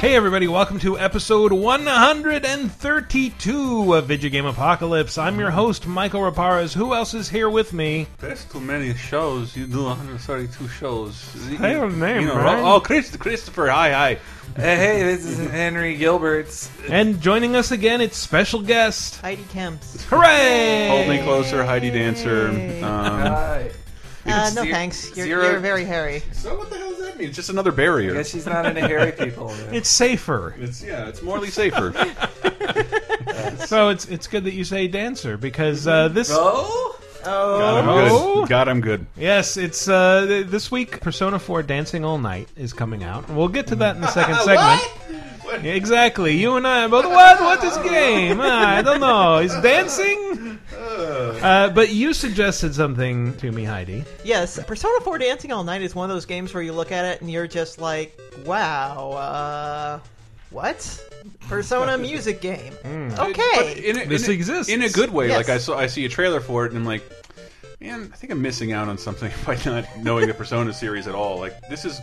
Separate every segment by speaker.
Speaker 1: Hey everybody, welcome to episode 132 of Video Game Apocalypse. I'm your host, Michael Raparez. Who else is here with me?
Speaker 2: There's too many shows. You do 132 shows.
Speaker 1: I don't name,
Speaker 2: you know,
Speaker 1: right?
Speaker 2: Oh, Chris, Christopher, hi, hi.
Speaker 3: Hey, this is Henry Gilberts.
Speaker 1: And joining us again, it's special guest.
Speaker 4: Heidi Kemps.
Speaker 1: Hooray!
Speaker 2: Hold me closer, Heidi Dancer. Um,
Speaker 3: Hi.
Speaker 4: Uh, no
Speaker 3: Zero-
Speaker 4: thanks. You're,
Speaker 3: zero-
Speaker 4: you're very hairy.
Speaker 2: so what the hell does that mean? It's just another
Speaker 3: I
Speaker 2: barrier.
Speaker 3: guess she's not into hairy people. then.
Speaker 1: It's safer.
Speaker 2: It's yeah, it's morally safer.
Speaker 1: So it's it's good that you say dancer because uh, this
Speaker 3: Oh?
Speaker 4: Uh,
Speaker 2: God, I'm
Speaker 1: Oh.
Speaker 2: good. God, I'm good.
Speaker 1: yes it's uh, th- this week Persona 4 Dancing All Night is coming out. We'll get to that in the second segment.
Speaker 2: What?
Speaker 1: Yeah, exactly. You and I are both. What? What this game? Ah, I don't know. Is dancing? Uh, but you suggested something to me, Heidi.
Speaker 4: Yes, Persona 4 Dancing All Night is one of those games where you look at it and you're just like, wow, uh, what? Persona music game.
Speaker 3: Hmm.
Speaker 2: But
Speaker 4: Okay.
Speaker 2: in a,
Speaker 1: This
Speaker 2: in a-
Speaker 1: exists.
Speaker 2: in a good way.
Speaker 4: Yes.
Speaker 2: Like I saw, I see a trailer for it, and I'm like, man, I think I'm missing out on something by not knowing the Persona series at all. Like this is.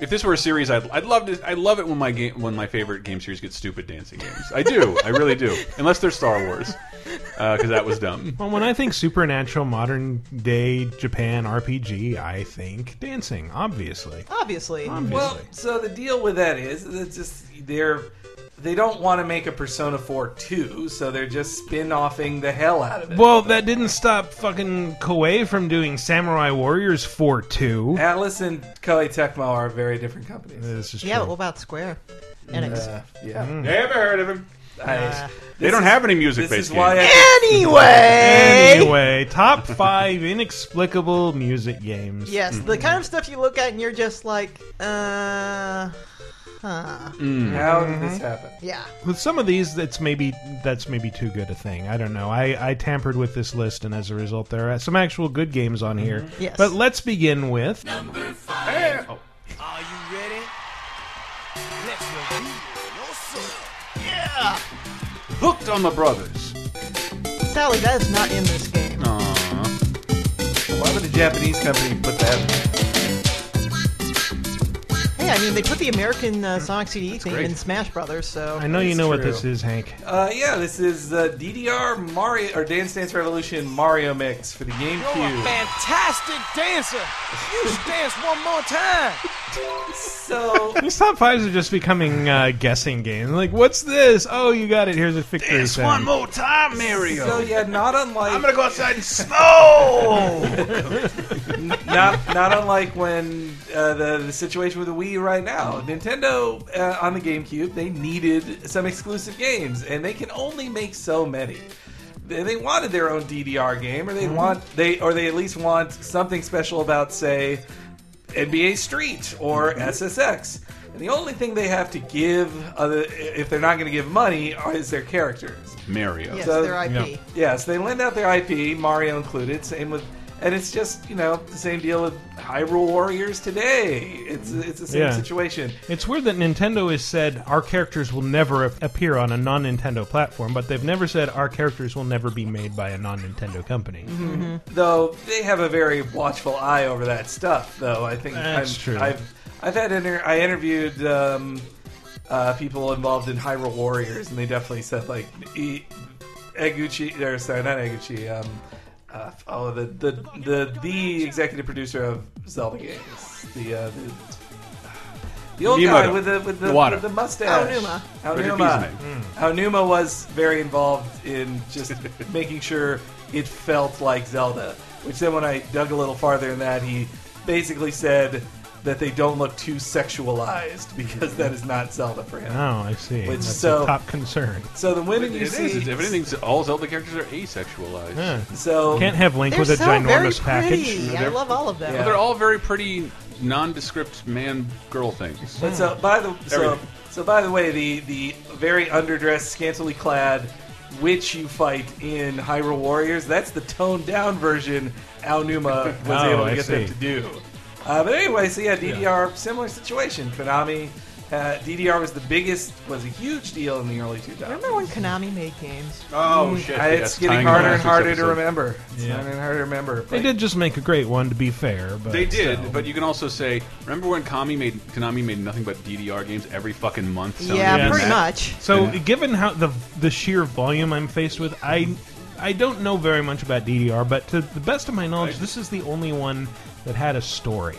Speaker 2: If this were a series, I'd, I'd love to. I love it when my game, when my favorite game series gets stupid dancing games. I do, I really do. Unless they're Star Wars, because that was dumb.
Speaker 1: Well, when I think supernatural, modern day Japan RPG, I think dancing, obviously.
Speaker 4: Obviously.
Speaker 3: Well, so the deal with that is it's just they're they don't want to make a Persona 4 2, so they're just spin-offing the hell out of it.
Speaker 1: Well, that didn't stop fucking Koei from doing Samurai Warriors 4 2.
Speaker 3: Atlas and Koei Tecmo are very different companies.
Speaker 1: This is
Speaker 4: yeah, but
Speaker 1: true.
Speaker 4: what about Square? Enix.
Speaker 3: Uh, yeah.
Speaker 2: Never heard of him.
Speaker 3: I-
Speaker 4: Uh,
Speaker 2: They don't have any music.
Speaker 3: this
Speaker 2: based
Speaker 3: is why I
Speaker 4: Anyway!
Speaker 1: Anyway, top five inexplicable music games.
Speaker 4: Yes,
Speaker 3: Mm-hmm.
Speaker 4: the kind of stuff you look at and you're just like, uh, huh.
Speaker 3: Mm. how did this happen?
Speaker 4: Yeah.
Speaker 1: With some of these, that's maybe that's maybe too good a thing. I don't know. I, I tampered with this list, and as a result, there are some actual good games on here.
Speaker 4: Yes.
Speaker 1: But let's begin with
Speaker 5: Are you ready? Let's reveal yourself.
Speaker 2: hooked on the brothers.
Speaker 4: Sally, that is not in this game.
Speaker 2: Aww.
Speaker 3: Why would a Japanese company put that?
Speaker 4: Hey, I mean, they put the American uh, Sonic CD theme
Speaker 2: great.
Speaker 4: in Smash Brothers, so.
Speaker 1: I know you
Speaker 3: It's
Speaker 1: know what
Speaker 3: true.
Speaker 1: this is, Hank.
Speaker 3: Uh, yeah, this is uh, DDR Mario or Dance Dance Revolution Mario Mix for the
Speaker 5: You're a
Speaker 3: GameCube.
Speaker 5: fantastic dancer. You should dance one more time.
Speaker 3: So
Speaker 1: These top fives are just becoming uh, guessing games. Like, what's this? Oh, you got it. Here's a victory.
Speaker 5: Dance
Speaker 1: sound.
Speaker 5: one more time, Mario.
Speaker 3: So yeah, not unlike
Speaker 5: I'm gonna go outside and snow.
Speaker 3: not not unlike when uh, the the situation with the Wii right now. Nintendo uh, on the GameCube, they needed some exclusive games, and they can only make so many. They, they wanted their own DDR game, or they want they or they at least want something special about say NBA Street or SSX. And the only thing they have to give, other if they're not going to give money, are, is their characters.
Speaker 2: Mario.
Speaker 4: Yes,
Speaker 3: So-
Speaker 4: their IP.
Speaker 1: yeah.
Speaker 3: Yes, they lend out their IP, Mario included. Same with, and it's just you know the same deal with Hyrule Warriors today. It's it's the same
Speaker 1: Yeah.
Speaker 3: situation.
Speaker 1: It's weird that Nintendo has said our characters will never ap- appear on a non-Nintendo platform, but they've never said our characters will never be made by a non-Nintendo company.
Speaker 3: Though they have a very watchful eye over that stuff. Though I think
Speaker 1: That's
Speaker 3: I'm,
Speaker 1: true.
Speaker 3: I've I've had inter- I interviewed. Um, uh, people involved in Hyrule Warriors, and they definitely said like e- Eguchi, or sorry, not Eguchi. Um, uh, oh, the, the the the executive producer of Zelda games, the uh, the, the old guy
Speaker 2: Miyamoto.
Speaker 3: with the with the,
Speaker 2: Iwata.
Speaker 3: with the mustache.
Speaker 4: Aonuma.
Speaker 2: Richard
Speaker 3: Aonuma. Aonuma Mm. was very involved in just making sure it felt like Zelda. Which then, when I dug a little farther in that, he basically said that they don't look too sexualized because that is not Zelda for him.
Speaker 1: Oh, I see.
Speaker 3: Which-
Speaker 1: That's
Speaker 3: so-
Speaker 1: a top concern.
Speaker 3: So the women
Speaker 2: It
Speaker 3: you
Speaker 2: is.
Speaker 3: see,
Speaker 2: If anything, all Zelda characters are asexualized.
Speaker 1: Huh.
Speaker 3: so
Speaker 1: Can't have Link
Speaker 4: They're
Speaker 1: with a
Speaker 4: so very
Speaker 1: ginormous
Speaker 4: pretty.
Speaker 1: package.
Speaker 4: I love all of them.
Speaker 2: But they're all very pretty, nondescript man-girl things.
Speaker 3: But so by the so,
Speaker 2: Everything.
Speaker 3: so by the way, the the very underdressed, scantily clad witch you fight in Hyrule Warriors, that's the toned down version Aonuma was
Speaker 1: Oh,
Speaker 3: able to
Speaker 1: I
Speaker 3: get
Speaker 1: see.
Speaker 3: them to do. Uh, but anyway, so yeah, DDR similar situation. Konami Uh, DDR was the biggest, was a huge deal in the early 2000s.
Speaker 4: Remember when Konami made games?
Speaker 2: Oh shit!
Speaker 3: I,
Speaker 2: yes,
Speaker 3: Mm. uh, it's getting
Speaker 2: tying
Speaker 3: harder
Speaker 2: last
Speaker 3: and
Speaker 2: week's
Speaker 3: harder to
Speaker 2: episode.
Speaker 3: remember. It's
Speaker 1: Yeah.
Speaker 3: harder and harder to remember.
Speaker 1: They
Speaker 3: but-
Speaker 1: did just make a great one, to be fair. But
Speaker 2: They did,
Speaker 1: still.
Speaker 2: but you can also say, remember when Konami made Konami made nothing but DDR games every fucking month? Sony
Speaker 4: yeah,
Speaker 2: did
Speaker 1: Yes.
Speaker 4: pretty
Speaker 2: that.
Speaker 4: much.
Speaker 1: So,
Speaker 2: Yeah.
Speaker 1: given how the the sheer volume I'm faced with, I I don't know very much about DDR, but to the best of my knowledge,
Speaker 2: Right.
Speaker 1: this is the only one that had a story.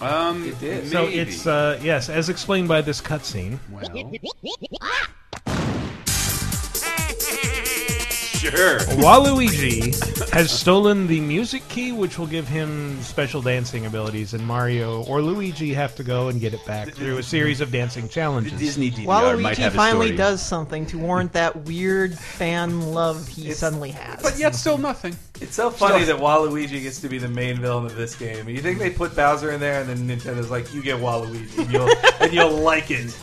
Speaker 2: Um,
Speaker 3: It did.
Speaker 1: So
Speaker 2: maybe.
Speaker 1: it's uh, yes, as explained by this cutscene.
Speaker 2: well. sure.
Speaker 1: Waluigi has stolen the music key, which will give him special dancing abilities, and Mario or Luigi have to go and get it back through a series of dancing challenges.
Speaker 2: Disney DDR E might
Speaker 4: Waluigi
Speaker 2: have a
Speaker 4: E finally
Speaker 2: story.
Speaker 4: does something to warrant that weird fan love he suddenly has.
Speaker 2: but yet still nothing.
Speaker 3: It's so funny that Waluigi gets to be the main villain of this game. You think they put Bowser in there, and then Nintendo's like, "You get Waluigi, and you'll, and you'll like it."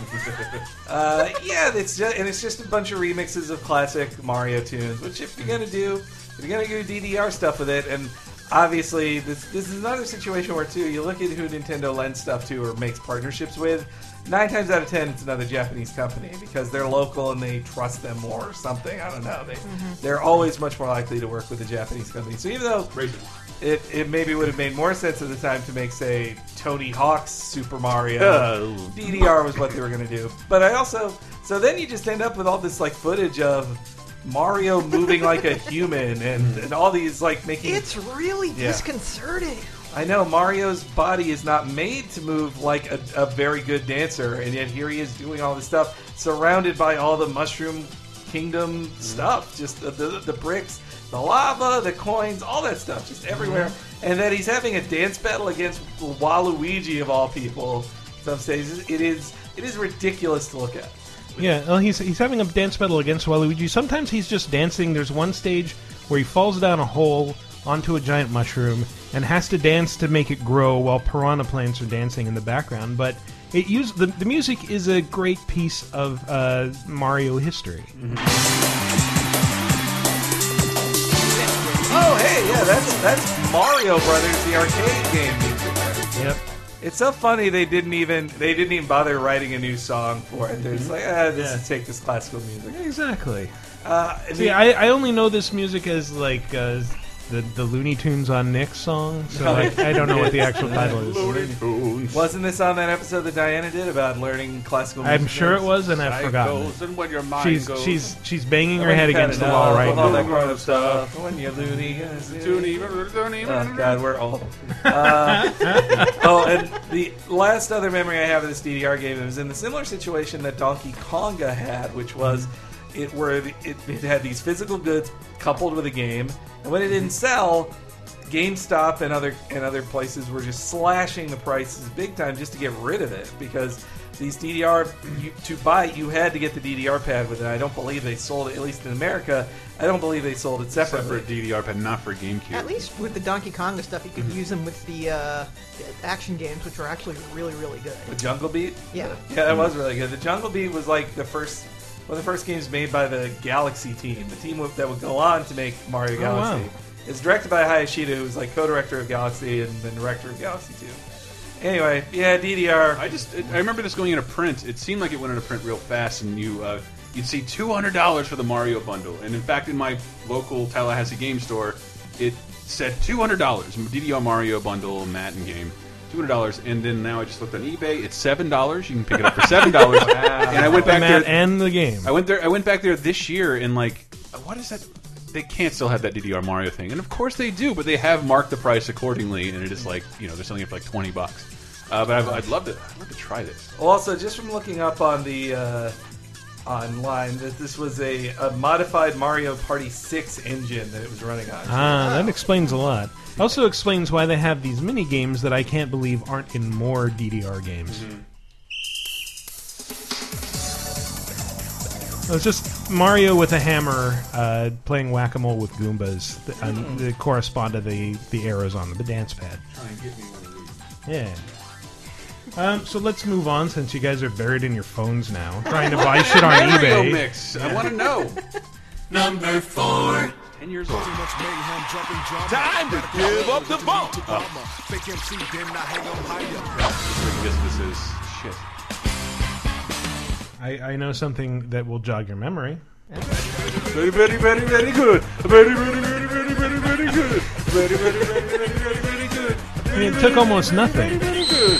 Speaker 3: uh, yeah, it's just, and it's just a bunch of remixes of classic Mario tunes. Which, if you're gonna do, if you're gonna do DDR stuff with it, and obviously this this is another situation where too you look at who Nintendo lends stuff to or makes partnerships with. Nine times out of ten, it's another Japanese company because they're local and they trust them more or something. I don't know. They they're always much more likely to work with a Japanese company. So even though it, it maybe would have made more sense at the time to make, say, Tony Hawk's Super Mario.
Speaker 2: Oh.
Speaker 3: DDR was what they were going to do. But I also. So then you just end up with all this, like, footage of Mario moving like a human and, and all these, like, making.
Speaker 4: it's really
Speaker 3: Yeah.
Speaker 4: disconcerting.
Speaker 3: I know Mario's body is not made to move like a, a very good dancer, and yet here he is doing all this stuff, surrounded by all the Mushroom Kingdom stuff, just the, the, the bricks, the lava, the coins, all that stuff, just everywhere. And then he's having a dance battle against Waluigi of all people. Some stages, it is it is ridiculous to look at.
Speaker 1: Yeah, well, he's he's having a dance battle against Waluigi. Sometimes he's just dancing. There's one stage where he falls down a hole onto a giant mushroom and has to dance to make it grow while piranha plants are dancing in the background. But it use the, the music is a great piece of uh, Mario history.
Speaker 3: Oh, hey, yeah, that's that's Mario Brothers, the arcade game. music there.
Speaker 1: Yep.
Speaker 3: It's so funny they didn't even they didn't even bother writing a new song for it. They're
Speaker 1: Mm-hmm.
Speaker 3: just like, ah, this is take this classical music.
Speaker 1: Exactly.
Speaker 3: Uh, and
Speaker 1: See,
Speaker 3: the-
Speaker 1: I, I only know this music as like uh, the the Looney Tunes on Nick song, so I, I don't know what the actual title is.
Speaker 3: wasn't this on that episode that Diana did about learning classical music?
Speaker 1: I'm sure it
Speaker 3: names?
Speaker 1: was, and I've forgotten.
Speaker 2: goes and when your mind
Speaker 1: She's
Speaker 2: goes,
Speaker 1: she's she's banging
Speaker 3: When
Speaker 1: her head
Speaker 3: you cut
Speaker 1: against
Speaker 3: it
Speaker 1: the
Speaker 3: off
Speaker 1: wall right
Speaker 3: with all that
Speaker 1: now.
Speaker 3: grown up stuff. When you're loony,
Speaker 2: Tune even- tune even-
Speaker 3: Oh, God, we're old. Uh, oh, and the last other memory I have of this DDR game it was in the similar situation that Donkey Konga had, which was it were it, it had these physical goods coupled with a game, and when it didn't sell, GameStop and other and other places were just slashing the prices big time just to get rid of it because these DDR you, to buy it, you had to get the DDR pad with it. I don't believe they sold it at least in America. I don't believe they sold it
Speaker 2: Except for
Speaker 3: separately.
Speaker 2: DDR, but not for GameCube.
Speaker 4: At least with the Donkey Konga stuff, you could use them with the uh, action games, which were actually really, really good.
Speaker 3: The Jungle Beat?
Speaker 4: Yeah.
Speaker 3: Yeah, that was really good. The Jungle Beat was like the first one of the first games made by the Galaxy team, the team that would go on to make Mario Galaxy.
Speaker 1: Oh, wow.
Speaker 3: It's directed by Hayashida, who's like co-director of Galaxy and then director of Galaxy 2. Anyway, yeah, DDR.
Speaker 2: I just I remember this going into print. It seemed like it went into print real fast, and you uh, you'd see two hundred dollars for the Mario bundle. And in fact, in my local Tallahassee game store, it said two hundred dollars DDR Mario bundle Madden game. Two hundred dollars, and then now I just looked on eBay. It's seven dollars. You can pick it up for seven dollars. And I went
Speaker 1: The
Speaker 2: back
Speaker 1: mat
Speaker 2: there.
Speaker 1: and the game.
Speaker 2: I went there. I went back there this year, and like, what is that? They can't still have that DDR Mario thing, and of course they do, but they have marked the price accordingly, and it is like you know they're selling it for like twenty bucks. Uh, but I've, I'd love to. I'd love to try this.
Speaker 3: Also, just from looking up on the uh, online, that this was a, a modified Mario Party 6 engine that it was running on.
Speaker 1: Ah, that explains a lot. Also explains why they have these mini games that I can't believe aren't in more DDR games. It was just Mario with a hammer uh, playing whack a mole with Goombas that, um, that correspond to the, the arrows on the dance pad. Yeah. Um, so let's move on since you guys are buried in your phones now, trying to buy shit on
Speaker 2: Mario
Speaker 1: eBay.
Speaker 2: mix. I want to know. Number four. Ten years old.
Speaker 5: Time to give up the ball.
Speaker 2: Oh. I guess this is shit.
Speaker 1: I, I know something that will jog your memory.
Speaker 2: Very, very, very, very good. Very, very, very, very, very, very good. Very, very, very, very, very, very good.
Speaker 1: I mean, it took almost nothing.
Speaker 2: Very good.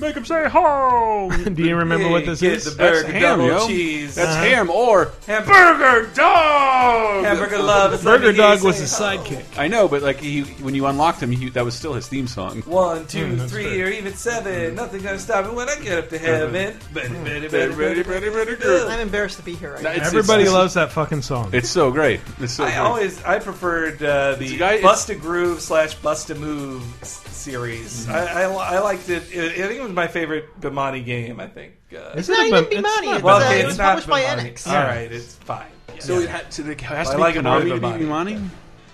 Speaker 2: Make him say ho.
Speaker 1: Do you remember what this
Speaker 3: Get
Speaker 1: is?
Speaker 3: the burger
Speaker 2: ham,
Speaker 3: double
Speaker 2: yo.
Speaker 3: cheese.
Speaker 2: That's
Speaker 1: Uh-huh.
Speaker 2: ham or
Speaker 3: hamburger,
Speaker 2: burger dog.
Speaker 3: hamburger love. It's
Speaker 1: Burger
Speaker 3: like
Speaker 1: Dog
Speaker 3: easy.
Speaker 1: was his sidekick.
Speaker 2: I know, but like he, when you unlocked him, he, that was still his theme song.
Speaker 3: One, two,
Speaker 1: Mm, that's
Speaker 3: three,
Speaker 1: fair.
Speaker 3: or even seven. Nothing gonna stop me when I get up to heaven. Mm. Betty, Betty, Betty,
Speaker 2: Very, very,
Speaker 3: Betty,
Speaker 2: very,
Speaker 3: Betty.
Speaker 2: very good.
Speaker 4: I'm embarrassed to be here right
Speaker 2: That-
Speaker 4: now.
Speaker 2: it's-
Speaker 1: Everybody
Speaker 2: it's-
Speaker 1: loves that fucking song.
Speaker 2: It's so great. It's so
Speaker 3: I
Speaker 2: great.
Speaker 3: always I preferred uh, the
Speaker 2: a guy-
Speaker 3: Bust a Groove slash Bust a Move s- series. I, I, I liked it. I I think it was my favorite Bimani game. I think. Uh,
Speaker 1: Is
Speaker 4: It's not
Speaker 1: a
Speaker 4: even
Speaker 1: bum- it's
Speaker 4: Bimani,
Speaker 1: not
Speaker 4: it's
Speaker 1: a bum-
Speaker 4: a-
Speaker 3: okay,
Speaker 4: it was
Speaker 3: not
Speaker 4: published by
Speaker 3: Bimani.
Speaker 4: Enix.
Speaker 3: All right, it's fine.
Speaker 2: So
Speaker 3: Yeah.
Speaker 2: it, had, so it has
Speaker 3: I
Speaker 2: to
Speaker 3: like
Speaker 2: be
Speaker 3: it more
Speaker 2: Konami
Speaker 3: than
Speaker 2: to beat Imani?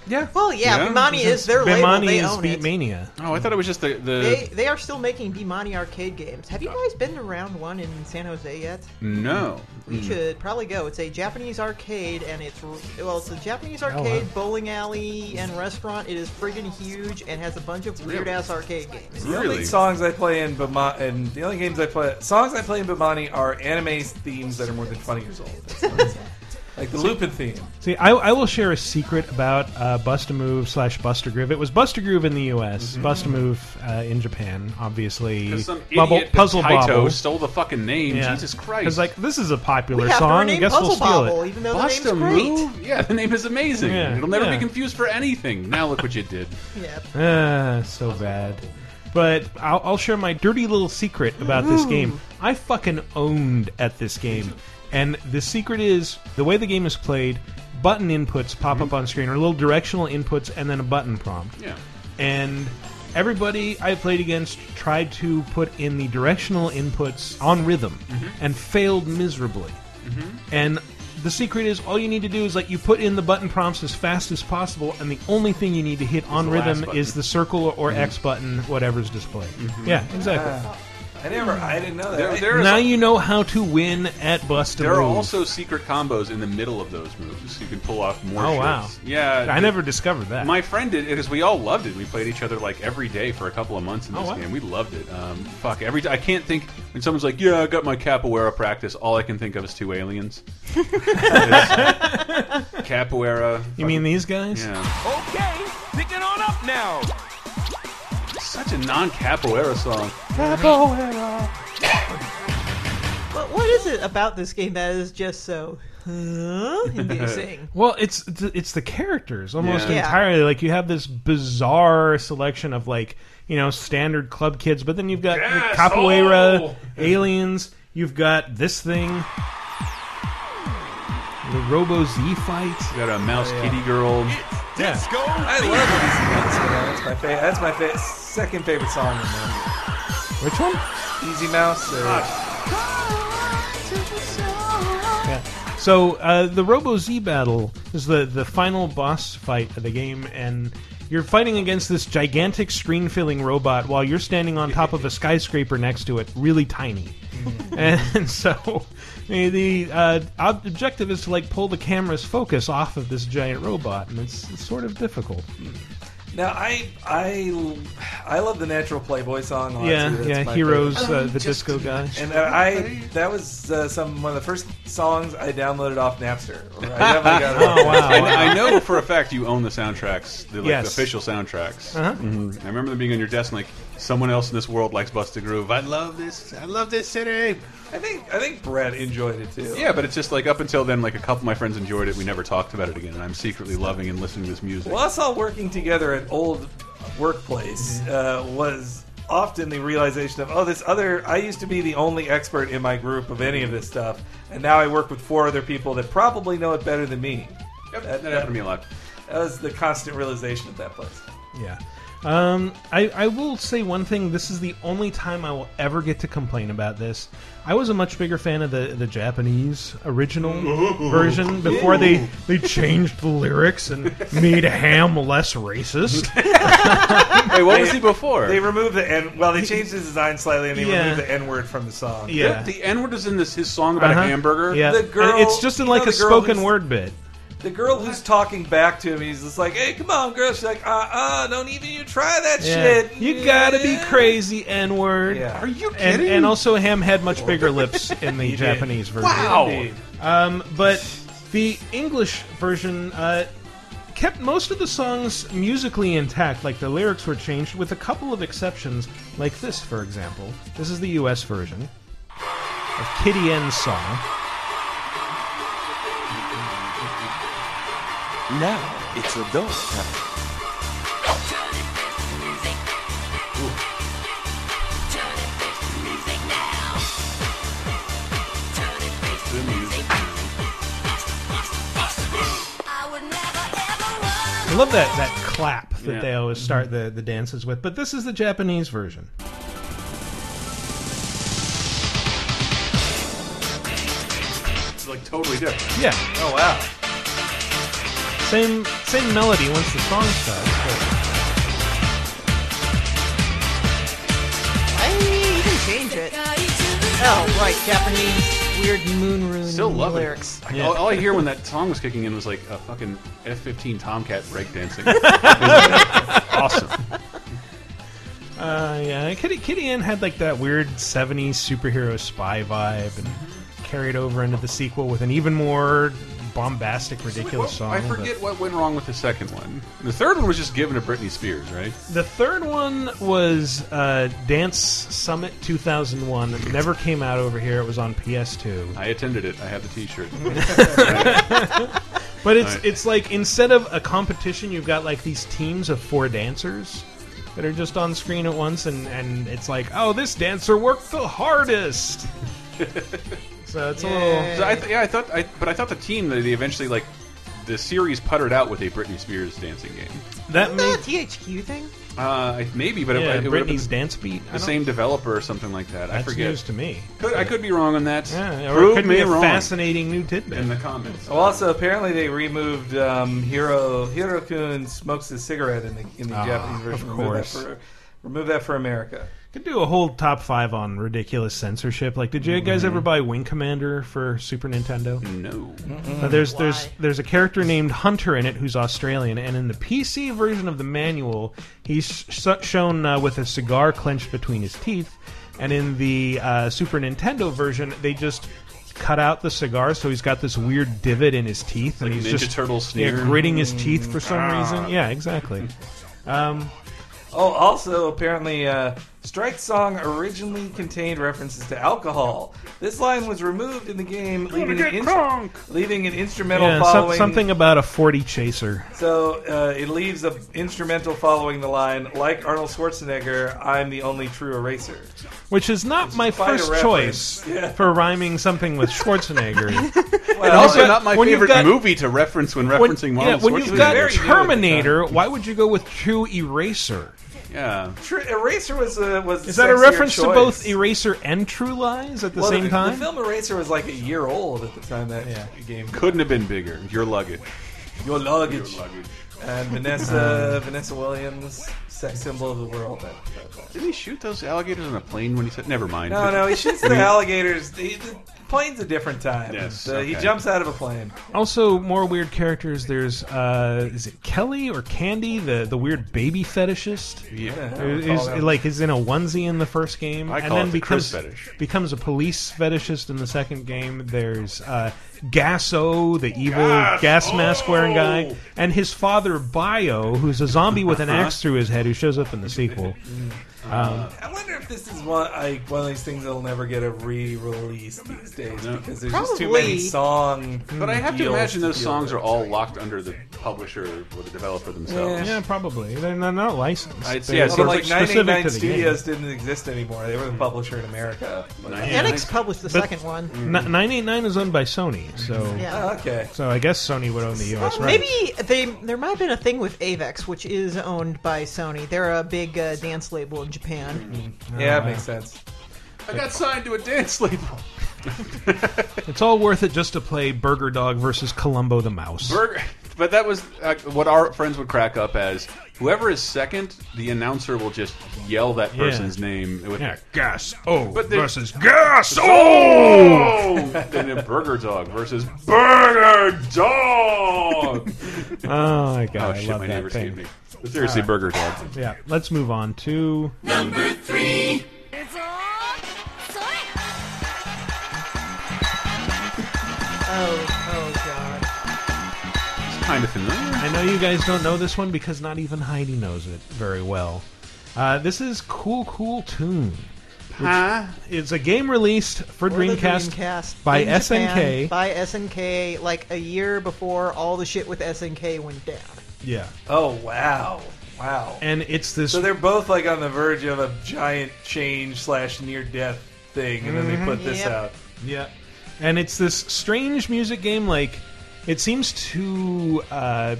Speaker 1: yeah.
Speaker 4: Well, yeah,
Speaker 2: Yeah.
Speaker 4: Bimani is their label.
Speaker 1: Bimani
Speaker 4: They
Speaker 1: is
Speaker 4: own
Speaker 1: Beat
Speaker 4: it.
Speaker 1: Mania.
Speaker 2: Oh, I thought it was just the.
Speaker 4: They,
Speaker 2: the
Speaker 4: they are still making Bimani arcade games. Have you guys been to round one in San Jose yet?
Speaker 2: no.
Speaker 4: We should probably go. It's a Japanese arcade, and it's well, it's a Japanese
Speaker 1: wow.
Speaker 4: arcade, bowling alley, and restaurant. It is friggin' huge and has a bunch of weird ass arcade games.
Speaker 3: The only
Speaker 2: Really?
Speaker 3: songs I play in Bimani, and the only games I play, songs I play in Bimani are anime themes that are more than twenty years old. That's what it's like the Lupin theme.
Speaker 1: See, I, I will share a secret about uh, Busta Move slash Buster Groove. It was Buster Groove in the U.S., Busta Move uh, in Japan, obviously.
Speaker 2: Because Mm-hmm. some
Speaker 1: Mm. Bubble-
Speaker 2: idiot
Speaker 1: puzzle
Speaker 2: Taito
Speaker 1: Bobble.
Speaker 2: stole the fucking name. Jesus Christ.
Speaker 1: Because, like, this is a popular
Speaker 4: We have to
Speaker 1: song. I
Speaker 4: rename
Speaker 1: guess
Speaker 4: Puzzle
Speaker 1: we'll steal
Speaker 4: Bobble,
Speaker 1: it.
Speaker 4: even though
Speaker 2: Bust
Speaker 4: the
Speaker 2: a
Speaker 4: name's great.
Speaker 2: move? Yeah, the name is amazing.
Speaker 1: Yeah,
Speaker 2: It'll never
Speaker 1: yeah.
Speaker 2: be confused for anything. Now look what you did.
Speaker 4: Yeah.
Speaker 1: Ah, so bad. But I'll, I'll share my dirty little secret about this game. I fucking owned at this game. And the secret is the way the game is played, button inputs pop up on screen, or little directional inputs, and then a button prompt.
Speaker 2: Yeah.
Speaker 1: and everybody I played against tried to put in the directional inputs on rhythm
Speaker 2: Mm-hmm.
Speaker 1: and failed miserably. And the secret is all you need to do is like you put in the button prompts as fast as possible, and the only thing you need to hit on
Speaker 2: the last
Speaker 1: rhythm
Speaker 2: button. Mm-hmm.
Speaker 1: is the circle or X button, whatever's displayed. Yeah, exactly.
Speaker 3: I never, I didn't know that.
Speaker 2: There, Ah. there, is-
Speaker 1: now you know how to win at Bust a
Speaker 2: there are
Speaker 1: Move.
Speaker 2: also secret combos in the middle of those moves. You can pull off more
Speaker 1: Oh,
Speaker 2: shits.
Speaker 1: wow.
Speaker 2: Yeah.
Speaker 1: I
Speaker 2: the-
Speaker 1: never discovered that.
Speaker 2: My friend did it because we all loved it. We played each other like every day for a couple of months in this
Speaker 1: Oh, wow.
Speaker 2: game. We loved it. Um, fuck, every I can't think when someone's like, "Yeah, I got my capoeira practice." All I can think of is two aliens. It's- capoeira.
Speaker 1: you mean these guys?
Speaker 2: Yeah.
Speaker 5: Okay, pick it on up now.
Speaker 2: Such a non-capoeira song.
Speaker 4: But what is it about this game that is just so huh, inducing?
Speaker 1: Well, it's it's the characters almost
Speaker 2: Yeah.
Speaker 4: Yeah.
Speaker 1: entirely. Like you have this bizarre selection of like you know standard club kids, but then you've got
Speaker 2: Yes!
Speaker 1: capoeira,
Speaker 2: Oh!
Speaker 1: aliens. You've got this thing, the Robo Z fight.
Speaker 2: Got a mouse kitty girl.
Speaker 1: Yeah,
Speaker 3: I love Easy Mouse. You know, that's my favorite. That's my fa- second favorite song in there.
Speaker 1: which one?
Speaker 3: Easy Mouse. Or,
Speaker 1: Yeah. So uh, the Robo Z battle is the the final boss fight of the game, and you're fighting against this gigantic screen filling robot while you're standing on top of a skyscraper next to it, really tiny. and so eh, the uh, ob- objective is to like pull the camera's focus off of this giant robot, and it's, it's sort of difficult.
Speaker 3: now I, I, I love the Natural Playboy song. A lot
Speaker 1: yeah,
Speaker 3: too. That's
Speaker 1: yeah.
Speaker 3: my
Speaker 1: Heroes,
Speaker 3: favorite.
Speaker 1: uh, the disco guy.
Speaker 3: And that I that was uh, some one of the first songs I downloaded off Napster. I definitely got it off
Speaker 1: Oh, wow.
Speaker 2: I, I know for a fact you own the soundtracks, the, like,
Speaker 1: Yes.
Speaker 2: the official soundtracks.
Speaker 1: Uh-huh.
Speaker 2: Mhm. I remember them being on your desk, and like someone else in this world likes Busta Groove. I love this. I love this city.
Speaker 3: I think I think Brett enjoyed it too.
Speaker 2: Yeah, but it's just like up until then, like a couple of my friends enjoyed it. We never talked about it again, and I'm secretly loving and listening to this music.
Speaker 3: Well, us all working together at old workplace uh,
Speaker 1: Mm-hmm.
Speaker 3: was often the realization of oh, this other. I used to be the only expert in my group of any of this stuff, and now I work with four other people that probably know it better than me.
Speaker 2: Yep, that, that happened to me a lot.
Speaker 3: That was the constant realization at that place.
Speaker 1: Yeah. Um, I, I will say one thing. This is the only time I will ever get to complain about this. I was a much bigger fan of the, the Japanese original version before they, they changed the lyrics and made ham less racist.
Speaker 2: Wait, what was he before?
Speaker 3: They removed the n. Well, they changed the design slightly, and they
Speaker 1: Yeah.
Speaker 3: removed the n word from the song.
Speaker 1: Yeah.
Speaker 2: The N word is in this his song about
Speaker 1: Uh-huh.
Speaker 2: a hamburger.
Speaker 1: Yeah.
Speaker 3: The girl-
Speaker 1: And it's just in
Speaker 3: you know
Speaker 1: like a
Speaker 3: the girl
Speaker 1: spoken
Speaker 3: who's-
Speaker 1: word bit.
Speaker 3: the girl who's talking back to him, he's just like, "Hey, come on, girl." She's like, "Uh, uh, don't even you try that shit.
Speaker 1: You gotta be crazy, N word.
Speaker 3: Yeah.
Speaker 2: Are you
Speaker 1: And,
Speaker 2: kidding?
Speaker 1: and also, him had much bigger lips in the
Speaker 3: did.
Speaker 1: Japanese version.
Speaker 2: wow.
Speaker 1: Um, but the English version uh, kept most of the songs musically intact, like the lyrics were changed, with a couple of exceptions, like this, for example. This is the U.S. version of Kitty N's song.
Speaker 5: Now it's adult time.
Speaker 1: I love that, that clap that
Speaker 2: Yeah.
Speaker 1: they always start the, the dances with, but this is the Japanese version.
Speaker 2: It's like totally different.
Speaker 1: Yeah,
Speaker 3: Oh wow.
Speaker 1: same same melody once the song starts.
Speaker 4: I, you can change it. Oh, right, Japanese weird moon rune
Speaker 2: Still love it.
Speaker 4: lyrics.
Speaker 2: Like,
Speaker 1: Yeah.
Speaker 2: all, all I hear when that song was kicking in was like a fucking F-15 Tomcat breakdancing. awesome.
Speaker 1: But, uh, yeah, Kitty, Kitty N had like that weird 70s superhero spy vibe and carried over into the sequel with an even more bombastic, ridiculous song.
Speaker 2: I
Speaker 1: but-
Speaker 2: forget what went wrong with the second one. The third one was just given to Britney Spears, right?
Speaker 1: The third one was uh, Dance Summit 2001. It never came out over here. It was on PS2.
Speaker 2: I attended it. I have the T-shirt.
Speaker 1: But it's
Speaker 2: Right.
Speaker 1: it's like instead of a competition, you've got like these teams of four dancers that are just on screen at once, and and it's like, oh, this dancer worked the hardest. so it's a
Speaker 2: So I th- yeah, I thought, I, but I thought the team that they eventually like the series puttered out with a Britney Spears dancing game.
Speaker 1: little that
Speaker 4: Isn't that
Speaker 1: made
Speaker 4: a THQ thing?
Speaker 2: Uh, maybe, but
Speaker 1: yeah,
Speaker 2: it, it would have been
Speaker 1: Britney's dance beat. I
Speaker 2: the
Speaker 1: don't-
Speaker 2: same developer or something like that. I
Speaker 1: That's
Speaker 2: forget.
Speaker 1: news to me.
Speaker 2: Could, I could be wrong on that.
Speaker 1: Yeah, or it
Speaker 2: Prove
Speaker 1: could
Speaker 2: me
Speaker 1: be a
Speaker 2: wrong
Speaker 1: fascinating new tidbit.
Speaker 2: in the comments. Oh,
Speaker 3: Well, also apparently they removed um, Hiro Hirokun smokes a cigarette in the in the
Speaker 1: Ah,
Speaker 3: Japanese version.
Speaker 1: of
Speaker 3: Remove that,
Speaker 1: course.
Speaker 3: for, remove that for America.
Speaker 1: Could do a whole top five on ridiculous censorship. Like, did you guys ever buy Wing Commander for Super Nintendo?
Speaker 2: No.
Speaker 1: Uh, there's there's
Speaker 4: Why?
Speaker 1: there's a character named Hunter in it who's Australian, and in the PC version of the manual, he's sh- shown uh, with a cigar clenched between his teeth, and in the uh, Super Nintendo version, they just cut out the cigar, so he's got this weird divot in his teeth, and
Speaker 2: Like
Speaker 1: he's
Speaker 2: Ninja
Speaker 1: just
Speaker 2: Turtle
Speaker 1: yeah,
Speaker 2: sneer.
Speaker 1: gritting his teeth for some
Speaker 3: Mm.
Speaker 1: reason. Yeah, exactly.
Speaker 3: Oh, also apparently, uh, Strike Song originally contained references to alcohol. This line was removed in the game, leaving an, instr- leaving an instrumental
Speaker 1: Yeah, some-
Speaker 3: following.
Speaker 1: something about a forty chaser.
Speaker 3: So uh, it leaves an instrumental following the line, like Arnold Schwarzenegger, "I'm the only true eraser."
Speaker 1: which is not my
Speaker 3: quite a
Speaker 1: first
Speaker 3: reference.
Speaker 1: choice for rhyming something with Schwarzenegger.
Speaker 3: Well,
Speaker 2: Also,
Speaker 1: Yeah,
Speaker 2: not my
Speaker 1: when you've
Speaker 2: favorite
Speaker 1: got-
Speaker 2: movie to reference when
Speaker 1: when,
Speaker 2: referencing
Speaker 1: yeah,
Speaker 2: Marvel.
Speaker 1: when you've
Speaker 2: Schwarzenegger.
Speaker 1: got
Speaker 3: Very new at the
Speaker 1: Terminator, why would you go with True Eraser?
Speaker 2: yeah.
Speaker 3: Tr- Eraser was a, was
Speaker 1: Is that a reference to both Eraser and True Lies at the same
Speaker 3: the,
Speaker 1: time?
Speaker 3: The film Eraser was like a year old at the time that game.
Speaker 2: Couldn't have been bigger. Your luggage.
Speaker 3: Your luggage
Speaker 2: luggage.
Speaker 3: and
Speaker 1: Uh.
Speaker 3: Vanessa Vanessa Williams, sex symbol of the world.
Speaker 2: Didn't he shoot those alligators on a plane when he said? Never mind.
Speaker 3: No, no, he shoots the alligators. The, the plane's a different time.
Speaker 2: Yes,
Speaker 3: The- He
Speaker 2: okay.
Speaker 3: jumps out of a plane.
Speaker 1: also, more weird characters. There's uh, is it Kelly or Candy, the the weird baby fetishist?
Speaker 2: Yeah.
Speaker 3: Yeah,
Speaker 1: Who
Speaker 3: I would
Speaker 1: Is,
Speaker 3: call that.
Speaker 1: like is in a onesie in the first game,
Speaker 2: I
Speaker 1: and
Speaker 2: call
Speaker 1: then
Speaker 2: it the
Speaker 1: becomes
Speaker 2: Chris fetish.
Speaker 1: becomes a police fetishist in the second game. There's uh, Gasso, the evil
Speaker 2: Gas-
Speaker 1: gas mask wearing guy,
Speaker 2: oh!
Speaker 1: and his father Bio, who's a zombie with an
Speaker 2: Uh-huh.
Speaker 1: axe through his head, who shows up in the sequel.
Speaker 3: I wonder if this is one like one of these things that'll never get a re-release these days
Speaker 2: No.
Speaker 3: because there's just too
Speaker 4: Probably.
Speaker 3: many song.
Speaker 2: But I have to
Speaker 3: deals
Speaker 2: imagine those
Speaker 3: deal
Speaker 2: songs
Speaker 3: with.
Speaker 2: are all locked under the publisher or the developer themselves.
Speaker 1: Yeah, probably. They're not, not licensed.
Speaker 2: I'd say
Speaker 1: They're
Speaker 2: it's
Speaker 3: Although,
Speaker 1: sort of
Speaker 3: like
Speaker 1: specific
Speaker 3: 989
Speaker 1: to the game.
Speaker 3: Studios didn't exist anymore. They were the publisher in America. But-
Speaker 2: Nice.
Speaker 4: Enix published the second one.
Speaker 1: N- 989 is owned by Sony, so
Speaker 4: Yeah.
Speaker 3: Oh, okay.
Speaker 1: so I guess Sony would own the U.S.
Speaker 4: Well,
Speaker 1: rights.
Speaker 4: Maybe they there might have been a thing with Avex, which is owned by Sony. They're a big uh, dance label in
Speaker 1: Mm-hmm.
Speaker 4: Japan.
Speaker 3: Yeah, it makes sense.
Speaker 2: I got signed to a dance label.
Speaker 1: It's all worth it just to play Burger Dog versus Columbo the Mouse.
Speaker 2: Burger, but that was uh, what our friends would crack up as. Whoever is second, the announcer will just yell that person's name with
Speaker 1: Yeah, gas oh
Speaker 2: But there's-
Speaker 1: versus gas oh.
Speaker 2: Oh! and then Burger Dog versus Burger Dog.
Speaker 1: Oh my god!
Speaker 2: Oh
Speaker 1: I
Speaker 2: shit,
Speaker 1: love
Speaker 2: my
Speaker 1: that
Speaker 2: neighbors
Speaker 1: thing. Uh,
Speaker 2: gave me. But seriously, Burger Dog.
Speaker 1: Yeah, let's move on to
Speaker 4: Oh, oh god.
Speaker 2: It's kind of familiar.
Speaker 1: I know you guys don't know this one because not even Heidi knows it very well. Uh, this is Cool Cool Tune.
Speaker 2: Huh?
Speaker 1: It's a game released for
Speaker 4: For the
Speaker 1: Dreamcast,
Speaker 4: Dreamcast
Speaker 1: by
Speaker 4: in Japan,
Speaker 1: SNK.
Speaker 4: by SNK, like a year before all the shit with SNK went down.
Speaker 1: yeah,
Speaker 3: Oh wow, wow.
Speaker 1: and it's this.
Speaker 3: So they're both like on the verge of a giant change slash near death thing, and then they put this
Speaker 4: Yep.
Speaker 3: out.
Speaker 1: yeah, and it's this strange music game. Like, it seems to. Uh,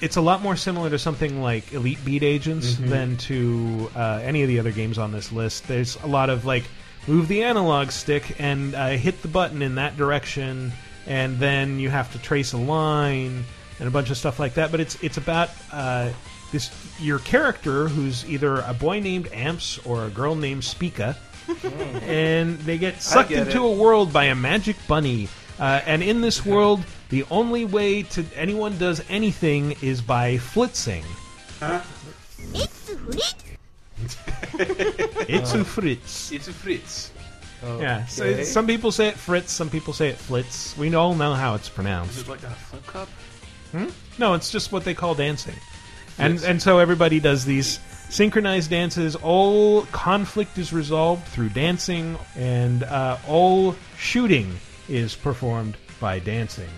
Speaker 1: it's a lot more similar to something like Elite Beat Agents than to uh, any of the other games on this list. There's a lot of like move the analog stick and uh, hit the button in that direction, and then you have to trace a line and a bunch of stuff like that. But it's it's about uh, this your character who's either a boy named Amps or a girl named Spica, and they get sucked
Speaker 3: get
Speaker 1: into
Speaker 3: it.
Speaker 1: a world by a magic bunny. Uh, and in this world, the only way to anyone does anything is by flitzing. It's a fritz.
Speaker 2: It's a Fritz.
Speaker 1: Yeah. So
Speaker 3: Oh, Okay.
Speaker 1: some people say it fritz, some people say it flitz. We all know how it's
Speaker 2: Is
Speaker 1: pronounced.
Speaker 2: it like a flip cup?
Speaker 1: No, it's just what they call dancing. And and so everybody does these synchronized dances. All conflict is resolved through dancing, and uh, all shooting is performed by dancing.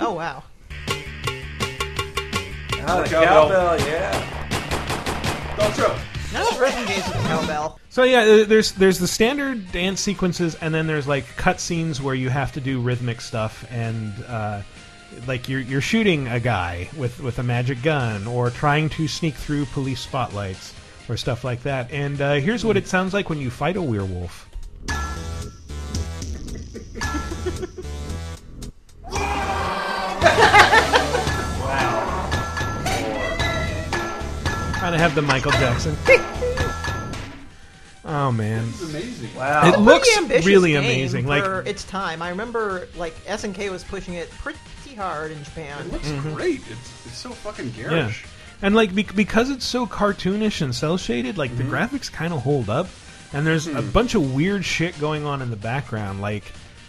Speaker 4: Oh wow.
Speaker 3: Oh,
Speaker 2: cowbell.
Speaker 3: the cowbell, yeah.
Speaker 2: Don't throw.
Speaker 4: None of the rhythm games with the cowbell.
Speaker 1: So yeah, uh, there's there's the standard dance sequences, and then there's like cutscenes where you have to do rhythmic stuff, and uh, like you're you're shooting a guy with with a magic gun, or trying to sneak through police spotlights, or stuff like that. And uh, here's what it sounds like when you fight a werewolf. Trying to have the Michael Jackson. oh man.
Speaker 2: It's amazing.
Speaker 3: Wow.
Speaker 1: It looks
Speaker 4: Pretty ambitious
Speaker 1: really
Speaker 4: game
Speaker 1: amazing. Like
Speaker 4: for its time. I remember like SNK was pushing it pretty hard in Japan.
Speaker 2: It looks great. It's, it's so fucking
Speaker 1: Mm-hmm. yeah.
Speaker 2: garish.
Speaker 1: And like bec because it's so cartoonish and cell shaded, like the graphics kind of hold up. And there's a bunch of weird shit going on in the background. Like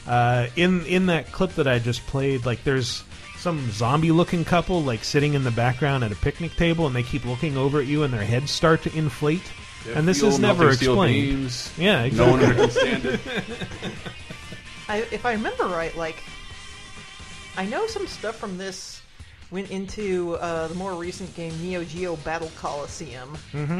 Speaker 1: uh, in in that clip that I just played, like there's some zombie looking couple like sitting in the background at a picnic table, and they keep looking over at you, and their heads start to inflate. and this
Speaker 2: Fuel,
Speaker 1: is never
Speaker 2: melting steel
Speaker 1: explained.
Speaker 2: beams.
Speaker 1: Yeah,
Speaker 2: No one
Speaker 1: exactly.
Speaker 2: can stand it.
Speaker 4: I, if I remember right, like I know some stuff from this went into uh, the more recent game Neo Geo Battle Coliseum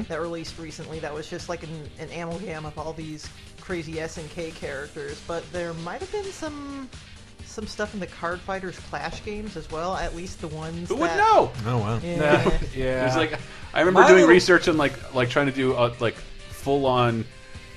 Speaker 4: that released recently. That was just like an, an amalgam of all these crazy SNK characters, but there might have been some some stuff in the Card Fighters Clash games as well. At least the ones
Speaker 2: Who would
Speaker 4: that,
Speaker 2: know?
Speaker 1: oh wow.
Speaker 4: Yeah.
Speaker 3: yeah.
Speaker 2: It's like I remember
Speaker 3: My
Speaker 2: doing
Speaker 3: little-
Speaker 2: research on like like trying to do uh, like full on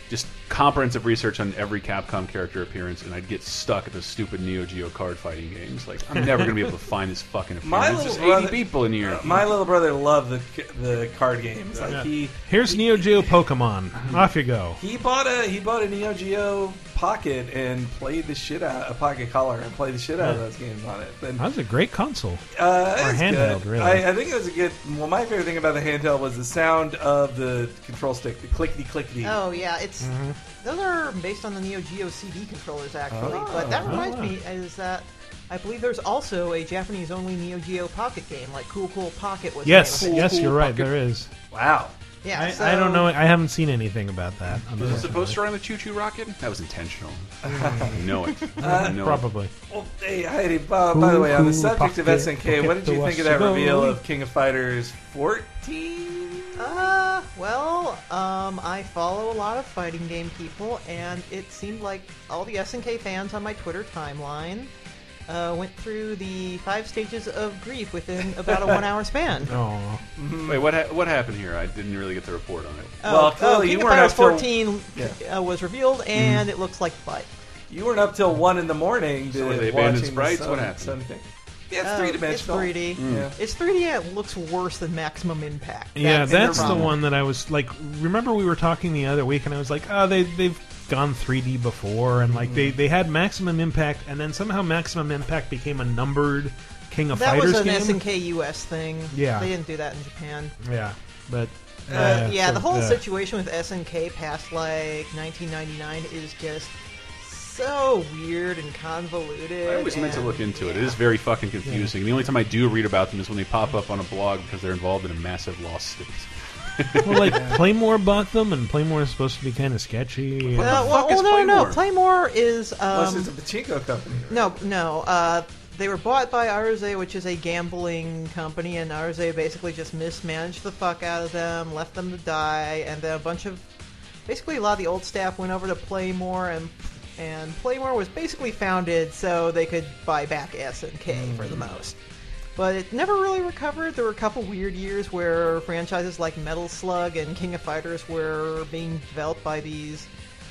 Speaker 2: just comprehensive research on every Capcom character appearance, and I'd get stuck at the stupid Neo Geo card fighting games. Like I'm never gonna be able to find this fucking appearance.
Speaker 3: My
Speaker 2: There's
Speaker 3: little
Speaker 2: 80
Speaker 3: brother-
Speaker 2: people in here.
Speaker 3: my little brother loved the the card games. Like he
Speaker 1: Here's Neo Geo Pokemon. Off you go.
Speaker 3: He bought a he bought a Neo Geo Pocket and played the shit out a Pocket Color and played the shit out of those games on it. And,
Speaker 1: That was a great console.
Speaker 3: uh, it
Speaker 1: or
Speaker 3: was
Speaker 1: handheld,
Speaker 3: good.
Speaker 1: really.
Speaker 3: I, I think it was a good. Well, my favorite thing about the handheld was the sound of the control stick, the clickety clickety.
Speaker 4: Oh yeah, it's those are based on the Neo Geo CD controllers actually. but
Speaker 1: Oh.
Speaker 4: that reminds me is that I believe there's also a Japanese-only Neo Geo Pocket game, like Cool Cool Pocket was. the
Speaker 1: Yes,
Speaker 4: name of it.
Speaker 1: yes,
Speaker 2: cool
Speaker 1: you're right.
Speaker 2: pocket.
Speaker 1: There is.
Speaker 3: Wow.
Speaker 4: Yeah,
Speaker 1: I,
Speaker 4: so-
Speaker 1: I don't know. I haven't seen anything about that.
Speaker 2: was it
Speaker 1: unfortunately.
Speaker 2: supposed to run the Choo Choo Rocket? That was intentional.
Speaker 3: Uh,
Speaker 2: no it. no
Speaker 1: Probably.
Speaker 3: Well, Oh, hey Heidi. Uh, by the way, on the
Speaker 1: Cool
Speaker 3: subject of
Speaker 1: pocket,
Speaker 3: SNK, what did
Speaker 1: pocket
Speaker 3: you think of
Speaker 1: to
Speaker 3: that
Speaker 1: us
Speaker 3: reveal
Speaker 1: go.
Speaker 3: of King of Fighters 14?
Speaker 4: Uh, well, um, I follow a lot of fighting game people, and it seemed like all the SNK fans on my Twitter timeline uh, went through the five stages of grief within about a one-hour span.
Speaker 1: Oh,
Speaker 2: Wait, what ha- what happened here? I didn't really get the report on it.
Speaker 4: Oh,
Speaker 3: Well,
Speaker 4: oh,
Speaker 3: clearly
Speaker 4: King
Speaker 3: you
Speaker 4: of
Speaker 3: weren't
Speaker 4: Fighters
Speaker 3: up till-
Speaker 4: 14
Speaker 3: Yeah.
Speaker 4: uh, was revealed,
Speaker 1: Mm-hmm.
Speaker 4: and it looks like butt.
Speaker 3: You weren't up till one in the morning. To
Speaker 2: So were they
Speaker 3: watching
Speaker 2: abandoned sprites?
Speaker 3: the sun,
Speaker 2: What happened?
Speaker 3: sun thing. Yeah, it's
Speaker 4: Oh,
Speaker 3: three dimensional.
Speaker 4: It's 3D.
Speaker 1: Mm.
Speaker 3: Yeah.
Speaker 4: It's 3D. and It looks worse than Maximum Impact.
Speaker 1: yeah,
Speaker 3: in
Speaker 1: that's the
Speaker 3: Nirvana.
Speaker 1: one that I was like. Remember, we were talking the other week, and I was like, "Oh, they they've gone 3D before, and like they
Speaker 4: Mm-hmm.
Speaker 1: they had Maximum Impact, and then somehow Maximum Impact became a numbered King of
Speaker 4: that
Speaker 1: Fighters
Speaker 4: was an
Speaker 1: game."
Speaker 4: SNK US thing.
Speaker 1: Yeah.
Speaker 4: they didn't do that in Japan.
Speaker 1: Yeah, but
Speaker 4: Uh,
Speaker 1: uh,
Speaker 4: yeah,
Speaker 1: so,
Speaker 4: the whole
Speaker 1: uh,
Speaker 4: situation with SNK past like 1999 is just so weird and convoluted.
Speaker 2: I always meant to
Speaker 4: and-
Speaker 2: look into it. It
Speaker 4: yeah.
Speaker 2: is very fucking confusing. The only time I do read about them is when they pop up on a blog because they're involved in a massive lawsuit.
Speaker 1: well, like Playmore bought them, and Playmore is supposed to be kind of sketchy. and-
Speaker 4: Well,
Speaker 2: the
Speaker 4: Uh, well,
Speaker 2: fuck is
Speaker 4: no, no,
Speaker 2: Playmore?
Speaker 4: Playmore is
Speaker 3: Plus,
Speaker 4: um,
Speaker 3: it's a pachinko company. right?
Speaker 4: no, no. Uh, they were bought by Arze, which is a gambling company, and Arze basically just mismanaged the fuck out of them, left them to die, and then a bunch of basically a lot of the old staff went over to Playmore, and and Playmore was basically founded so they could buy back S and K for the most. But it never really recovered. There were a couple weird years where franchises like Metal Slug and King of Fighters were being developed by these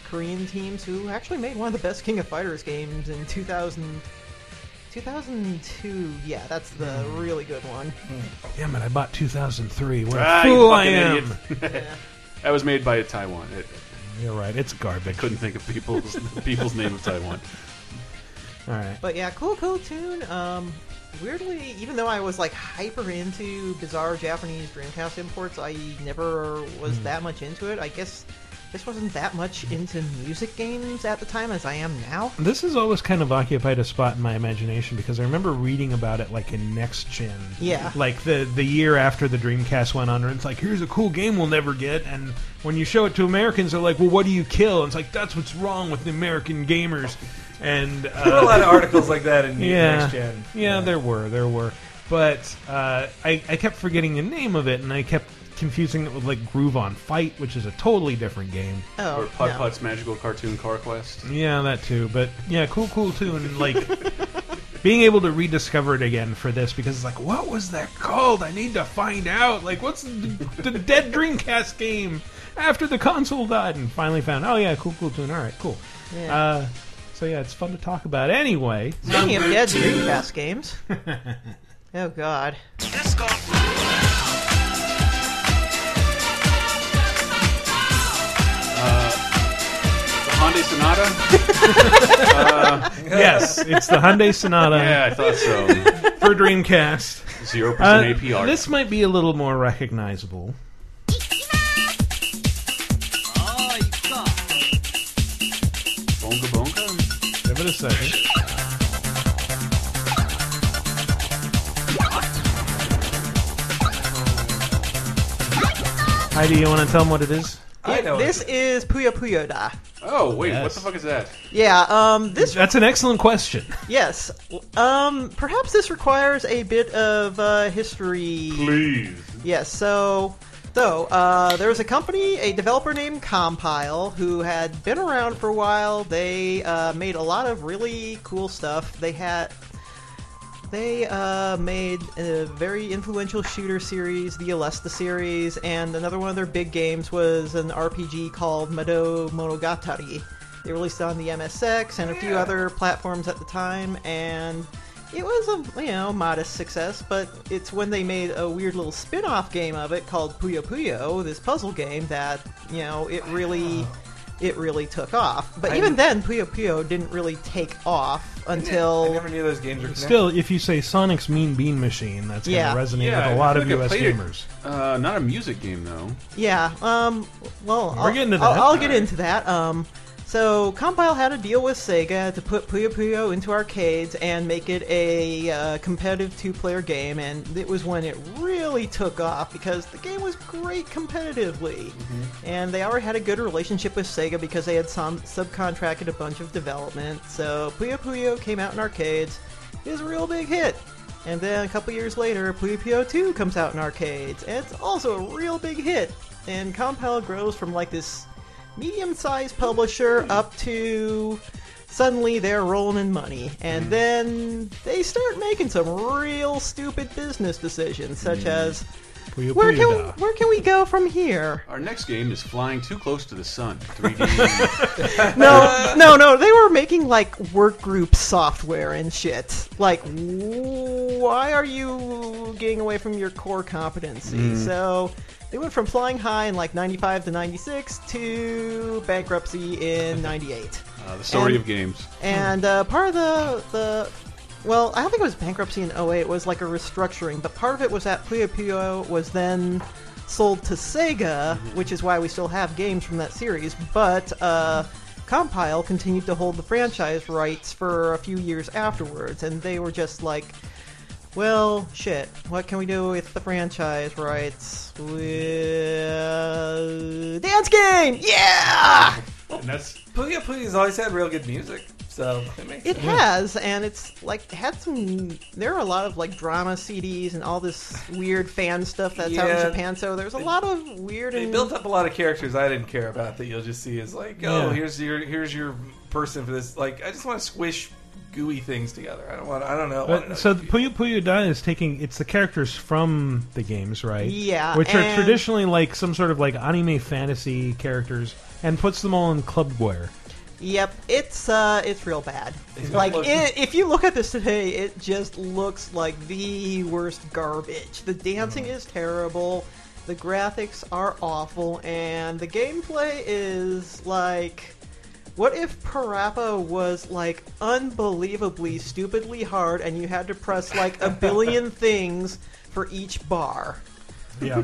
Speaker 4: Korean teams who actually made one of the best King of Fighters games in 2000, 2002. Yeah, that's the really good one.
Speaker 1: Damn it! I bought 2003. What a
Speaker 2: Ah, you
Speaker 1: fool I
Speaker 2: fucking
Speaker 1: am.
Speaker 2: idiot. That was made by Taiwan. It,
Speaker 1: You're right. It's garbage.
Speaker 2: couldn't think of people's people's name of Taiwan.
Speaker 1: All right.
Speaker 4: But yeah, cool, cool tune. Um, weirdly, even though I was like hyper into bizarre Japanese Dreamcast imports, I never was that much into it. I guess just wasn't that much into music games at the time as I am now.
Speaker 1: This has always kind of occupied a spot in my imagination because I remember reading about it like in Next Gen.
Speaker 4: Yeah.
Speaker 1: Like the the year after the Dreamcast went under, it's like here's a cool game we'll never get, and when you show it to Americans, they're like, "Well, what do you kill?" And it's like that's what's wrong with the American gamers. And
Speaker 3: There were a
Speaker 1: uh,
Speaker 3: lot of articles like that in
Speaker 1: yeah,
Speaker 3: Next Gen.
Speaker 1: yeah, there were, there were, but uh, I I kept forgetting the name of it, and I kept confusing it with like Groove on Fight, which is a totally different game.
Speaker 4: Oh,
Speaker 2: Or Putt
Speaker 4: no.
Speaker 2: Putt's Magical Cartoon Car Quest.
Speaker 1: Yeah, that too. But yeah, cool, cool too, and like being able to rediscover it again for this because it's like, what was that called? I need to find out. Like, what's the, the dead Dreamcast game after the console died? And finally found. Oh yeah, cool, cool tune. All right, cool.
Speaker 4: Yeah.
Speaker 1: Uh, so yeah, it's fun to talk about. Anyway,
Speaker 4: Speaking of dead Dreamcast games. Oh god.
Speaker 2: The Hyundai Sonata.
Speaker 1: yes, it's the Hyundai Sonata
Speaker 2: Yeah, I thought so.
Speaker 1: for Dreamcast.
Speaker 2: Zero
Speaker 1: Uh,
Speaker 2: percent APR.
Speaker 1: This might be a little more recognizable.
Speaker 2: Bonga Bonga.
Speaker 1: Give it a second. Heidi, you want to tell them what it is?
Speaker 3: I know
Speaker 4: this is Puyo Puyo Da.
Speaker 2: Oh wait, what
Speaker 1: Yes.
Speaker 2: the fuck is that?
Speaker 4: Yeah, um this
Speaker 1: That's an excellent question.
Speaker 4: yes. Um perhaps this requires a bit of uh history
Speaker 2: Please.
Speaker 4: Yes, so so uh, there was a company, a developer named Compile, who had been around for a while. They uh, made a lot of really cool stuff. They had they uh, made a very influential shooter series, the Alesta series, and another one of their big games was an RPG called Mado Monogatari. They released it on the MSX and a few other platforms at the time, and it was a you know modest success. But it's when they made a weird little spin-off game of it called Puyo Puyo, this puzzle game that you know it really. It really took off, but
Speaker 3: I-
Speaker 4: even then, Puyo Puyo didn't really take off until
Speaker 3: I never knew those games were connected.
Speaker 1: Still, if you say Sonic's Mean Bean Machine, that's going to
Speaker 4: Yeah.
Speaker 1: resonate
Speaker 2: Yeah,
Speaker 1: with
Speaker 2: I
Speaker 1: a lot
Speaker 2: feel
Speaker 1: of
Speaker 2: like I
Speaker 1: U.S.
Speaker 2: played it.
Speaker 1: gamers.
Speaker 2: Uh, not a music game though.
Speaker 4: Yeah. Um. Well,
Speaker 1: We're
Speaker 4: I'll,
Speaker 1: getting to that.
Speaker 4: I'll, I'll get into that. Um. So Compile had a deal with Sega to put Puyo Puyo into arcades and make it a uh, competitive two-player game, and it was when it really took off because the game was great competitively, and they already had a good relationship with Sega because they had some subcontracted a bunch of development. So Puyo Puyo came out in arcades, it was a real big hit. And then a couple years later, Puyo Puyo 2 comes out in arcades, and it's also a real big hit. And Compal grows from like this medium sized publisher up to suddenly they're rolling in money. And then they start making some real stupid business decisions, such as
Speaker 1: Puyo
Speaker 4: Where
Speaker 1: Puyo
Speaker 4: can
Speaker 1: Da.
Speaker 4: where can we go from here?
Speaker 2: Our next game is Flying Too Close to the Sun. uh, 3D.
Speaker 4: No, no, no. They were making like work group software and shit. Like, why are you getting away from your core competency? So they went from flying high in like '95 to '96 to bankruptcy in '98.
Speaker 2: uh, the story
Speaker 4: And-
Speaker 2: of games.
Speaker 4: And uh, part of the the well, I don't think it was bankruptcy in 08. It was like a restructuring, but part of it was that Puyo Puyo was then sold to Sega, which is why we still have games from that series. But uh, Compile continued to hold the franchise rights for a few years afterwards, and they were just like. Well, shit. What can we do with the franchise rights? Well, dance game. Yeah.
Speaker 2: And that's
Speaker 3: Puya Puya's always had real good music, so it makes
Speaker 4: It
Speaker 3: sense.
Speaker 4: has, and it's like had some. There are a lot of like drama CDs and all this weird fan stuff that's out
Speaker 3: Yeah.
Speaker 4: in Japan. So there's a lot of weird
Speaker 3: They
Speaker 4: and
Speaker 3: built up a lot of characters I didn't care about that you'll just see as like, oh,
Speaker 1: Yeah.
Speaker 3: here's your here's your person for this. Like, I just want to squish gooey things together. I don't want. I don't know. I
Speaker 1: But-
Speaker 3: don't know.
Speaker 1: so the Puyo Puyo Da is taking it's the characters from the games, right?
Speaker 4: Yeah,
Speaker 1: which are
Speaker 4: and-
Speaker 1: traditionally like some sort of like anime fantasy characters, and puts them all in clubware.
Speaker 4: Yep, it's uh, it's real bad. like
Speaker 3: look-
Speaker 4: it, if you look at this today, it just looks like the worst garbage. The dancing
Speaker 1: Mm-hmm.
Speaker 4: is terrible, the graphics are awful, and the gameplay is like. What if Parappa was like unbelievably stupidly hard and you had to press like a billion things for each bar?
Speaker 1: Yeah,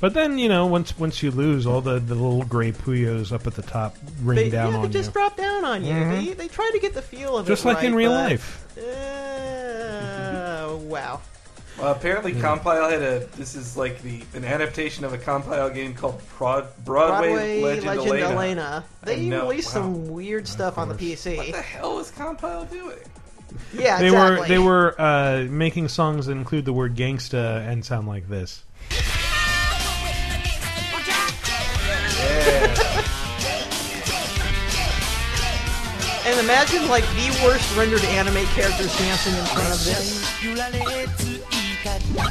Speaker 1: but then you know once once you lose, all the, the little gray Puyos up at the top rain
Speaker 4: They,
Speaker 1: down
Speaker 4: yeah, they
Speaker 1: on
Speaker 4: just
Speaker 1: you, Mm-hmm.
Speaker 4: drop down on you. They, they try to get the feel of
Speaker 1: just
Speaker 4: it.
Speaker 1: like in
Speaker 4: right,
Speaker 1: real
Speaker 4: but-
Speaker 1: life.
Speaker 4: Uh, wow.
Speaker 3: Well, apparently, Compile had a. This is like the an adaptation of a Compile game called Prod, Broadway,
Speaker 4: Broadway
Speaker 3: Legend, Elena.
Speaker 4: They
Speaker 3: I know,
Speaker 4: released
Speaker 3: wow.
Speaker 4: some weird stuff on the PC.
Speaker 3: What the hell was Compile doing?
Speaker 4: Yeah,
Speaker 1: They
Speaker 4: exactly.
Speaker 1: were they were uh, making songs that include the word gangsta and sound like this.
Speaker 4: And imagine like the worst rendered anime characters dancing in front of this.
Speaker 5: 揺られついかと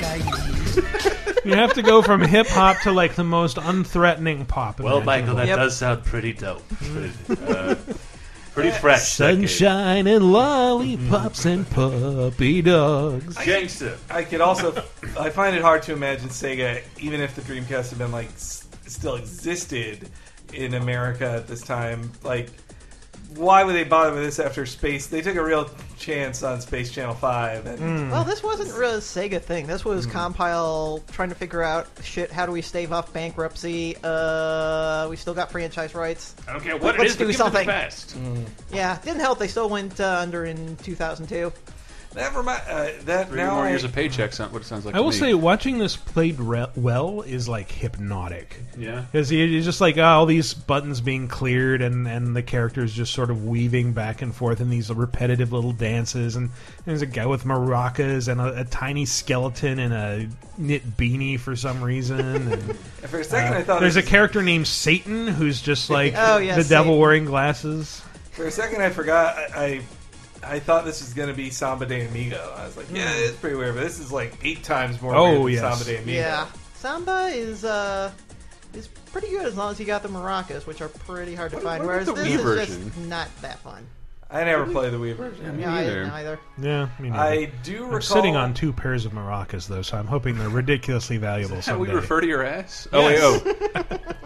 Speaker 5: か言う
Speaker 1: You have to go from hip hop to like the most unthreatening pop.
Speaker 6: Well, Michael,
Speaker 1: imaginable.
Speaker 6: that
Speaker 4: Yep.
Speaker 6: does sound pretty dope. Uh, pretty fresh. that game.
Speaker 1: Sunshine and lollipops and puppy dogs.
Speaker 6: Gangsta.
Speaker 3: I could also. I find it hard to imagine Sega, even if the Dreamcast had been like s- still existed in America at this time. Like, why would they bother with this after Space? They took a real chance on Space Channel Five, and
Speaker 1: Hmm.
Speaker 4: Well, this wasn't really a Sega thing. This
Speaker 3: Hmm.
Speaker 4: was Compile trying to figure out shit. How do we stave off bankruptcy? Uh, we still got franchise rights.
Speaker 2: I don't care what
Speaker 4: Let's
Speaker 2: it is, but
Speaker 4: do
Speaker 2: give it the
Speaker 4: something.
Speaker 2: best.
Speaker 4: Yeah, didn't help. They still went uh, under in 2002.
Speaker 3: that remind uh, that
Speaker 2: Three
Speaker 3: now
Speaker 2: more
Speaker 3: I-
Speaker 2: years of paychecks. Not what it sounds like.
Speaker 1: I
Speaker 2: to
Speaker 1: will
Speaker 2: me.
Speaker 1: say, watching this played re- well is like hypnotic.
Speaker 2: Yeah.
Speaker 1: Because it's just like ah, all these buttons being cleared and, and the characters just sort of weaving back and forth in these repetitive little dances. And there's a guy with maracas and a, a tiny skeleton and a knit beanie for some reason. And uh,
Speaker 3: for a second I thought it
Speaker 1: there's a
Speaker 3: was-
Speaker 1: character named Satan who's just like
Speaker 4: Oh, yeah,
Speaker 1: the devil
Speaker 4: Satan.
Speaker 1: wearing glasses.
Speaker 3: For a second, I forgot. I I, I thought this was going to be Samba de Amigo. I was like, yeah, it's pretty weird, but this is like eight times more
Speaker 1: Hmm. Oh,
Speaker 3: weird
Speaker 1: yes.
Speaker 3: than Samba de Amigo.
Speaker 4: Yeah, Samba is uh is pretty good as long as you got the maracas, which are pretty hard to
Speaker 2: What-
Speaker 4: find.
Speaker 2: what
Speaker 4: Whereas
Speaker 2: about the
Speaker 4: this
Speaker 2: Wii
Speaker 4: is just
Speaker 2: version?
Speaker 4: not that fun.
Speaker 3: I never played the Wii version.
Speaker 4: No, I
Speaker 2: neither.
Speaker 4: didn't either.
Speaker 1: Yeah, I mean,
Speaker 3: I do recall
Speaker 1: I'm sitting on two pairs of maracas though, so I'm hoping they're ridiculously valuable.
Speaker 2: How
Speaker 1: someday.
Speaker 2: we refer to your ass? Oh wait, oh.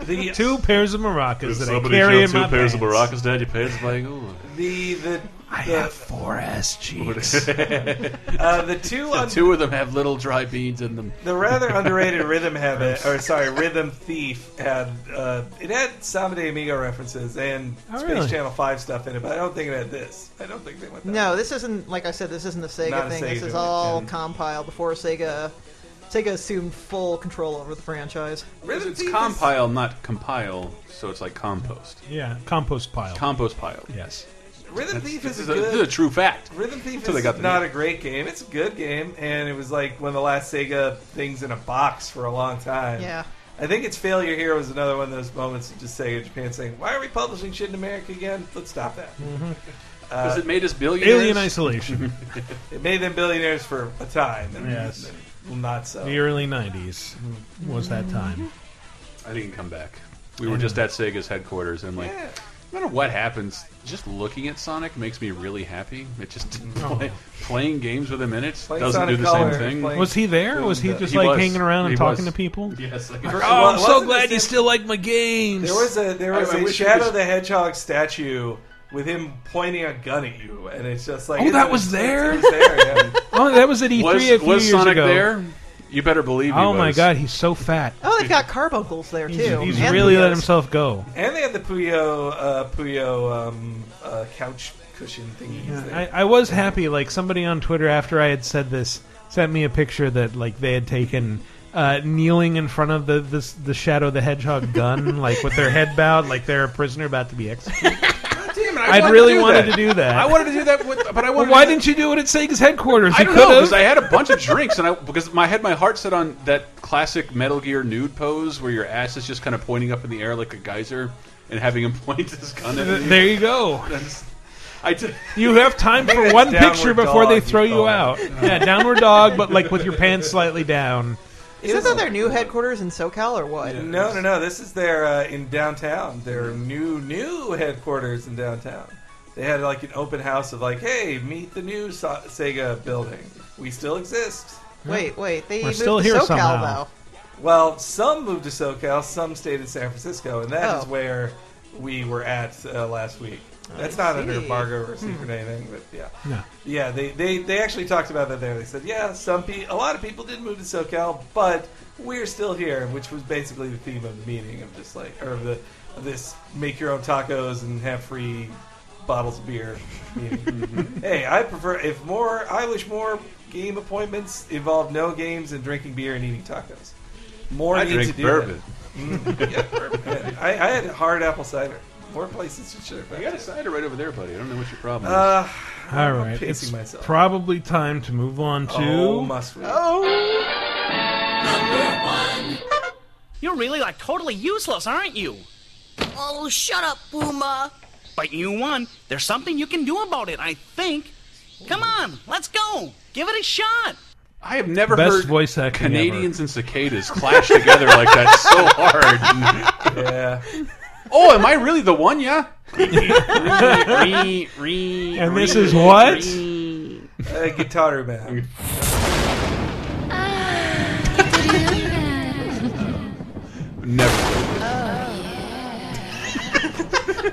Speaker 3: the,
Speaker 1: two pairs of maracas that I
Speaker 6: Somebody
Speaker 1: carry
Speaker 6: showed
Speaker 1: in
Speaker 6: two
Speaker 1: my
Speaker 6: pairs of
Speaker 1: pants.
Speaker 6: maracas down your pants. I'm Like, ooh.
Speaker 3: the the
Speaker 1: I
Speaker 3: the,
Speaker 1: have four ass cheeks.
Speaker 3: uh, the two un-
Speaker 2: Two of them have little dry beans in them.
Speaker 3: the rather underrated Rhythm Habit or sorry Rhythm Thief had uh, it had Samba de Amigo references and
Speaker 1: Oh,
Speaker 3: Space
Speaker 1: really?
Speaker 3: Channel Five stuff in it, but I don't think it had this. I don't think they went. That
Speaker 4: No, this isn't like I said. This isn't a Sega
Speaker 3: Not a
Speaker 4: thing.
Speaker 3: Sega
Speaker 4: this is
Speaker 3: joint,
Speaker 4: all
Speaker 3: yeah.
Speaker 4: compiled before Sega. Sega assumed full control over the franchise.
Speaker 3: Rhythm
Speaker 2: It's
Speaker 3: Thief is-
Speaker 2: compile, not compile. So it's like compost.
Speaker 1: yeah, compost pile.
Speaker 2: Compost pile.
Speaker 1: yes.
Speaker 3: Rhythm Thief
Speaker 2: This is
Speaker 3: is a
Speaker 2: a, this
Speaker 3: good
Speaker 2: is a true fact.
Speaker 3: Rhythm Thief
Speaker 2: Till they
Speaker 3: is
Speaker 2: got the
Speaker 3: not
Speaker 2: name.
Speaker 3: a great game. It's a good game, and it was like one of the last Sega things in a box for a long time.
Speaker 4: Yeah.
Speaker 3: I think its failure here was another one of those moments of just Sega Japan saying, "Why are we publishing shit in America again? Let's stop that."
Speaker 2: Because it made us billionaires.
Speaker 1: Alien Isolation,
Speaker 3: It made them billionaires for a time. And
Speaker 1: Yes.
Speaker 3: Not so.
Speaker 1: the early '90s was that time.
Speaker 2: I didn't come back. We were just at Sega's headquarters, and like,
Speaker 3: Yeah.
Speaker 2: no matter what happens, just looking at Sonic makes me really happy. It just play, playing games with him in it
Speaker 3: Playing
Speaker 2: doesn't
Speaker 3: Sonic
Speaker 2: do the
Speaker 3: Color,
Speaker 2: same thing.
Speaker 3: playing-
Speaker 1: Was he there? Was he
Speaker 3: He
Speaker 1: just like
Speaker 2: was.
Speaker 1: hanging around and
Speaker 2: He
Speaker 1: talking
Speaker 2: was.
Speaker 1: to people?
Speaker 2: Yes, like,
Speaker 3: Well,
Speaker 2: oh,
Speaker 3: wasn't the same-
Speaker 1: like my games.
Speaker 3: There was a there was
Speaker 2: I- I
Speaker 3: a
Speaker 2: wish you
Speaker 3: Shadow
Speaker 2: could-
Speaker 3: the Hedgehog statue with him pointing a gun at you, and it's just like
Speaker 1: Oh,
Speaker 3: it's-
Speaker 1: that
Speaker 3: it's-
Speaker 1: was
Speaker 3: it's-
Speaker 1: there?
Speaker 3: it's there, yeah.
Speaker 1: oh, that was at
Speaker 3: E
Speaker 1: E3 a
Speaker 2: was,
Speaker 1: few
Speaker 2: was
Speaker 1: years
Speaker 2: Sonic
Speaker 1: ago.
Speaker 2: there? You better believe. he
Speaker 1: Oh my
Speaker 2: was.
Speaker 1: god, he's so fat.
Speaker 4: Oh, they've got carbuncles there
Speaker 1: He's,
Speaker 4: too.
Speaker 1: he's
Speaker 4: And
Speaker 1: really let
Speaker 4: Leos.
Speaker 1: himself go.
Speaker 3: and they had the Puyo uh, Puyo um, uh, couch cushion thingies. there.
Speaker 1: I, I was happy. Like somebody on Twitter after I had said this sent me a picture that like they had taken uh, kneeling in front of the this, the Shadow the Hedgehog gun, like with their head bowed, like they're a prisoner about to be executed.
Speaker 2: Damn it, I
Speaker 1: I'd
Speaker 2: wanted
Speaker 1: really
Speaker 2: to do
Speaker 1: wanted
Speaker 2: that.
Speaker 1: to do that.
Speaker 2: I wanted to do that, with, but I
Speaker 1: Well,
Speaker 2: wanted.
Speaker 1: why
Speaker 2: to do
Speaker 1: didn't you do it at Sega's headquarters?
Speaker 2: I
Speaker 1: You
Speaker 2: don't know
Speaker 1: could
Speaker 2: because I
Speaker 1: have.
Speaker 2: had a bunch of drinks, and I because my head, my heart set on that classic Metal Gear nude pose where your ass is just kind of pointing up in the air like a geyser, and having him point his gun at me.
Speaker 1: There you go.
Speaker 2: That's- I did.
Speaker 1: You have time for one
Speaker 3: Downward
Speaker 1: picture before they
Speaker 3: dog,
Speaker 1: throw
Speaker 3: you
Speaker 1: you
Speaker 3: call it.
Speaker 1: out. Yeah, downward dog, but like with your pants slightly down.
Speaker 4: Isn't that their new headquarters in SoCal or what?
Speaker 3: No, no, no. This is their uh, in downtown. Their new new headquarters in downtown. They had like an open house of like, hey, meet the new so- Sega building. We still exist.
Speaker 4: Wait, wait. They
Speaker 1: We're
Speaker 4: moved
Speaker 1: still
Speaker 4: to
Speaker 1: here
Speaker 4: SoCal
Speaker 1: somehow.
Speaker 4: though.
Speaker 3: Well, some moved to SoCal, some stayed in San Francisco, and that is
Speaker 4: Oh.
Speaker 3: where we were at uh, last week. That's not under
Speaker 4: see. Hmm.
Speaker 3: embargo or secret or anything, but yeah,
Speaker 1: No.
Speaker 3: yeah. They, they they actually talked about that there. They said, yeah, some pe- a lot of people did move to SoCal, but we're still here, which was basically the theme of the meeting of just like or of the of this make your own tacos and have free bottles of beer.
Speaker 2: Mm-hmm.
Speaker 3: meeting. hey, I prefer if more. I wish more game appointments involved no games and drinking beer and eating tacos. More
Speaker 2: I
Speaker 3: need to
Speaker 2: drink
Speaker 3: do
Speaker 2: bourbon.
Speaker 3: that. Yeah, bourbon. Yeah. I, I had hard apple cider. More places should share.
Speaker 2: You got a cider right over there, buddy. I don't know what your problem is.
Speaker 3: Uh,
Speaker 1: All right,
Speaker 3: pacing
Speaker 1: it's
Speaker 3: myself.
Speaker 1: probably time to move on to.
Speaker 3: oh, must we?
Speaker 7: You're really like totally useless, aren't you?
Speaker 8: Oh, shut up, Puma.
Speaker 7: But you won. There's something you can do about it, I think. Come on, let's go. Give it a shot.
Speaker 2: I have never
Speaker 1: Best
Speaker 2: heard
Speaker 1: voice acting
Speaker 2: Canadians and cicadas clash together like that so hard.
Speaker 3: Yeah.
Speaker 2: oh, am I really the one? Yeah.
Speaker 1: And this is what?
Speaker 3: Uh, guitar man.
Speaker 2: Never.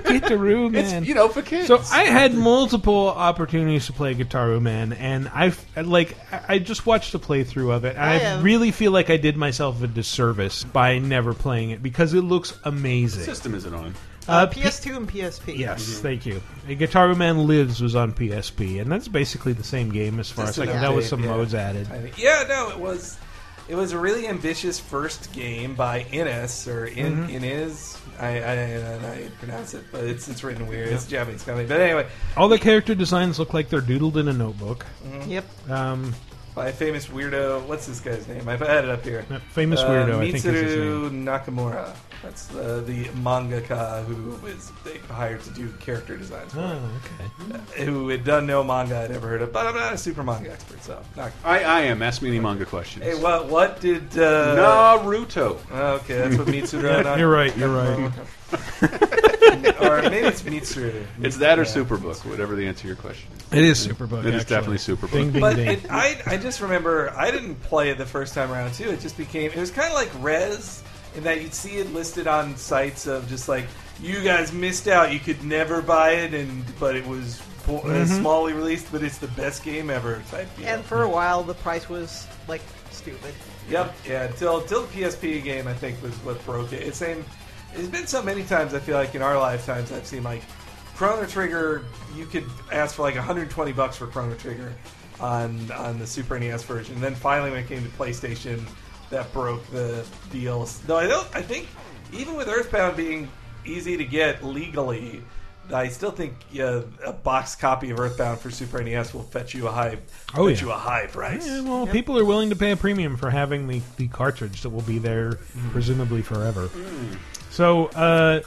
Speaker 1: Guitaroo Man.
Speaker 2: You know, for kids.
Speaker 1: so I had multiple opportunities to play Guitaroo Man, and I like I I just watched a playthrough of it. And I,
Speaker 4: have-
Speaker 1: really feel like I did myself a disservice by never playing it because it looks amazing.
Speaker 2: system isn't on.
Speaker 4: Uh,
Speaker 1: P-
Speaker 4: PS2 and PSP.
Speaker 1: Yes,
Speaker 3: Mm-hmm.
Speaker 1: thank you. Uh, Guitar Man Lives was on PSP, and that's basically the same game as far
Speaker 3: Just
Speaker 1: as I
Speaker 3: an
Speaker 1: can tell, with
Speaker 3: update,
Speaker 1: some
Speaker 3: yeah.
Speaker 1: modes added.
Speaker 3: I think- Yeah, no, it was it was a really ambitious first game by Innis or In
Speaker 1: Mm-hmm.
Speaker 3: Innis. I, I, I, I pronounce it, but it's it's written weird. It's a Japanese company, but anyway,
Speaker 1: All the character designs look like they're doodled in a notebook.
Speaker 4: Yep.
Speaker 1: Um,
Speaker 3: by a famous weirdo. What's this guy's name? I've had it up here.
Speaker 1: that famous weirdo,
Speaker 3: uh,
Speaker 1: I think is his name.
Speaker 3: Mitsuru Nakamura. That's uh, the mangaka who was they hired to do character designs. For,
Speaker 1: Oh, okay.
Speaker 3: Who had done no manga I'd ever heard of, but I'm not a super manga expert, so. Not,
Speaker 2: I, I am. Ask me any manga questions.
Speaker 3: hey, what what did uh,
Speaker 2: Naruto.
Speaker 3: Okay, that's what Mitsuru. Nak-
Speaker 1: You're right. You're right.
Speaker 3: or maybe it's Mitsuru.
Speaker 2: It's that or
Speaker 3: Yeah.
Speaker 2: Superbook, whatever the answer to your question is.
Speaker 1: It is Superbook.
Speaker 2: It is
Speaker 1: actually.
Speaker 2: definitely Superbook.
Speaker 1: Bing, bing,
Speaker 3: But
Speaker 1: bing.
Speaker 3: it, I, I just remember I didn't play it the first time around too. It just became it was kind of like Res in that you'd see it listed on sites of just like you guys missed out. You could never buy it, and but it was po- uh, smallly released, but it's the best game ever type deal.
Speaker 4: And for a while, the price was like stupid.
Speaker 3: Yep. Yeah. Until until the PSP game, I think was what broke it. It's same. It's been so many times. I feel like in our lifetimes, I've seen like Chrono Trigger. You could ask for like 120 bucks for Chrono Trigger on on the Super NES version. And then finally, when it came to PlayStation, that broke the deal. No, I don't. I think even with Earthbound being easy to get legally. I still think uh, a box copy of Earthbound for Super NES will fetch you a high,
Speaker 1: Oh,
Speaker 3: fetch
Speaker 1: yeah.
Speaker 3: you a high price.
Speaker 1: Yeah, Eh, well, people are willing to pay a premium for having the, the cartridge that will be there presumably forever. So, uh,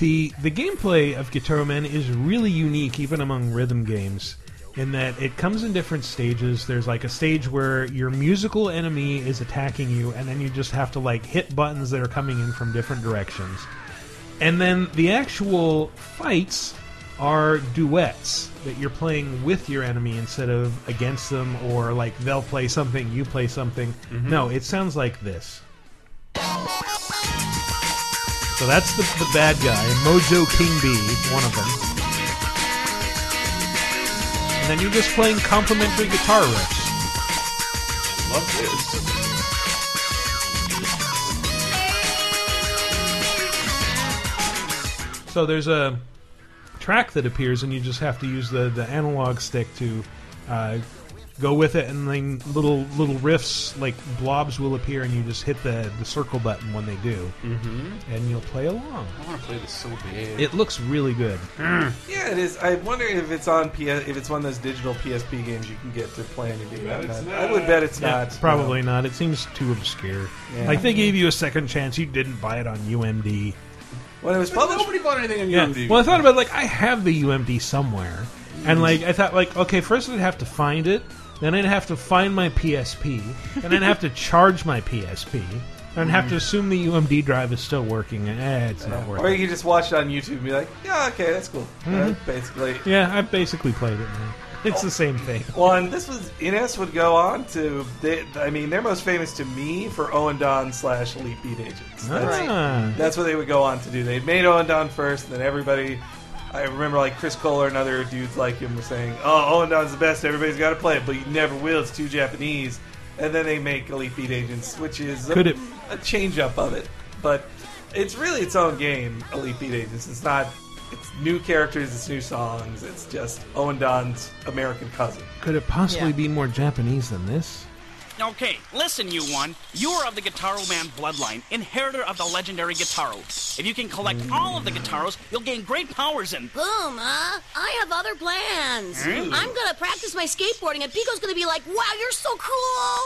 Speaker 1: the the gameplay of Guitar Man is really unique, even among rhythm games, in that it comes in different stages. There's like a stage where your musical enemy is attacking you, and then you just have to like hit buttons that are coming in from different directions. And then the actual fights are duets that you're playing with your enemy instead of against them, or like they'll play something, you play something. No, it sounds like this. So that's the, the bad guy, Mojo King B, one of them. And then you're just playing complimentary guitar riffs.
Speaker 2: Love this.
Speaker 1: So there's a track that appears, and you just have to use the, the analog stick to uh, go with it, and then little little riffs like blobs will appear, and you just hit the, the circle button when they do, mm-hmm. and you'll play along.
Speaker 2: I want to play this so bad.
Speaker 1: It looks really good.
Speaker 3: Yeah, it is. I wonder if it's on PS. If it's one of those digital PSP games you can get to play on your game.
Speaker 2: bet it's
Speaker 3: I would bet it's not.
Speaker 1: Probably not. It seems too obscure.
Speaker 3: Yeah.
Speaker 1: Like they gave you a second chance, you didn't buy it on UMD.
Speaker 3: When it was
Speaker 2: But
Speaker 3: published,
Speaker 2: nobody bought anything on
Speaker 1: Yeah.
Speaker 2: UMD.
Speaker 1: Well, I thought about like I have the UMD somewhere, and like I thought like okay, first I'd have to find it, then I'd have to find my PSP, and I'd have to charge my PSP, and I'd have to assume the UMD drive is still working. Eh, it's not Mm-hmm.
Speaker 3: or
Speaker 1: working.
Speaker 3: you could just watch it on YouTube and be like, "Yeah, okay, that's cool." Uh, basically,
Speaker 1: Yeah, I basically played it. Man. It's the same thing.
Speaker 3: Well, and this was Ines would go on to. They, I mean, they're most famous to me for Owen Don slash Elite Beat Agents. That's,
Speaker 4: Right.
Speaker 1: Ah.
Speaker 3: that's what they would go on to do. They made Owen Don first, and then everybody. I remember like Chris Kohler and other dudes like him were saying, "Oh, Owen Don's the best. Everybody's got to play it, but you never will. It's too Japanese." And then they make Elite Beat Agents, which is a,
Speaker 1: Could it-
Speaker 3: a change up of it, but it's really its own game. Elite Beat Agents. It's not. It's new characters. It's new songs. It's just Owen Don's American cousin.
Speaker 1: Could it possibly
Speaker 4: Yeah.
Speaker 1: be more Japanese than this?
Speaker 7: Okay, listen, you one. You are of the Guitaro Man bloodline, inheritor of the legendary Guitaro. If you can collect all of the Guitaros, you'll gain great powers and.
Speaker 8: Puma, I have other plans.
Speaker 2: Hmm.
Speaker 8: I'm gonna practice my skateboarding, and Pico's gonna be like, "Wow, you're so cool!"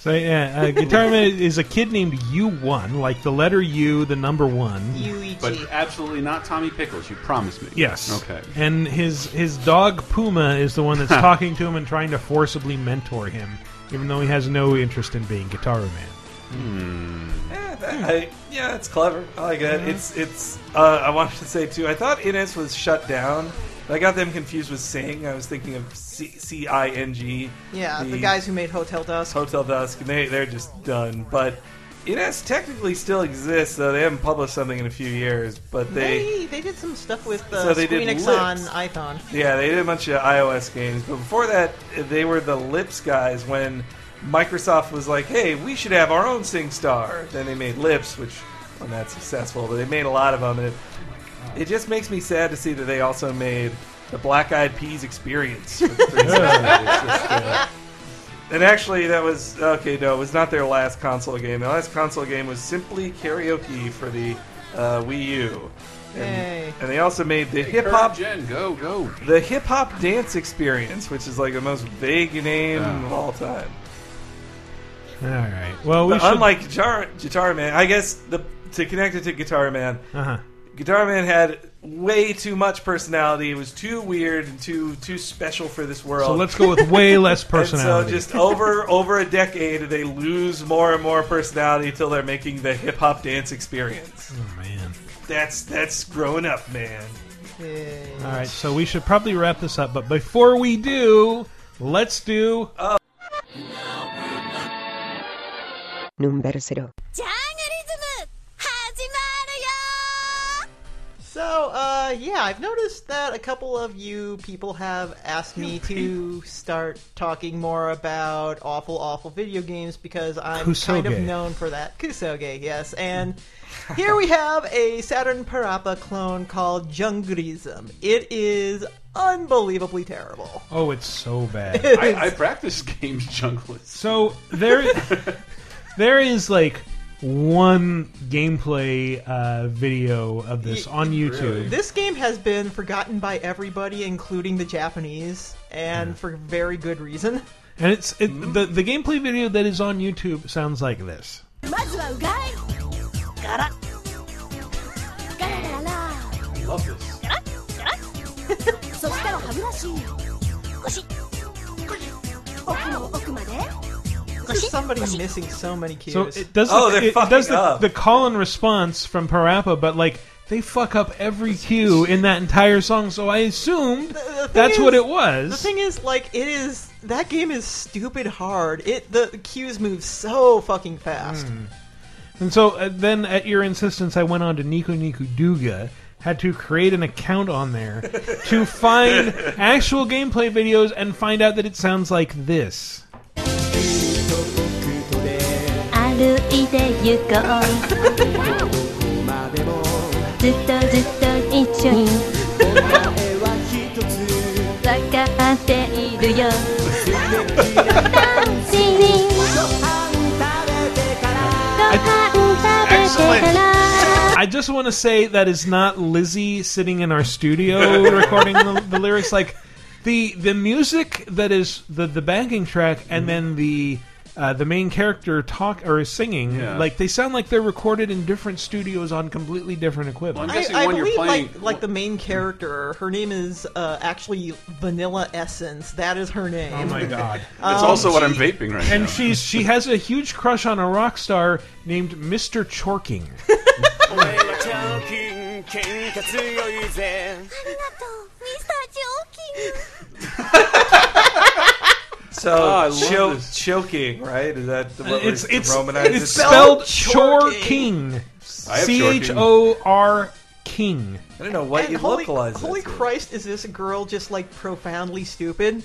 Speaker 1: So yeah, uh, Guitar Man is a kid named U One, like the letter U, the number one.
Speaker 4: Yuichi.
Speaker 2: But absolutely not Tommy Pickles. You promised me.
Speaker 1: Yes.
Speaker 2: Okay.
Speaker 1: And his his dog Puma is the one that's talking to him and trying to forcibly mentor him, even though he has no interest in being Guitar Man.
Speaker 3: Yeah, that- I, yeah, it's clever. I like that. It's it's. Uh, I wanted to say too. I thought Ines was shut down. But I got them confused with Sing. I was thinking of C- C-I-N-G.
Speaker 4: yeah, the guys who made Hotel Dusk.
Speaker 3: Hotel Dusk, and they they're just done. But Ines technically still exists, though they haven't published something in a few years. But they,
Speaker 4: They they did some stuff with uh,
Speaker 3: So they did
Speaker 4: Squeenix on
Speaker 3: Lips.
Speaker 4: Ithon.
Speaker 3: yeah, they did a bunch of iOS games. But before that, they were the Lips guys when Microsoft was like, "Hey, we should have our own SingStar." Then they made Lips, which wasn't that successful, but they made a lot of them, and it It just makes me sad to see that they also made the Black Eyed Peas experience. for the 360. It's just, uh, and actually, that was okay. No, it was not their last console game. Their last console game was simply karaoke for the uh, Wii U.
Speaker 4: Yay.
Speaker 3: And, and they also made the hip
Speaker 2: Curb
Speaker 3: hop
Speaker 2: Jen, go go.
Speaker 3: the hip hop dance experience, which is like the most vague name of all time.
Speaker 1: All right. Well, we
Speaker 3: But
Speaker 1: should.
Speaker 3: unlike Guitar, Guitar Man, I guess the to connect it to Guitar Man,
Speaker 1: uh-huh.
Speaker 3: Guitar Man had way too much personality. It was too weird and too too special for this world.
Speaker 1: So let's go with way less
Speaker 3: and so
Speaker 1: personality.
Speaker 3: just over over a decade, they lose more and more personality till they're making the hip hop dance experience.
Speaker 1: oh man.
Speaker 3: That's that's growing up, man.
Speaker 4: Yay.
Speaker 1: All right. So we should probably wrap this up, but before we do, let's do.
Speaker 9: Number zero.
Speaker 8: ジャーナリズム始まるよ
Speaker 4: So, uh, yeah, I've noticed that a couple of you people have asked me to start talking more about awful, awful video games because I'm kind of
Speaker 1: Kusoge.
Speaker 4: known for that. Kusoge, yes. And here we have a Saturn Parappa clone called Jungrism. It is unbelievably terrible.
Speaker 1: Oh, it's so bad.
Speaker 2: I, I practice games junkless.
Speaker 1: so there, there is like one gameplay uh, video of this
Speaker 4: Ye-
Speaker 1: on YouTube.
Speaker 4: This game has been forgotten by everybody, including the Japanese, and for very good reason.
Speaker 1: And it's it, the the gameplay video that is on YouTube sounds like this.
Speaker 8: まずはうがいガラガラガラガラ
Speaker 2: love this.
Speaker 8: そしたら歯ブラシゴシゴシ奥の奥までゴ
Speaker 4: This
Speaker 8: シ
Speaker 4: is somebody
Speaker 8: ゴシ
Speaker 4: missing so many cues.
Speaker 1: So it does.
Speaker 3: Oh,
Speaker 1: the,
Speaker 3: they're
Speaker 1: it, it does
Speaker 3: fucking
Speaker 1: the,
Speaker 3: up.
Speaker 1: the call and response from Parappa, but like they fuck up every cue in that entire song. So I assumed
Speaker 4: thing
Speaker 1: that's what
Speaker 4: is-
Speaker 1: it was.
Speaker 4: The thing is, like, it is that game is stupid hard. It the cues move so fucking fast.
Speaker 1: Hmm. And so uh, then, at your insistence, I went on to Niku Niku Duga. Had to create an account on there to find actual gameplay videos and find out that it sounds like this.
Speaker 10: 歩いて行こうずっとずっと一緒に分かってい るよ楽しみご飯食べてから
Speaker 1: I just want to say that is not Lizzie sitting in our studio recording the, the lyrics. Like the the music that is the the backing track, and then the uh, the main character talk or is singing.
Speaker 2: Yeah.
Speaker 1: Like they sound like they're recorded in different studios on completely different equipment.
Speaker 2: I'm
Speaker 4: I,
Speaker 2: guessing
Speaker 4: I
Speaker 2: when
Speaker 4: believe,
Speaker 2: you're playing,
Speaker 4: like, like the main character, her name is uh, actually Vanilla Essence. That is her name.
Speaker 1: Oh god!
Speaker 2: that's also what I'm vaping right now.
Speaker 1: And she's she has a huge crush on a rock star named Mr. Chorking.
Speaker 5: 俺はチャオキン喧嘩強いぜ
Speaker 8: ありがとうミスタージョーキン
Speaker 3: So
Speaker 2: Ah, I love
Speaker 3: cho-
Speaker 2: this.
Speaker 3: choking, right? Is that the- what
Speaker 1: It's
Speaker 3: we're
Speaker 1: it's
Speaker 3: Romanized
Speaker 1: it's
Speaker 3: it?
Speaker 1: spelled
Speaker 4: Chorking.
Speaker 1: Chorking.
Speaker 2: I have
Speaker 1: C
Speaker 2: Chorking.
Speaker 1: H O R King.
Speaker 3: I don't know what
Speaker 4: And
Speaker 3: you
Speaker 4: holy,
Speaker 3: localize
Speaker 4: holy
Speaker 3: it. to.
Speaker 4: Christ, is this girl just like profoundly stupid?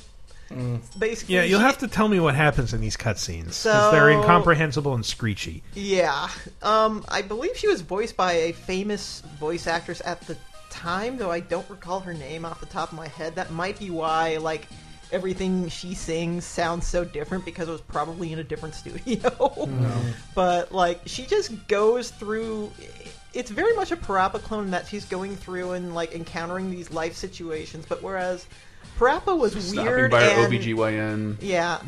Speaker 4: Basically,
Speaker 1: Hmm. Yeah, you'll
Speaker 4: she-
Speaker 1: have to tell me what happens in these cutscenes because
Speaker 4: So-
Speaker 1: they're incomprehensible and screechy.
Speaker 4: Yeah. Um, I believe she was voiced by a famous voice actress at the time, though I don't recall her name off the top of my head. That might be why, like, everything she sings sounds so different because it was probably in a different studio. But, like, she just goes through. It's very much a Parappa clone in that she's going through and, like, encountering these life situations, but whereas. Parappa was
Speaker 2: Stopping
Speaker 4: weird
Speaker 2: by our
Speaker 4: and
Speaker 2: OBGYN.
Speaker 4: yeah,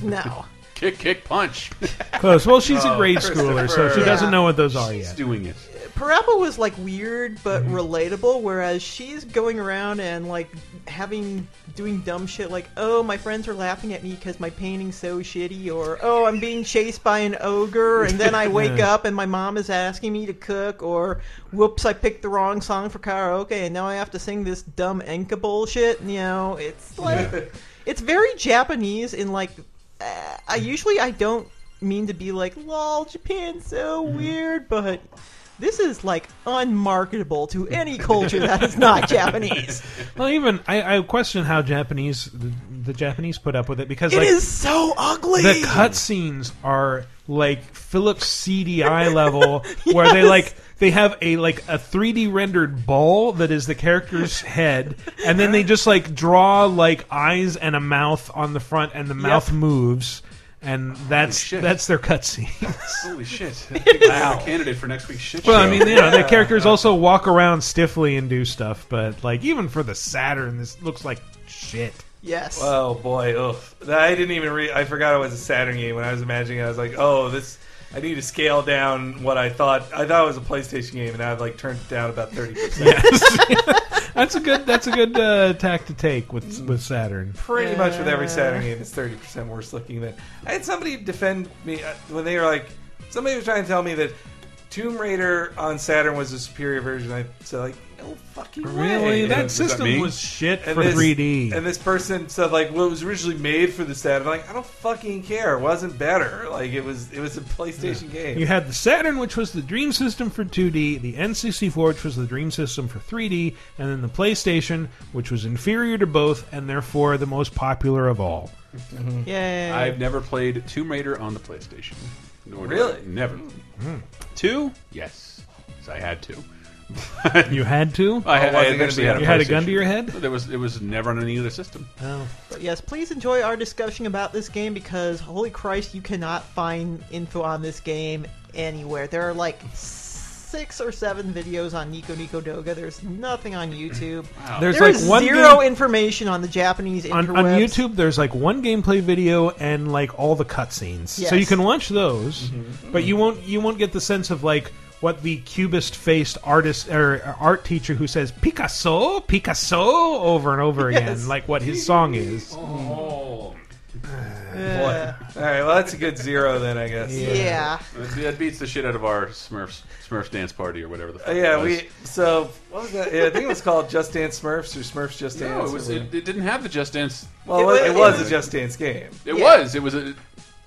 Speaker 4: no.
Speaker 2: Kick, kick, punch.
Speaker 1: Close. Well, she's
Speaker 4: Oh,
Speaker 1: a grade schooler, so she
Speaker 2: Christopher.
Speaker 1: doesn't
Speaker 4: Yeah.
Speaker 1: know what those are
Speaker 2: He's
Speaker 1: yet.
Speaker 2: doing it.
Speaker 4: Parappa was like weird but relatable, whereas she's going around and like having doing dumb shit like, oh, my friends are laughing at me because my painting's so shitty, or oh, I'm being chased by an ogre, and then I wake up and my mom is asking me to cook, or whoops, I picked the wrong song for karaoke, and now I have to sing this dumb Enka bullshit. You know, it's like it's very Japanese in like uh, I usually I don't mean to be like lol Japan's so
Speaker 1: Mm-hmm.
Speaker 4: weird, but this is like unmarketable to any culture that is not Japanese.
Speaker 1: Well, even I, I question how Japanese the, the Japanese put up with it because
Speaker 4: It
Speaker 1: like
Speaker 4: is so ugly.
Speaker 1: the cutscenes are like Philips CDI level, where they like they have a like a 3D rendered ball that is the character's head, and then they just like draw like eyes and a mouth on the front, and the mouth moves, and that's
Speaker 2: shit.
Speaker 1: that's their cutscene.
Speaker 2: Holy shit! I think I'm a candidate for next week's shit show.
Speaker 1: Well, I mean, you know, the characters also walk around stiffly and do stuff, but like even for the Saturn, this looks like shit.
Speaker 4: yes.
Speaker 3: Oh boy, oof. I didn't even read. I forgot it was a Saturn game when I was imagining. it. I was like, oh, this. I need to scale down what I thought. I thought it was a PlayStation game, and I've like turned it down about thirty percent.
Speaker 1: That's a good. That's a good uh, tack to take with with Saturn.
Speaker 3: Pretty much with every Saturn game, it's thirty percent worse looking than. I had somebody defend me uh, when they were like, somebody was trying to tell me that Tomb Raider on Saturn was a superior version. I said like, no fucking way.
Speaker 1: Really,
Speaker 2: Yeah,
Speaker 1: that
Speaker 2: does that
Speaker 1: system
Speaker 2: mean-
Speaker 1: was shit
Speaker 3: And
Speaker 1: for
Speaker 3: this-
Speaker 1: 3D.
Speaker 3: And this person said like, "Well, it was originally made for the Saturn." Like, I don't fucking care. It wasn't better. Like, it was it was a PlayStation game.
Speaker 1: you had the Saturn, which was the dream system for 2D, the N64, which was the dream system for 3D, and then the PlayStation, which was inferior to both and therefore the most popular of all.
Speaker 4: Yay.
Speaker 2: I've never played Tomb Raider on the PlayStation. Nor do I-
Speaker 3: Really?
Speaker 2: Never. Two? Yes. So I had to.
Speaker 1: You had to.
Speaker 2: I, had,
Speaker 3: wasn't
Speaker 2: I
Speaker 3: gonna
Speaker 2: eventually
Speaker 3: be
Speaker 2: had a
Speaker 1: you had a gun
Speaker 2: PlayStation.
Speaker 1: to your head.
Speaker 2: There was it was never on any other system.
Speaker 1: Oh.
Speaker 4: But yes, please enjoy our discussion about this game because holy Christ, you cannot find info on this game anywhere. There are like six or seven videos on Nico Nico Doga. There's nothing on YouTube.
Speaker 1: There's
Speaker 4: There
Speaker 1: like
Speaker 4: is
Speaker 1: one
Speaker 4: zero
Speaker 1: game-
Speaker 4: information on the Japanese
Speaker 1: on, on
Speaker 4: interwebs.
Speaker 1: YouTube, there's like one gameplay video and like all the cutscenes,
Speaker 4: Yes. Mm-hmm.
Speaker 1: so you can watch those, but you won't you won't get the sense of like what the cubist-faced artist or art teacher who says Picasso, Picasso over and over again, like what his song is.
Speaker 2: Oh.
Speaker 3: All right, well, that's a good zero then, I guess.
Speaker 4: Uh, Yeah.
Speaker 2: That beats the shit out of our Smurfs Smurfs dance party or whatever the fuck.
Speaker 3: Uh,
Speaker 2: it
Speaker 3: yeah,
Speaker 2: was.
Speaker 3: we. So what was that? Yeah, I think it was called Just Dance Smurfs or Smurfs Just Dance.
Speaker 2: No, it
Speaker 3: or
Speaker 2: was.
Speaker 3: something.
Speaker 2: It, it didn't have the Just Dance.
Speaker 3: well, it was, it was a Just Dance game.
Speaker 2: It
Speaker 4: Yeah.
Speaker 2: was. It was a.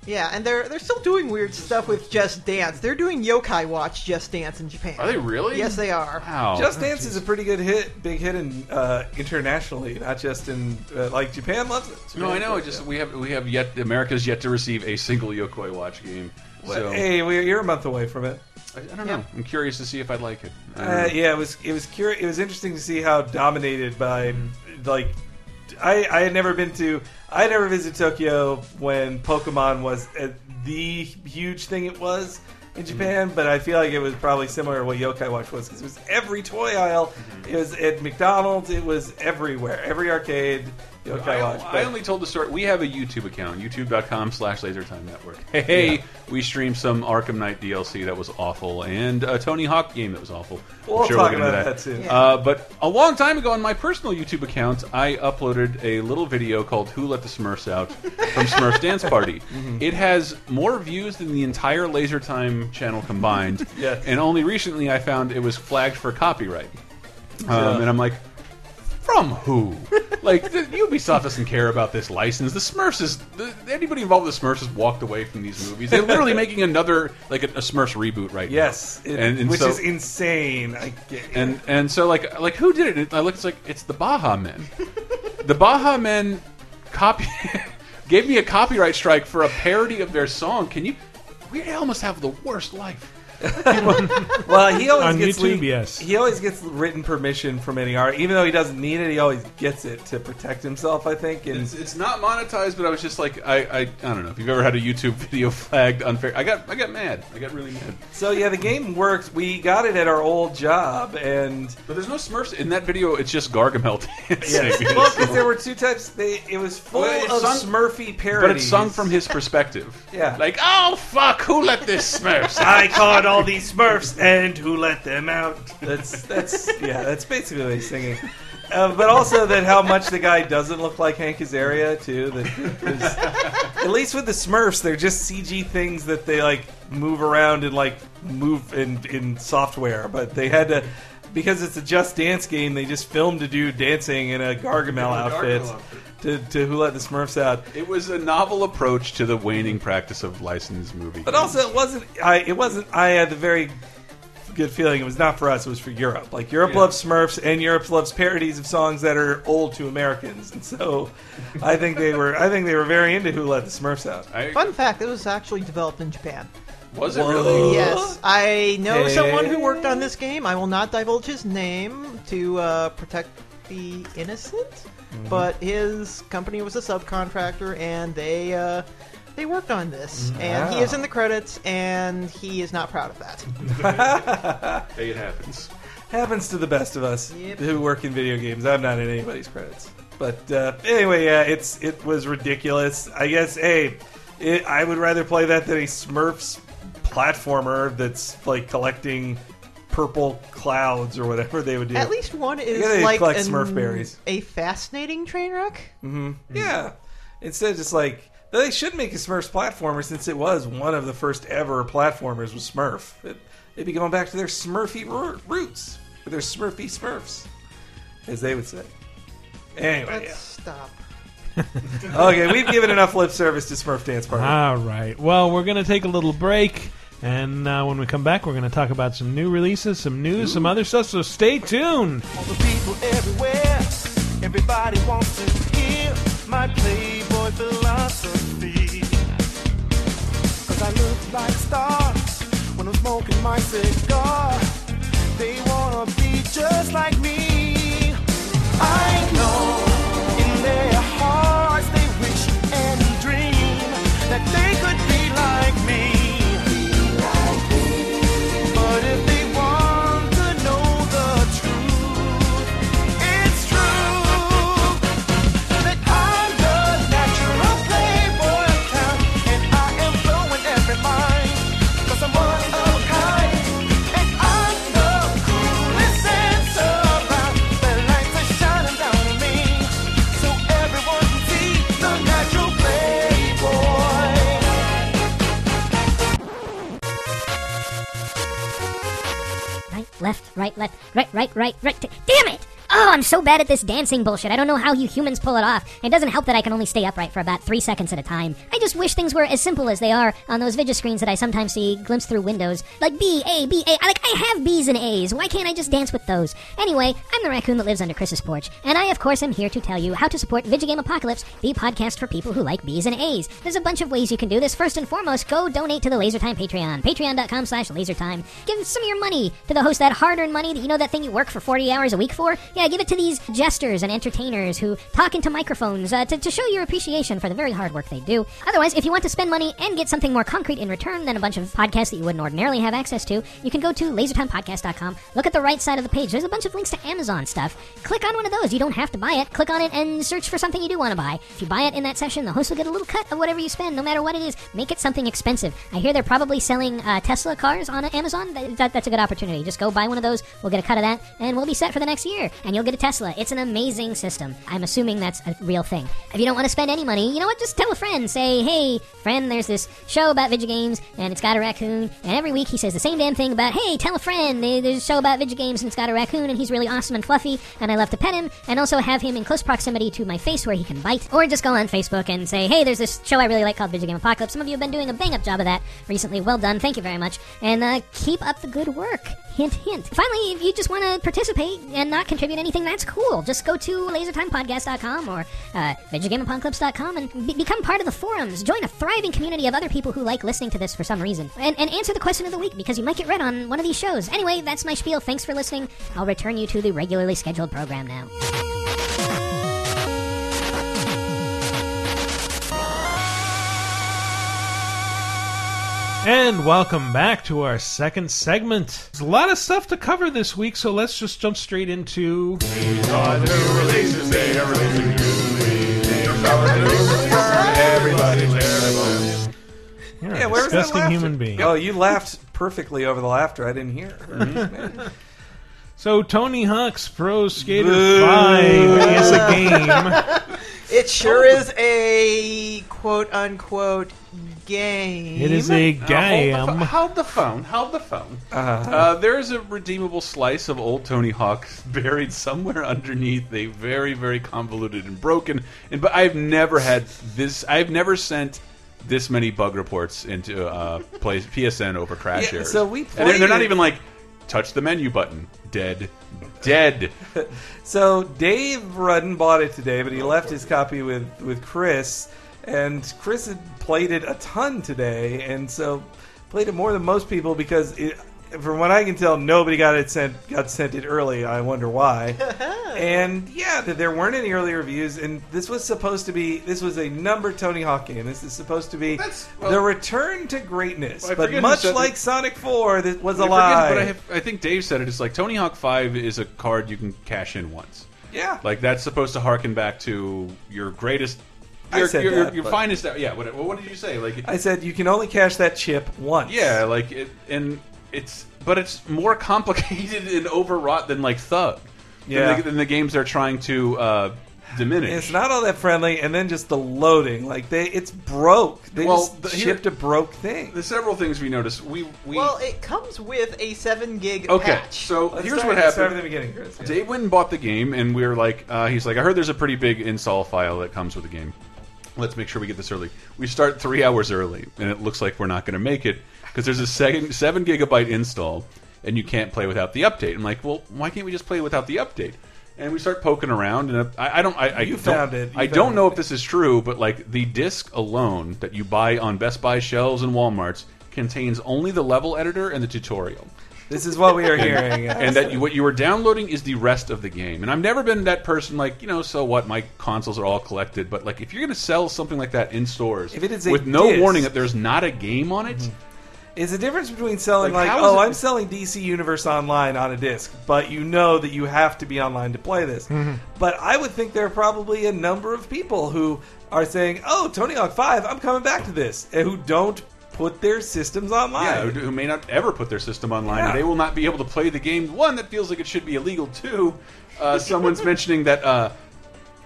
Speaker 4: Yeah, and they're they're still doing weird stuff with Just Dance. They're doing Yokai Watch Just Dance in Japan.
Speaker 2: Are they really?
Speaker 4: Yes, they are.
Speaker 2: Wow.
Speaker 3: Just Dance is a pretty good hit, big hit in uh, internationally, not just in uh, like Japan loves it. It's
Speaker 2: No,
Speaker 3: really
Speaker 2: I know.
Speaker 3: good,
Speaker 2: It just
Speaker 3: yeah.
Speaker 2: we have we have yet America's yet to receive a single Yokoi Watch game. So
Speaker 3: Hey, we- you're a month away from it.
Speaker 2: I, I don't know. I'm curious to see if I like it. I don't
Speaker 3: Uh,
Speaker 2: know.
Speaker 3: yeah, it was it was curi- it was interesting to see how dominated by like I I had never been to I had never visited Tokyo when Pokemon was uh, the huge thing it was in
Speaker 2: Mm-hmm.
Speaker 3: Japan, but I feel like it was probably similar to what Yokai Watch was because it was every toy aisle,
Speaker 2: Mm-hmm.
Speaker 3: it was at McDonald's, it was everywhere, every arcade. Yokai
Speaker 2: I,
Speaker 3: Watch.
Speaker 2: I
Speaker 3: but-
Speaker 2: only told the story. We have a YouTube account, youtube.com slash lasertime network. Hey, hey, we streamed some Arkham Knight DLC that was awful and a Tony Hawk game that was awful. I'm
Speaker 3: We'll
Speaker 2: sure
Speaker 3: talk
Speaker 2: we'll get into
Speaker 3: about
Speaker 2: that.
Speaker 3: that soon.
Speaker 2: Uh, but a long time ago on my personal YouTube account, I uploaded a little video called Who Let the Smurfs Out from Smurfs Dance Party. Mm-hmm. It has more views than the entire Lasertime channel combined.
Speaker 3: Yes.
Speaker 2: And only recently I found it was flagged for copyright. Um, And I'm like, from who? like the, Ubisoft doesn't care about this license. The Smurfs is the, anybody involved with the Smurfs has walked away from these movies. They're literally making another like a, a Smurfs reboot right
Speaker 3: Yes,
Speaker 2: now.
Speaker 3: it-
Speaker 2: and, and
Speaker 3: which
Speaker 2: so,
Speaker 3: is insane. I get it.
Speaker 2: and and so like like who did it? And I looked it's like it's the Baja Men. the Baja Men copy gave me a copyright strike for a parody of their song. Can you? Weird Al must have the worst life.
Speaker 3: Well, he always
Speaker 1: On
Speaker 3: gets
Speaker 1: YouTube,
Speaker 3: le-
Speaker 1: yes.
Speaker 3: He always gets written permission from any art, even though he doesn't need it. He always gets it to protect himself, I think. And
Speaker 2: It's, it's not monetized, but I was just like, I, I, I don't know if you've ever had a YouTube video flagged unfair. I got, I got mad. I got really mad.
Speaker 3: so, yeah, the game works. We got it at our old job, and
Speaker 2: But there's no Smurfs in that video. It's just Gargamel dancing.
Speaker 3: yes, well, because there were two types. They it was full
Speaker 2: Well, it's
Speaker 3: of
Speaker 2: sung-
Speaker 3: Smurfy parodies,
Speaker 2: but it's sung from his perspective.
Speaker 3: Yeah.
Speaker 2: Like, oh fuck, who let this Smurfs? out?"
Speaker 3: I caught all these Smurfs, and who let them out? That's that's yeah, that's basically what he's singing. Uh, but also that how much the guy doesn't look like Hank Azaria too. That there's- at least with the Smurfs, they're just CG things that they like move around and like move in in software. But they had to because it's a Just Dance game. They just filmed a dude dancing in a Gargamel outfit. To, to who let the Smurfs out?
Speaker 2: it was a novel approach to the waning practice of licensed movie.
Speaker 3: But also, it wasn't. I it wasn't. I had the very good feeling it was not for us. It was for Europe. Like Europe loves Smurfs, and Europe loves parodies of songs that are old to Americans. And so, I think they were. I think they were very into who let the Smurfs out.
Speaker 2: I,
Speaker 4: Fun fact: it was actually developed in Japan.
Speaker 2: was it really?
Speaker 4: Yes, I know
Speaker 3: Hey.
Speaker 4: someone who worked on this game. I will not divulge his name to uh, protect the innocent,
Speaker 1: Mm-hmm.
Speaker 4: but his company was a subcontractor, and they uh, they worked on this.
Speaker 1: Mm,
Speaker 4: And he is in the credits, and he is not proud of that.
Speaker 2: Hey, it happens.
Speaker 3: Happens to the best of us
Speaker 4: Yep.
Speaker 3: who work in video games. I'm not in anybody's credits. But uh, anyway, yeah, it's it was ridiculous. I guess. Hey, it, I would rather play that than a Smurfs platformer that's like collecting purple clouds or whatever they would do.
Speaker 4: At least one is
Speaker 3: Yeah, they
Speaker 4: like
Speaker 3: collect
Speaker 4: an-
Speaker 3: Smurf berries.
Speaker 4: a fascinating train wreck.
Speaker 3: Yeah. Instead, just like they should make a Smurfs platformer since it was one of the first ever platformers was Smurf. It, they'd be going back to their Smurfy ro- roots, or their Smurfy Smurfs, as they would say. Anyway,
Speaker 4: Let's stop.
Speaker 3: yeah. okay, we've given enough lip service to Smurf Dance Party.
Speaker 1: All right. Well, we're going to take a little break, and uh, when we come back, we're going to talk about some new releases, some news, some other stuff. So stay tuned.
Speaker 5: All the people everywhere, everybody wants to hear my playboy philosophy. Cause I look like a star when I'm smoking my cigar. They wanna be just like me. I know in their hearts they wish and dream that they could be like me. But if they want to know the truth, it's true that I'm the natural playboy of town, and I am blowing every mind. i I'm one of a kind, and
Speaker 11: left, left, right, left, right, right, right, right. T- Damn it! Oh, I'm so bad at this dancing bullshit. I don't know how you humans pull it off. It doesn't help that I can only stay upright for about three seconds at a time. I just wish things were as simple as they are on those vidya screens that I sometimes see glimpsed through windows. Like B, A, B, A. I, like, I have B's and A's. Why can't I just dance with those? Anyway, I'm the raccoon that lives under Chris's porch, and I, of course, am here to tell you how to support Video Game Apocalypse, the podcast for people who like B's and A's. There's a bunch of ways you can do this. First and foremost, go donate to the Lasertime Patreon, patreon.com slash lasertime. Give some of your money to the host, that hard-earned money that you know that thing you work for 40 hours a week for? Yeah, give it to these jesters and entertainers who talk into microphones uh, to, to show your appreciation for the very hard work they do. Otherwise, if you want to spend money and get something more concrete in return than a bunch of podcasts that you wouldn't ordinarily have access to, you can go to lasertimepodcast.com, look at the right side of the page. There's a bunch of links to Amazon stuff. Click on one of those. You don't have to buy it. Click on it and search for something you do want to buy. If you buy it in that session, the host will get a little cut of whatever you spend, no matter what it is. Make it something expensive. I hear they're probably selling uh, Tesla cars on Amazon. That, that, that's a good opportunity. Just go buy one of those. We'll get a cut of that, and we'll be set for the next year and you'll get a Tesla. It's an amazing system. I'm assuming that's a real thing. If you don't want to spend any money, you know what? Just tell a friend. Say, hey, friend, there's this show about video games, and it's got a raccoon. And every week he says the same damn thing about, hey, tell a friend, eh, there's a show about video games, and it's got a raccoon, and he's really awesome and fluffy, and I love to pet him, and also have him in close proximity to my face where he can bite. Or just go on Facebook and say, hey, there's this show I really like called Video Game Apocalypse. Some of you have been doing a bang up job of that recently. Well done. Thank you very much. And uh, keep up the good work. Hint, hint. Finally, if you just want to participate and not contribute anything, that's cool. Just go to lasertimepodcast.com or uh, VidioGameApocalypse.com and be- become part of the forums. Join a thriving community of other people who like listening to this for some reason. And, and answer the question of the week because you might get read on one of these shows. Anyway, that's my spiel. Thanks for listening. I'll return you to the regularly scheduled program now.
Speaker 1: And welcome back to our second segment. There's a lot of stuff to cover this week, so let's just jump straight into. These are new releases, they are releasing newly. These are
Speaker 3: releases
Speaker 2: everybody's
Speaker 1: You're
Speaker 3: yeah,
Speaker 1: a
Speaker 3: where was that
Speaker 1: disgusting
Speaker 3: laughter?
Speaker 1: human being.
Speaker 3: Oh, you laughed perfectly over the laughter. I didn't hear.
Speaker 1: So, Tony Hawk's Pro Skater 5 is a game.
Speaker 4: It sure
Speaker 2: Oh.
Speaker 4: is a quote unquote game.
Speaker 1: It is a
Speaker 2: Now,
Speaker 3: Oh,
Speaker 1: game.
Speaker 2: hold the pho- Hold the phone. Hold the phone.
Speaker 3: Uh-huh.
Speaker 2: Uh, there's a redeemable slice of old Tony Hawk buried somewhere underneath a very, very convoluted and broken. And but I've never had this. I've never sent this many bug reports into uh, play, PSN over crash
Speaker 3: Yeah,
Speaker 2: errors.
Speaker 3: so we
Speaker 2: And they're, they're not
Speaker 3: played-
Speaker 2: even like touch the menu button. Dead. Dead.
Speaker 3: So Dave Rudden bought it today,
Speaker 2: Oh,
Speaker 3: but he left his copy with with Chris, and Chris had played it a ton today, and so played it more than most people because, it, from what I can tell, nobody got it sent got sent it early. I wonder why. and yeah, th- there weren't any early reviews, and this was supposed to be this was a number Tony Hawk game. This is supposed to be the return to greatness,
Speaker 2: Well, I forget
Speaker 3: but
Speaker 2: who
Speaker 3: much
Speaker 2: said
Speaker 3: like Sonic Four, this was
Speaker 2: I
Speaker 3: a
Speaker 2: forget,
Speaker 3: lie.
Speaker 2: But I, have, I think Dave said it. It's like Tony Hawk Five is a card you can cash in once.
Speaker 3: Yeah.
Speaker 2: like that's supposed to harken back to your greatest.
Speaker 3: I
Speaker 2: Your,
Speaker 3: said
Speaker 2: your,
Speaker 3: that,
Speaker 2: your
Speaker 3: but-
Speaker 2: finest. Yeah. What, what did you say? Like
Speaker 3: I said you can only cash that chip once.
Speaker 2: Yeah, like it, and it's but it's more complicated and overwrought than like Thug. Than
Speaker 3: Yeah.
Speaker 2: the- than the games they're trying to uh, diminish.
Speaker 3: It's not all that friendly, and then just the loading, like they, it's broke. They
Speaker 2: Well,
Speaker 3: just
Speaker 2: the- here-
Speaker 3: shipped a broke thing.
Speaker 2: There's several things we noticed. We we
Speaker 4: Well, it comes with a 7 gig
Speaker 2: okay.
Speaker 4: patch.
Speaker 2: So
Speaker 3: Let's
Speaker 2: here's
Speaker 3: start-
Speaker 2: what happened.
Speaker 3: let's start from the beginning, Chris, yeah.
Speaker 2: Dave went and bought the game, and we were like, uh, he's like, I heard there's a pretty big install file that comes with the game. Let's make sure we get this early. We start three hours early, and it looks like we're not going to make it because there's a second seven gigabyte install, and you can't play without the update. I'm like, well, why can't we just play without the update? And we start poking around, and uh, I, I don't, I, I
Speaker 3: You
Speaker 2: don't,
Speaker 3: found it. You
Speaker 2: I
Speaker 3: found
Speaker 2: don't know if this is true, but like the disc alone that you buy on Best Buy shelves and WalMarts contains only the level editor and the tutorial.
Speaker 3: This is what we are
Speaker 2: And-
Speaker 3: hearing,
Speaker 2: and that you, what you were downloading is the rest of the game. And I've never been that person, like you know, so what? My consoles are all collected, but like if you're going to sell something like that in stores,
Speaker 3: If it is a
Speaker 2: with no
Speaker 3: disc- Mm-hmm.
Speaker 2: warning that there's not a game on it,
Speaker 3: Is the difference between selling
Speaker 2: Like,
Speaker 3: like,
Speaker 2: how is
Speaker 3: oh,
Speaker 2: it-
Speaker 3: I'm selling DC Universe Online on a disc, but you know that you have to be online to play this.
Speaker 2: Mm-hmm.
Speaker 3: But I would think there are probably a number of people who are saying, oh, Tony Hawk Five, I'm coming back to this, and who don't put their systems online.
Speaker 2: yeah, who, who may not ever put their system online,
Speaker 3: Yeah.
Speaker 2: they will not be able to play the game. One that feels like it should be illegal. Two, uh, someone's mentioning that. Uh,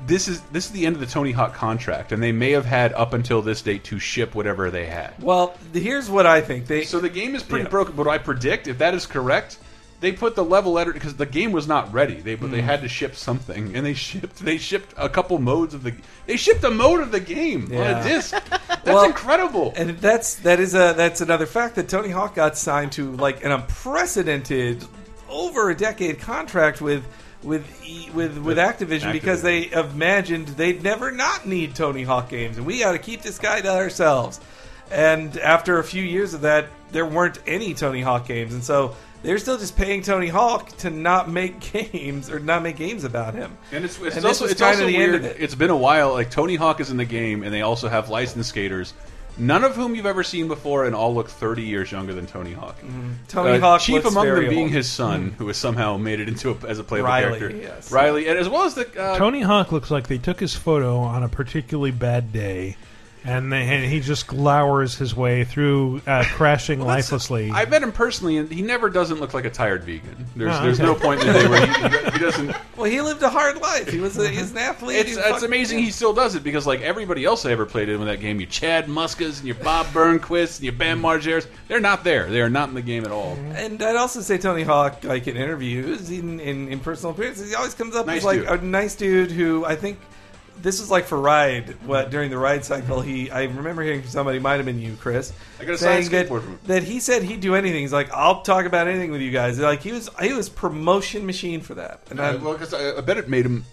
Speaker 2: this is this is the end of the Tony Hawk contract, and they may have had up until this date to ship whatever they had.
Speaker 3: Well, th- here's what I think. They
Speaker 2: So the game is pretty broken, but I predict if that is correct, They put the level editor because the game was not ready. They but they
Speaker 3: Hmm.
Speaker 2: had to ship something, and they shipped they shipped a couple modes of the they shipped a mode of the game on a
Speaker 3: Yeah.
Speaker 2: disc. That's
Speaker 3: Well,
Speaker 2: incredible.
Speaker 3: And that's that is a that's another fact that Tony Hawk got signed to like an unprecedented over a decade contract with with E- with with Activision, because they imagined they'd never not need Tony Hawk games and we got to keep this guy to ourselves. And after a few years of that, there weren't any Tony Hawk games, and so they're still just paying Tony Hawk to not make games or not make games about him.
Speaker 2: And it's, it's
Speaker 3: this
Speaker 2: also
Speaker 3: was
Speaker 2: it's
Speaker 3: kinda
Speaker 2: also weird. It's been a while. Like Tony Hawk is in the game, and they also have licensed skaters, none of whom you've ever seen before, and all look thirty years younger than Tony Hawk.
Speaker 3: Mm-hmm.
Speaker 2: Uh,
Speaker 3: Tony Hawk
Speaker 2: chief
Speaker 3: looks
Speaker 2: among
Speaker 3: very
Speaker 2: them being
Speaker 3: old. Mm.
Speaker 2: his son, who is somehow made it into a, as a playable
Speaker 3: Riley,
Speaker 2: character.
Speaker 3: yes.
Speaker 2: Riley, and as well as the uh,
Speaker 1: Tony Hawk looks like they took his photo on a particularly bad day, and, they, and he just glowers his way through, uh, crashing lifelessly.
Speaker 2: I met him personally, and he never doesn't look like a tired vegan. There's,
Speaker 1: Oh,
Speaker 2: there's
Speaker 1: okay.
Speaker 2: no point in the day where he, he doesn't.
Speaker 3: Well, he lived a hard life. He was a, he's an athlete.
Speaker 2: It's,
Speaker 3: He
Speaker 2: it's
Speaker 3: fucking-
Speaker 2: amazing he still does it because like everybody else I ever played in with that game, you Chad Muskas and your Bob Burnquist and your Bam Margers, they're not there. They are not in the game at all.
Speaker 3: And I'd also say Tony Hawk, like in interviews, in in, in personal appearances, he always comes up
Speaker 2: Nice
Speaker 3: as like
Speaker 2: dude.
Speaker 3: a nice dude who I think this is like for ride. What during the ride cycle, he I remember hearing from somebody, might have been you, Chris,
Speaker 2: I got a
Speaker 3: saying
Speaker 2: signed
Speaker 3: that,
Speaker 2: skateboard from him.
Speaker 3: that he said he'd do anything. He's like, I'll talk about anything with you guys. Like he was he was promotion machine for that. And
Speaker 2: Uh,
Speaker 3: I,
Speaker 2: well, because I, I bet it made him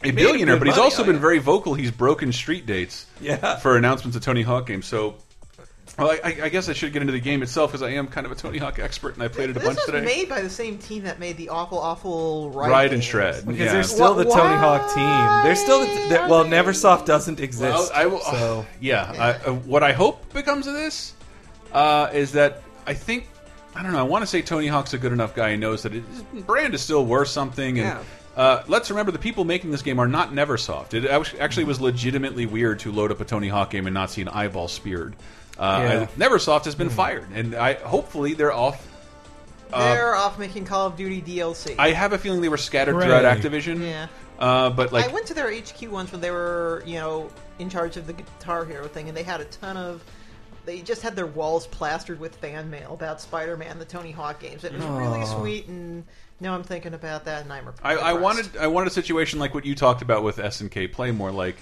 Speaker 2: a
Speaker 3: Made him
Speaker 2: billionaire,
Speaker 3: good
Speaker 2: but he's
Speaker 3: money,
Speaker 2: also
Speaker 3: oh,
Speaker 2: been
Speaker 3: yeah.
Speaker 2: very vocal. He's broken street dates
Speaker 3: Yeah.
Speaker 2: for announcements of Tony Hawk games. So, well, I, I- I guess I should get into the game itself because I am kind of a Tony Hawk expert and I played it a
Speaker 4: This
Speaker 2: bunch
Speaker 4: was
Speaker 2: today.
Speaker 4: made by the same team that made the awful, awful ride,
Speaker 2: Ride and
Speaker 4: games.
Speaker 2: Shred.
Speaker 3: because
Speaker 2: yeah.
Speaker 3: they're still the Tony Hawk team. They're still the, they're- well, NeverSoft doesn't
Speaker 2: Well,
Speaker 3: exist.
Speaker 2: I will,
Speaker 3: so
Speaker 2: yeah. I, uh, what I hope becomes of this uh, is that I think I don't know. I want to say Tony Hawk's a good enough guy. He knows that it, his brand is still worth something. And uh, let's remember the people making this game are not NeverSoft. It act- actually was legitimately weird to load up a Tony Hawk game and not see an eyeball speared. Uh,
Speaker 3: Yeah.
Speaker 2: NeverSoft has been fired, and I hopefully they're off. uh,
Speaker 4: They're off making Call of Duty DLC.
Speaker 2: I have a feeling they were scattered
Speaker 1: Hooray.
Speaker 2: throughout Activision.
Speaker 4: Yeah.
Speaker 2: Uh, but like
Speaker 4: I went to their HQ once when they were, you know, in charge of the Guitar Hero thing, and they had a ton of. They just had their walls plastered with fan mail about Spider-Man, the Tony Hawk games. It was really
Speaker 2: Aw.
Speaker 4: sweet, and now I'm thinking about that, and I'm. rep-
Speaker 2: I, I
Speaker 4: depressed.
Speaker 2: wanted I wanted a situation like what you talked about with S and K Playmore, like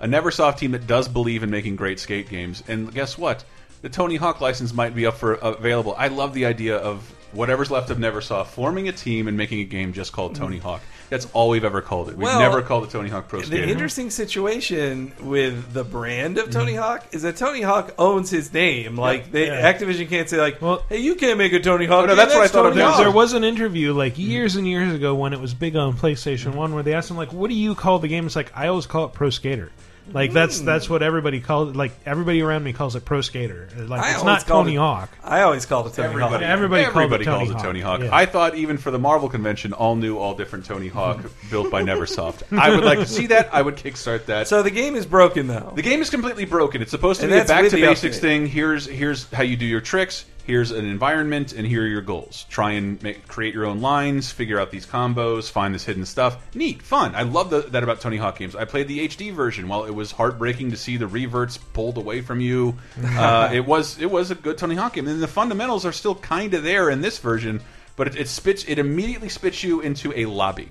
Speaker 2: a NeverSoft team that does believe in making great skate games. And guess what? The Tony Hawk license might be up for uh, available. I love the idea of whatever's left of NeverSoft forming a team and making a game just called Tony Hawk. That's all we've ever called it. We've
Speaker 3: Mm. Well,
Speaker 2: never called it Tony Hawk Pro
Speaker 3: The
Speaker 2: Skater.
Speaker 3: interesting situation with the brand of
Speaker 2: Mm-hmm.
Speaker 3: Tony Hawk is that Tony Hawk owns his name. Like they,
Speaker 1: Yeah.
Speaker 3: Activision can't say like, "Hey, you can't make a Tony Hawk."
Speaker 2: Oh, no,
Speaker 3: game.
Speaker 2: that's what I thought of.
Speaker 3: Tony
Speaker 1: There-
Speaker 3: Hawk."
Speaker 1: There was an interview like years and years ago when it was big on PlayStation
Speaker 3: Mm.
Speaker 1: One, where they asked him like, "What do you call the game?" It's like I always call it Pro Skater. Like that's
Speaker 3: Mm.
Speaker 1: that's what everybody calls it. Like everybody around me calls it Pro Skater. Like
Speaker 3: I
Speaker 1: it's
Speaker 3: always
Speaker 1: not
Speaker 3: called
Speaker 1: Tony
Speaker 3: it-
Speaker 1: Hawk.
Speaker 3: I always called it Tony Hawk.
Speaker 2: Everybody,
Speaker 1: Everybody called it
Speaker 2: everybody
Speaker 1: Tony
Speaker 2: calls it
Speaker 1: Hawk.
Speaker 2: Tony Hawk.
Speaker 1: Yeah.
Speaker 2: I thought even for the Marvel convention, all new, all different Tony Hawk built by NeverSoft. I would like to see that. I would kickstart that.
Speaker 3: So the game is broken though.
Speaker 2: The game is completely broken. It's supposed to
Speaker 3: And
Speaker 2: be a
Speaker 3: that's
Speaker 2: back
Speaker 3: with
Speaker 2: to
Speaker 3: the
Speaker 2: basics
Speaker 3: update.
Speaker 2: thing. Here's here's how you do your tricks. Here's an environment, and here are your goals. Try and make, create your own lines. Figure out these combos. Find this hidden stuff. Neat, fun. I love the, that about Tony Hawk games. I played the HD version. While it was heartbreaking to see the reverts pulled away from you, uh, it was it was a good Tony Hawk game. And the fundamentals are still kind of there in this version, but it, it spits it immediately spits you into a lobby,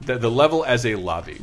Speaker 2: the, the level as a lobby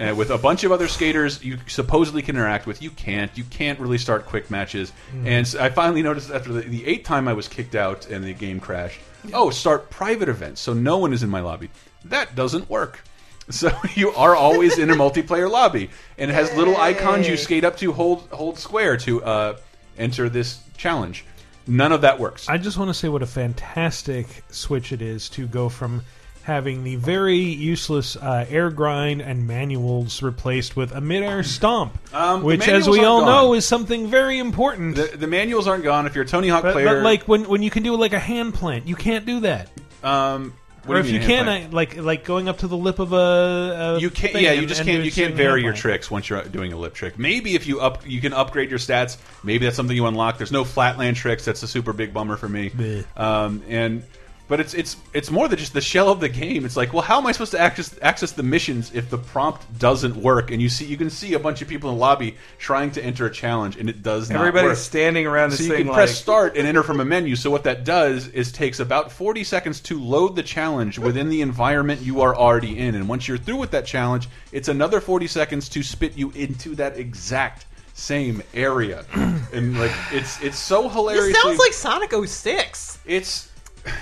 Speaker 2: uh, with a bunch of other skaters you supposedly can interact with. You can't. You can't really start quick matches.
Speaker 6: Hmm.
Speaker 2: And so I finally noticed after the, the eighth time I was kicked out and the game crashed. Oh, start private events so no one is in my lobby. That doesn't work. So you are always in a multiplayer lobby, and it has little icons you skate up to, hold hold square to uh, enter this challenge. None of that works.
Speaker 1: I just want to say what a fantastic switch it is to go from having the very useless uh, air grind and manuals replaced with a midair stomp,
Speaker 2: Um, the
Speaker 1: which, as
Speaker 2: manuals
Speaker 1: we
Speaker 2: aren't
Speaker 1: all
Speaker 2: gone.
Speaker 1: know, is something very important.
Speaker 2: The, the manuals aren't gone. If you're a Tony Hawk
Speaker 1: But,
Speaker 2: player,
Speaker 1: but like when when you can do like a hand plant, you can't do that.
Speaker 2: um, what
Speaker 1: or
Speaker 2: do
Speaker 1: if you,
Speaker 2: mean,
Speaker 1: can,
Speaker 2: hand
Speaker 1: I, like like going up to the lip of a, a
Speaker 2: you can't.
Speaker 1: thing
Speaker 2: Yeah, you
Speaker 1: and-
Speaker 2: just
Speaker 1: and
Speaker 2: can't.
Speaker 1: doing
Speaker 2: You can't
Speaker 1: a
Speaker 2: vary
Speaker 1: handstand.
Speaker 2: your tricks once you're doing a lip trick. Maybe if you up, you can upgrade your stats. Maybe that's something you unlock. There's no flatland tricks. That's a super big bummer for me. Um, and But it's it's it's more than just the shell of the game. It's like, well, how am I supposed to access access the missions if the prompt doesn't work? And you see, you can see a bunch of people in the lobby trying to enter a challenge, and it does not.
Speaker 3: Everybody's
Speaker 2: work.
Speaker 3: standing around this
Speaker 2: So you
Speaker 3: thing
Speaker 2: can press
Speaker 3: like-
Speaker 2: start and enter from a menu. So what that does is takes about forty seconds to load the challenge within the environment you are already in. And once you're through with that challenge, it's another forty seconds to spit you into that exact same area. and like it's it's so hilarious.
Speaker 4: This sounds like Sonic 06.
Speaker 2: It's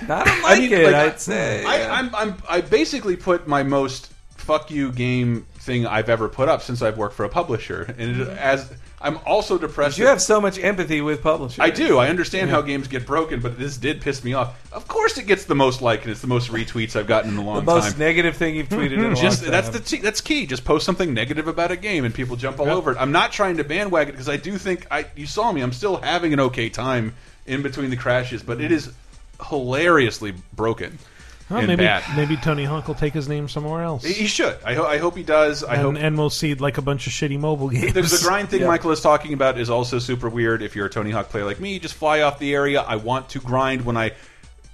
Speaker 3: not unlike
Speaker 2: I mean, like, I,
Speaker 3: yeah.
Speaker 2: I'm, I'm, I basically put my most fuck you game thing I've ever put up since I've worked for a publisher, and it, as I'm also depressed.
Speaker 3: You
Speaker 2: that-
Speaker 3: have so much empathy with publishers.
Speaker 2: I do. I understand
Speaker 3: Yeah.
Speaker 2: how games get broken, but this did piss me off. Of course, it gets the most like, and it's the most retweets I've gotten in a long
Speaker 3: the most
Speaker 2: time.
Speaker 3: negative thing you've tweeted in a
Speaker 2: Just
Speaker 3: long time.
Speaker 2: that's the t- that's key. Just post something negative about a game, and people jump all over it. I'm not trying to bandwagon because I do think I you saw me. I'm still having an okay time in between the crashes, but it is hilariously broken.
Speaker 1: Well,
Speaker 2: and
Speaker 1: maybe
Speaker 2: bad.
Speaker 1: maybe Tony Hawk will take his name somewhere else.
Speaker 2: He he should. I, ho- I hope he does. I
Speaker 1: and,
Speaker 2: hope
Speaker 1: and we'll see like a bunch of shitty mobile games.
Speaker 2: the, the grind thing Michael is talking about is also super weird. If you're a Tony Hawk player like me, you just fly off the area. I want to grind when I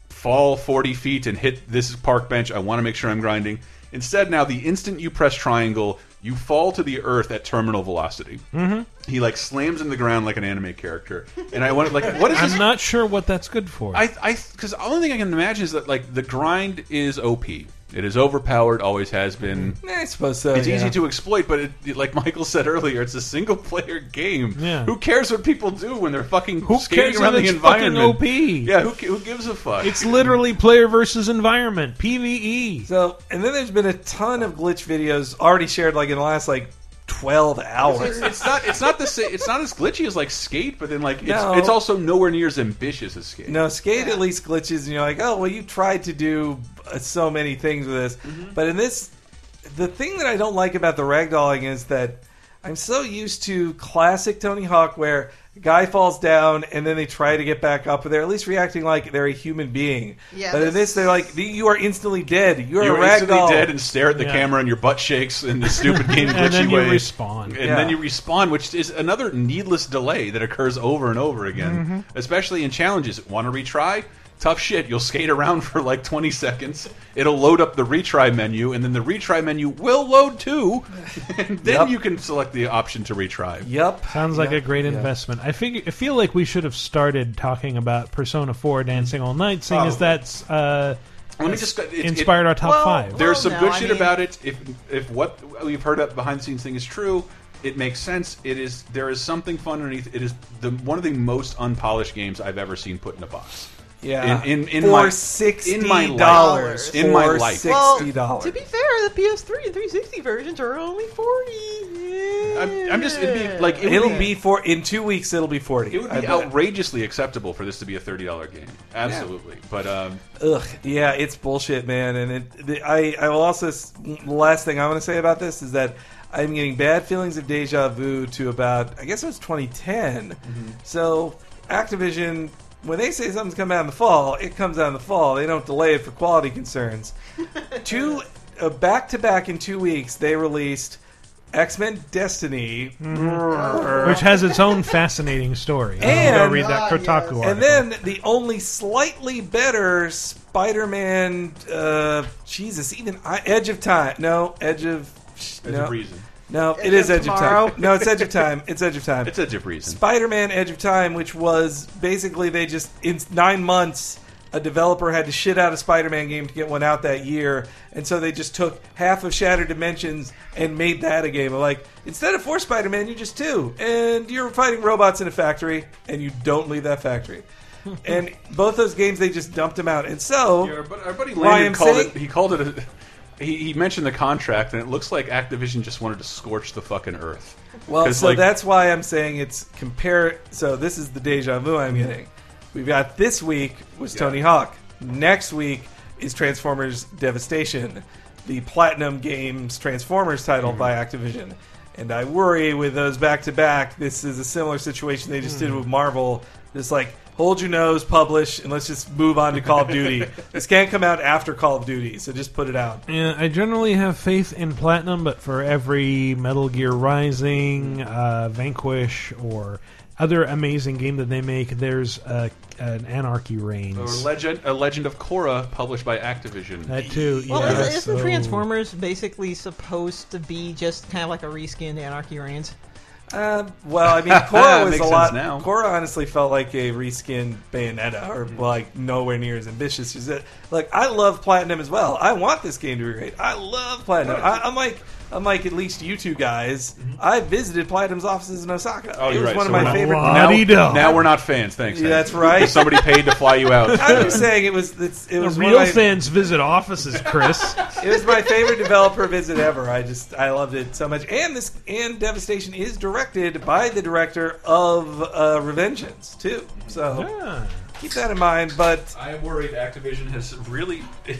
Speaker 2: fall 40 feet and hit this park bench. I want to make sure I'm grinding. Instead, now the instant you press triangle, you fall to the earth at terminal velocity.
Speaker 1: Mhm.
Speaker 2: He like slams in the ground like an anime character, and I wanted like, what is
Speaker 1: I'm
Speaker 2: this?
Speaker 1: not sure what that's good for.
Speaker 2: I, I, because the only thing I can imagine is that like the grind is OP. It is overpowered. Always has been.
Speaker 3: I suppose so.
Speaker 2: It's
Speaker 3: yeah.
Speaker 2: easy to exploit, but it, like Michael said earlier, it's a single player game.
Speaker 1: Yeah.
Speaker 2: Who cares what people do when they're fucking
Speaker 1: Who
Speaker 2: skating
Speaker 1: cares
Speaker 2: around
Speaker 1: if
Speaker 2: the
Speaker 1: it's fucking
Speaker 2: environment?
Speaker 1: OP?
Speaker 2: Yeah, who, who gives a fuck?
Speaker 1: It's literally player versus environment E. PVE.
Speaker 3: So, and then there's been a ton of glitch videos already shared, like in the last like twelve hours.
Speaker 2: It's, it's not. It's not the. sa- It's not as glitchy as like skate, but then like it's,
Speaker 3: No.
Speaker 2: it's also nowhere near as ambitious as skate.
Speaker 3: No, skate at least glitches, and you're like, oh, well, you tried to do uh, so many things with this. But in this, the thing that I don't like about the ragdolling is that I'm so used to classic Tony Hawk where a guy falls down and then they try to get back up, but they're at least reacting like they're a human being.
Speaker 4: Yeah,
Speaker 3: but in this, they're like, you are instantly dead. You're,
Speaker 2: You're,
Speaker 3: a
Speaker 2: instantly
Speaker 3: ragdoll.
Speaker 2: dead and stare at the
Speaker 3: Yeah.
Speaker 2: camera, and your butt shakes in the stupid game glitchy
Speaker 1: And then you
Speaker 2: way.
Speaker 1: respawn.
Speaker 2: and
Speaker 1: Yeah.
Speaker 2: then you respawn, which is another needless delay that occurs over and over again,
Speaker 1: Mhm.
Speaker 2: especially in challenges. Want to retry? Tough shit. You'll skate around for like 20 seconds. It'll load up the retry menu, and then the retry menu will load too. And then you can select the option to retry.
Speaker 3: Yep.
Speaker 1: Sounds like
Speaker 2: Yeah.
Speaker 1: a great
Speaker 2: Yeah.
Speaker 1: investment. I figure, I feel like we should have started talking about Persona Four Dancing All Night, seeing as
Speaker 2: Probably.
Speaker 1: that's uh,
Speaker 2: Let me just go- it- it-
Speaker 1: inspired our top five.
Speaker 2: There's some good shit about it. If if what we've heard up behind the scenes thing is true, it makes sense. It is there is something fun underneath. It is the one of the most unpolished games I've ever seen put in a box.
Speaker 3: Yeah.
Speaker 2: in in, in
Speaker 3: For
Speaker 2: my in my
Speaker 3: $60.
Speaker 2: life. in my
Speaker 3: For
Speaker 2: life.
Speaker 4: Well,
Speaker 3: $60.
Speaker 4: to be fair, the PS3 and 360 versions are only 40.
Speaker 2: I'm, I'm just it'd be, like it
Speaker 3: It'll
Speaker 2: would
Speaker 3: be for in two weeks. It'll be forty.
Speaker 2: It would
Speaker 3: I
Speaker 2: be
Speaker 3: bet.
Speaker 2: outrageously acceptable for this to be a thirty dollar game. Absolutely, but um,
Speaker 3: Ugh, yeah, it's bullshit, man. And it, the, I, I will also. s- The last thing I'm going to say about this is that I'm getting bad feelings of deja vu to about, I guess it was 2010. So Activision, when they say something's coming out in the fall, it comes out in the fall. They don't delay it for quality concerns. two uh, back to back in two weeks, they released X Men Destiny,
Speaker 1: which has its own fascinating story. Go
Speaker 3: And-
Speaker 1: read
Speaker 2: uh,
Speaker 1: that
Speaker 3: Ah,
Speaker 1: Kotaku article.
Speaker 3: and then the only slightly better Spider-Man, uh, Jesus, even I, Edge of Time. No, Edge of
Speaker 2: Edge
Speaker 3: no.
Speaker 2: of Reason.
Speaker 3: No,
Speaker 2: Edge
Speaker 3: it is
Speaker 2: of
Speaker 3: Edge
Speaker 2: Tomorrow.
Speaker 3: of Time. No, it's Edge of Time. It's Edge of Time.
Speaker 2: It's Edge of Reason.
Speaker 3: Spider-Man Edge of Time, which was basically they just in nine months a developer had to shit out a Spider-Man game to get one out that year, and so they just took half of Shattered Dimensions and made that a game. Like instead of four Spider-Man, you just two, and you're fighting robots in a factory, and you don't leave that factory. and both those games, they just dumped them out, and so
Speaker 2: our, bud- our buddy
Speaker 3: YMCA
Speaker 2: Landon called it. He called it. A, he, he mentioned the contract, and it looks like Activision just wanted to scorch the fucking earth.
Speaker 3: Well,
Speaker 2: 'Cause,
Speaker 3: so
Speaker 2: like,
Speaker 3: that's why I'm saying it's compare. So this is the deja vu I'm getting. We've got this week was Tony Hawk. Next week is Transformers Devastation, the Platinum Games Transformers title by Activision. And I worry with those back to back, this is a similar situation they just did with Marvel. Just like hold your nose, publish, and let's just move on to Call of Duty. this can't come out after Call of Duty, so just put it out.
Speaker 1: Yeah, I generally have faith in platinum, but for every Metal Gear Rising, uh, Vanquish, or other amazing game that they make, there's a, an Anarchy reigns.
Speaker 2: Or legend, a Legend of Korra, published by Activision.
Speaker 1: That too.
Speaker 4: Well,
Speaker 1: yeah,
Speaker 4: isn't, isn't
Speaker 1: so-
Speaker 4: Transformers basically supposed to be just kind of like a reskinned Anarchy Reigns?
Speaker 3: Uh, well, I mean, Korra was
Speaker 2: Makes
Speaker 3: a
Speaker 2: sense
Speaker 3: lot.
Speaker 2: now.
Speaker 3: Korra honestly felt like a reskinned Bayonetta, or like nowhere near as ambitious. Is it? Like, I love Platinum as well. I want this game to be great. I love Platinum. I, I'm like, I'm like at least you two guys.
Speaker 1: Mm-hmm.
Speaker 3: I visited Platinum's offices in Osaka.
Speaker 2: Oh,
Speaker 3: it
Speaker 2: you're
Speaker 3: was
Speaker 2: right.
Speaker 3: one
Speaker 2: so
Speaker 3: of
Speaker 2: we're
Speaker 3: my
Speaker 2: not-
Speaker 3: favorite.
Speaker 2: Now, now we're not fans. Thanks.
Speaker 3: Yeah,
Speaker 2: Hank.
Speaker 3: that's right.
Speaker 2: Somebody paid to fly you out.
Speaker 3: I'm just saying it was. It's, it
Speaker 1: The
Speaker 3: was one of
Speaker 1: real
Speaker 3: my-
Speaker 1: fans visit offices, Chris.
Speaker 3: it was my favorite developer visit ever. I just I loved it so much. And this and Devastation is directed by the director of uh, Revengeance too. So keep that in mind. But
Speaker 2: I am worried Activision has really,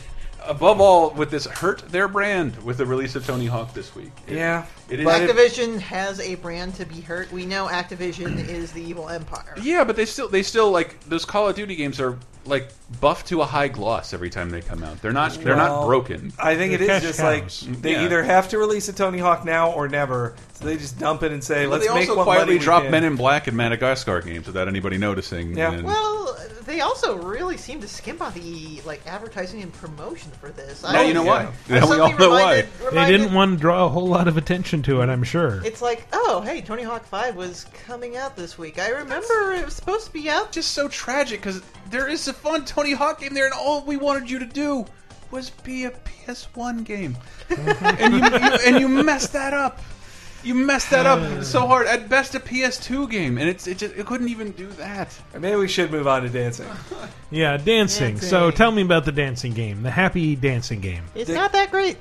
Speaker 2: above all, with this hurt their brand with the release of Tony Hawk this week.
Speaker 3: Yeah,
Speaker 2: it is.
Speaker 4: Activision has a brand to be hurt. We know Activision is the evil empire.
Speaker 2: yeah, but they still they still like those Call of Duty games are like buffed to a high gloss every time they come out. They're not they're not
Speaker 3: Well,
Speaker 2: broken.
Speaker 3: I think it is just like they
Speaker 2: Yeah.
Speaker 3: either have to release a Tony Hawk now or never. So they just dump it and say,
Speaker 2: Well,
Speaker 3: "Let's
Speaker 2: they
Speaker 3: make
Speaker 2: also
Speaker 3: what
Speaker 2: quietly
Speaker 3: money we
Speaker 2: drop
Speaker 3: can."
Speaker 2: Men in Black and Madagascar games without anybody noticing.
Speaker 3: Yeah.
Speaker 2: and-
Speaker 4: Well, they also really seem to skimp on the like advertising and promotion for this.
Speaker 2: Now you know why.
Speaker 4: I'm
Speaker 2: Now we all
Speaker 4: suddenly
Speaker 2: know why.
Speaker 4: reminded-
Speaker 1: They
Speaker 4: reminded-
Speaker 1: didn't want to draw a whole lot of attention to it, I'm sure.
Speaker 4: It's like, oh, hey, Tony Hawk Five was coming out this week. I remember it was supposed to be out.
Speaker 2: Just so tragic because there is a fun Tony Hawk game there, and all we wanted you to do was be a PS1 game, and you, you and you messed that up. You messed that up so hard. At best, a PS2 game, and it's it just it couldn't even do that.
Speaker 3: Maybe we should move on to dancing.
Speaker 1: Yeah, dancing.
Speaker 4: Dancing.
Speaker 1: So tell me about the dancing game, the happy dancing game.
Speaker 4: It's not that great.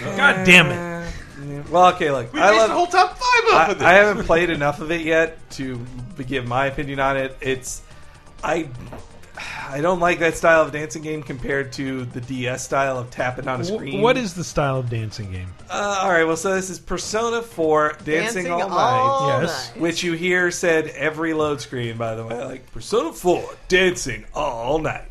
Speaker 1: God damn it.
Speaker 3: Yeah. Well, okay, look,
Speaker 2: We
Speaker 3: I
Speaker 2: based
Speaker 3: love
Speaker 2: the whole top five off
Speaker 3: I,
Speaker 2: of this.
Speaker 3: I haven't played enough of it yet to b- give my opinion on it. It's I I don't like that style of dancing game compared to the DS style of tapping on a
Speaker 1: Wh-
Speaker 3: screen.
Speaker 1: What is the style of dancing game?
Speaker 3: Uh, all right, well, so this is Persona 4 Dancing,
Speaker 4: Dancing
Speaker 3: All,
Speaker 4: All
Speaker 3: Night.
Speaker 4: Yes. Night.
Speaker 3: Which you hear said every load screen, by the way. Like, Persona 4 Dancing All Night.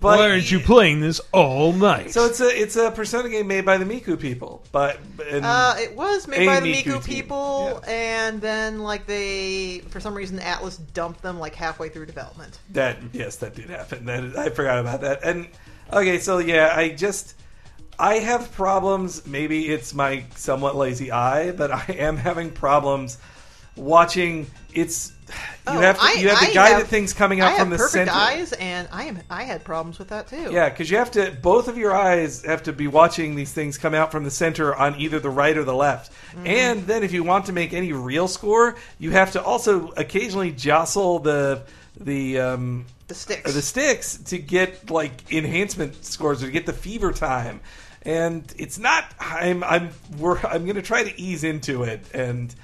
Speaker 3: But
Speaker 1: Why aren't you playing this all night?
Speaker 3: So it's a it's a Persona game made by the Miku people, but
Speaker 1: Mm.
Speaker 3: and
Speaker 4: Uh, it was made
Speaker 3: A
Speaker 4: by the
Speaker 3: Miku
Speaker 4: Miku,
Speaker 3: team.
Speaker 4: people, and then like they, for some reason, Atlas dumped them like halfway through development.
Speaker 3: That yes, that did happen. That is- I forgot about that. And okay, so yeah, I just I have problems. Maybe it's my somewhat lazy eye, but I am having problems watching. It's you
Speaker 4: Oh,
Speaker 3: have to,
Speaker 4: I-
Speaker 3: you have to
Speaker 4: I
Speaker 3: guide
Speaker 4: have-
Speaker 3: the things coming out
Speaker 4: I
Speaker 3: from
Speaker 4: have
Speaker 3: the
Speaker 4: perfect
Speaker 3: center.
Speaker 4: eyes, and I am I had problems with that too.
Speaker 3: Yeah, because you have to. Both of your eyes have to be watching these things come out from the center on either the right or the left.
Speaker 4: Mm-hmm.
Speaker 3: And then, if you want to make any real score, you have to also occasionally jostle the the um,
Speaker 4: the sticks.
Speaker 3: uh, the sticks to get like enhancement scores or to get the fever time. And it's not. I'm. I'm. We're. I'm going to try to ease into it. And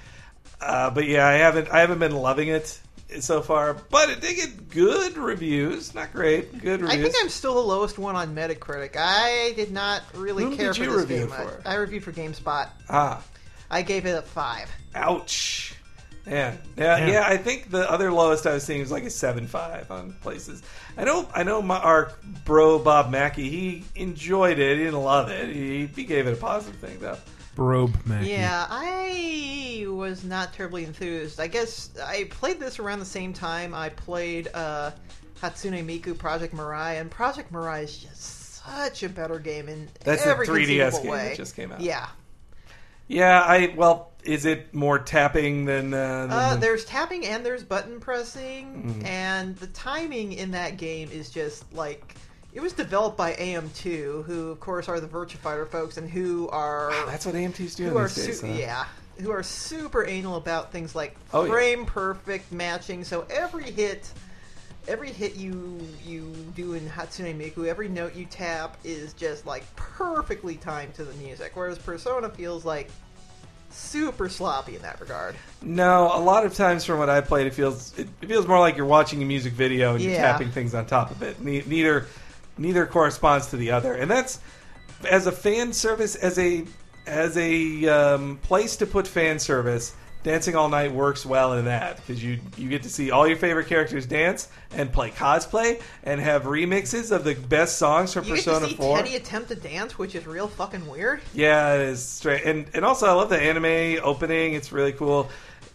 Speaker 3: uh, but yeah, I haven't. I haven't been loving it so far. But it did get good reviews. Not great. Good
Speaker 4: I
Speaker 3: reviews.
Speaker 4: think I'm still the lowest one on Metacritic. I did not really
Speaker 3: Whom
Speaker 4: care
Speaker 3: did
Speaker 4: for
Speaker 3: you
Speaker 4: this
Speaker 3: review
Speaker 4: game.
Speaker 3: for?
Speaker 4: I, I reviewed for GameSpot.
Speaker 3: ah.
Speaker 4: I gave it a five.
Speaker 3: Ouch. Man. Yeah, yeah,
Speaker 1: Yeah.
Speaker 3: I think the other lowest I was seeing was like a seven five on places. I know I know my our bro Bob Mackey, he enjoyed it, he didn't love it. He, he gave it a positive thing though.
Speaker 1: Brobe Mackey.
Speaker 4: Yeah, I was not terribly enthused. I guess I played this around the same time I played uh, Hatsune Miku Project Mirai, and Project Mirai is just such a better game in
Speaker 3: That's the
Speaker 4: every
Speaker 3: 3DS
Speaker 4: conceivable
Speaker 3: game that
Speaker 4: way.
Speaker 3: just came out.
Speaker 4: Yeah.
Speaker 3: Yeah, I well, is it more tapping than, uh, than
Speaker 4: Uh,
Speaker 3: the-
Speaker 4: there's tapping and there's button pressing,
Speaker 3: Mm-hmm.
Speaker 4: and the timing in that game is just like it was developed by AM2, who of course are the Virtua Fighter folks, and who are
Speaker 3: That's what AMT's doing
Speaker 4: who are
Speaker 3: these days.
Speaker 4: su-
Speaker 3: huh?
Speaker 4: yeah who are super anal about things like
Speaker 3: Oh, yeah.
Speaker 4: frame perfect matching. So every hit. Every hit you you do in Hatsune Miku, every note you tap is just like perfectly timed to the music. Whereas Persona feels like super sloppy in that regard.
Speaker 3: No, a lot of times from what I played, it feels it feels more like you're watching a music video and you're
Speaker 4: Yeah.
Speaker 3: tapping things on top of it. Ne- neither neither corresponds to the other, and that's as a fan service as a as a um, place to put fan service. Dancing All Night works well in that because you you get to see all your favorite characters dance and play cosplay and have remixes of the best songs from
Speaker 4: You get
Speaker 3: Persona
Speaker 4: to see
Speaker 3: Four.
Speaker 4: Teddy attempt to dance, which is real fucking weird.
Speaker 3: Yeah, it is straight. And and also, I love the anime opening. It's really cool.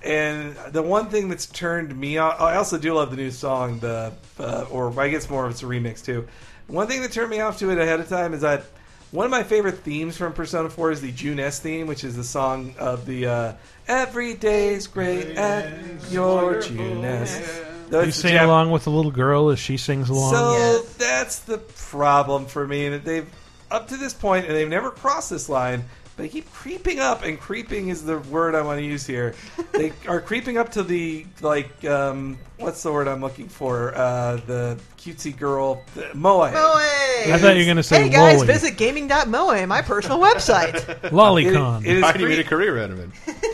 Speaker 3: And the one thing that's turned me on, I also do love the new song, the uh, or I guess more of it's a remix too. One thing that turned me off to it ahead of time is that one of my favorite themes from Persona 4 is the June S theme, which is the song of the uh, Every Day's Great at Your June S. Though
Speaker 1: you
Speaker 3: it's
Speaker 1: sing along with the little girl as she sings along.
Speaker 3: so that's the problem for me that they've up to this point and they've never crossed this line. They keep creeping up, and creeping is the word I want to use here. they are creeping up to the like um, what's the word I'm looking for? Uh, the cutesy girl, the, Moe.
Speaker 4: Moe!
Speaker 1: I thought you were gonna say
Speaker 4: Hey guys,
Speaker 1: Wally.
Speaker 4: visit gaming.moe, my personal website.
Speaker 1: Lolicon.
Speaker 3: It- it is
Speaker 12: How do you
Speaker 3: cre-
Speaker 12: made a career out of it?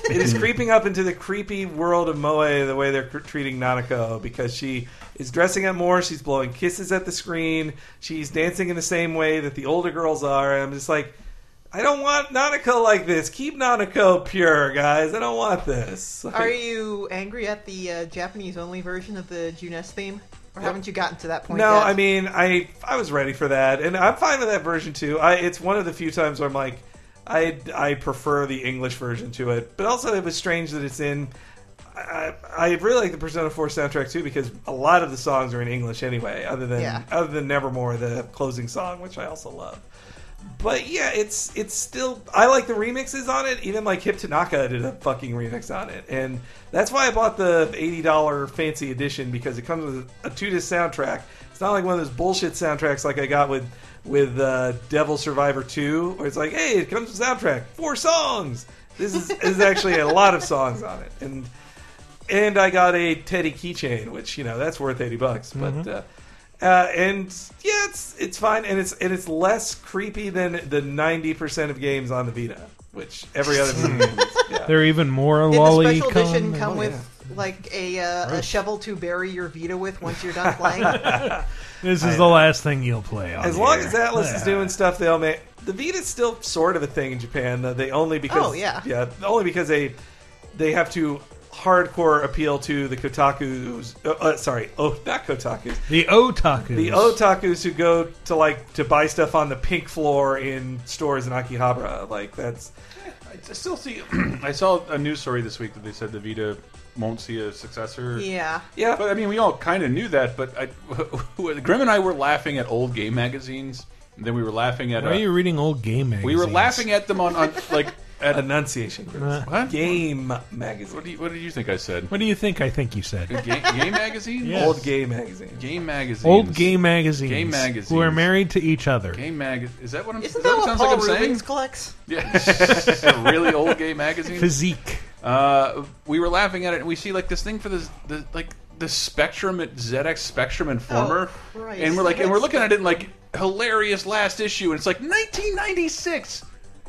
Speaker 3: it is creeping up into the creepy world of Moe the way they're cr- treating Nanako because she is dressing up more. She's blowing kisses at the screen. She's dancing in the same way that the older girls are. And I'm just like, I don't want Nanako like this. Keep Nanako pure, guys. I don't want this. Like,
Speaker 4: Are you angry at the uh, Japanese only version of the Juness theme? Or haven't you gotten to that point
Speaker 3: no,
Speaker 4: yet?
Speaker 3: I mean, I I was ready for that, and I'm fine with that version too. I, it's one of the few times where I'm like, I I prefer the English version to it, but also it was strange that it's in. I, I really like the Persona 4 soundtrack too because a lot of the songs are in English anyway, other than
Speaker 12: Yeah.
Speaker 3: other than Nevermore, the closing song, which I also love. But yeah, it's it's still I like the remixes on it. Even like Hip Tanaka did a fucking remix on it, and that's why I bought the eighty dollar fancy edition because it comes with a two disc soundtrack. It's not like one of those bullshit soundtracks like I got with with uh, Devil Survivor Two, where it's like, hey, it comes with soundtrack four songs. This is, is actually a lot of songs on it, and and I got a Teddy keychain, which you know that's worth eighty bucks. But
Speaker 4: Mm-hmm.
Speaker 12: Mhm.
Speaker 3: uh, uh, and yeah, it's it's fine, and it's and it's less creepy than the ninety percent of games on the Vita, which every other
Speaker 4: Hmm.
Speaker 3: Vita game. is. Yeah.
Speaker 1: They're even more
Speaker 4: Did the special
Speaker 1: lolicon.
Speaker 4: edition
Speaker 1: than-
Speaker 4: come with like a, uh, a
Speaker 1: Gross.
Speaker 4: shovel to bury your Vita with once you're done playing?
Speaker 1: This is the last thing you'll play. On
Speaker 3: As long
Speaker 1: here.
Speaker 3: as Atlas is
Speaker 1: Yeah.
Speaker 3: doing stuff, they'll make the Vita's still sort of a thing in Japan. Though they only because
Speaker 4: Oh, yeah.
Speaker 3: only because they they have to hardcore appeal to the Kotaku's. Uh, uh, sorry, oh, not Kotaku's.
Speaker 1: The otaku.
Speaker 3: The otakus who go to like to buy stuff on the pink floor in stores in Akihabara, like that's
Speaker 2: I still see. I saw a news story this week that they said the Vita won't see a successor.
Speaker 4: Yeah.
Speaker 3: yeah.
Speaker 2: But I mean, we all kind of knew that. But I, Grim and I were laughing at old game magazines. And then we were laughing at.
Speaker 1: Why are
Speaker 2: uh,
Speaker 1: you reading old game magazines?
Speaker 2: we were laughing at them on, on like at
Speaker 3: enunciation.
Speaker 1: Uh,
Speaker 2: What
Speaker 3: game magazine?
Speaker 2: What do you, what do you think I said?
Speaker 1: What do you think? I think you said
Speaker 2: Ga- Game, magazine?
Speaker 1: Yes. Old
Speaker 3: gay magazine.
Speaker 2: Game magazine.
Speaker 1: old game magazines.
Speaker 2: Game magazines.
Speaker 1: Who are married to each other.
Speaker 2: Game mag. Is that what I'm?
Speaker 4: Isn't
Speaker 2: is that
Speaker 4: that
Speaker 2: what
Speaker 4: what
Speaker 2: sounds
Speaker 4: Paul
Speaker 2: like I'm
Speaker 4: Rubens
Speaker 2: saying?
Speaker 4: collects?
Speaker 2: Yeah. really old gay magazine.
Speaker 1: Physique.
Speaker 2: Uh, we were laughing at it, and we see like this thing for this, the like the Spectrum ZX Spectrum Informer,
Speaker 6: Oh, Christ.
Speaker 2: and we're like, and we're looking at it in like hilarious last issue, and it's like 1996.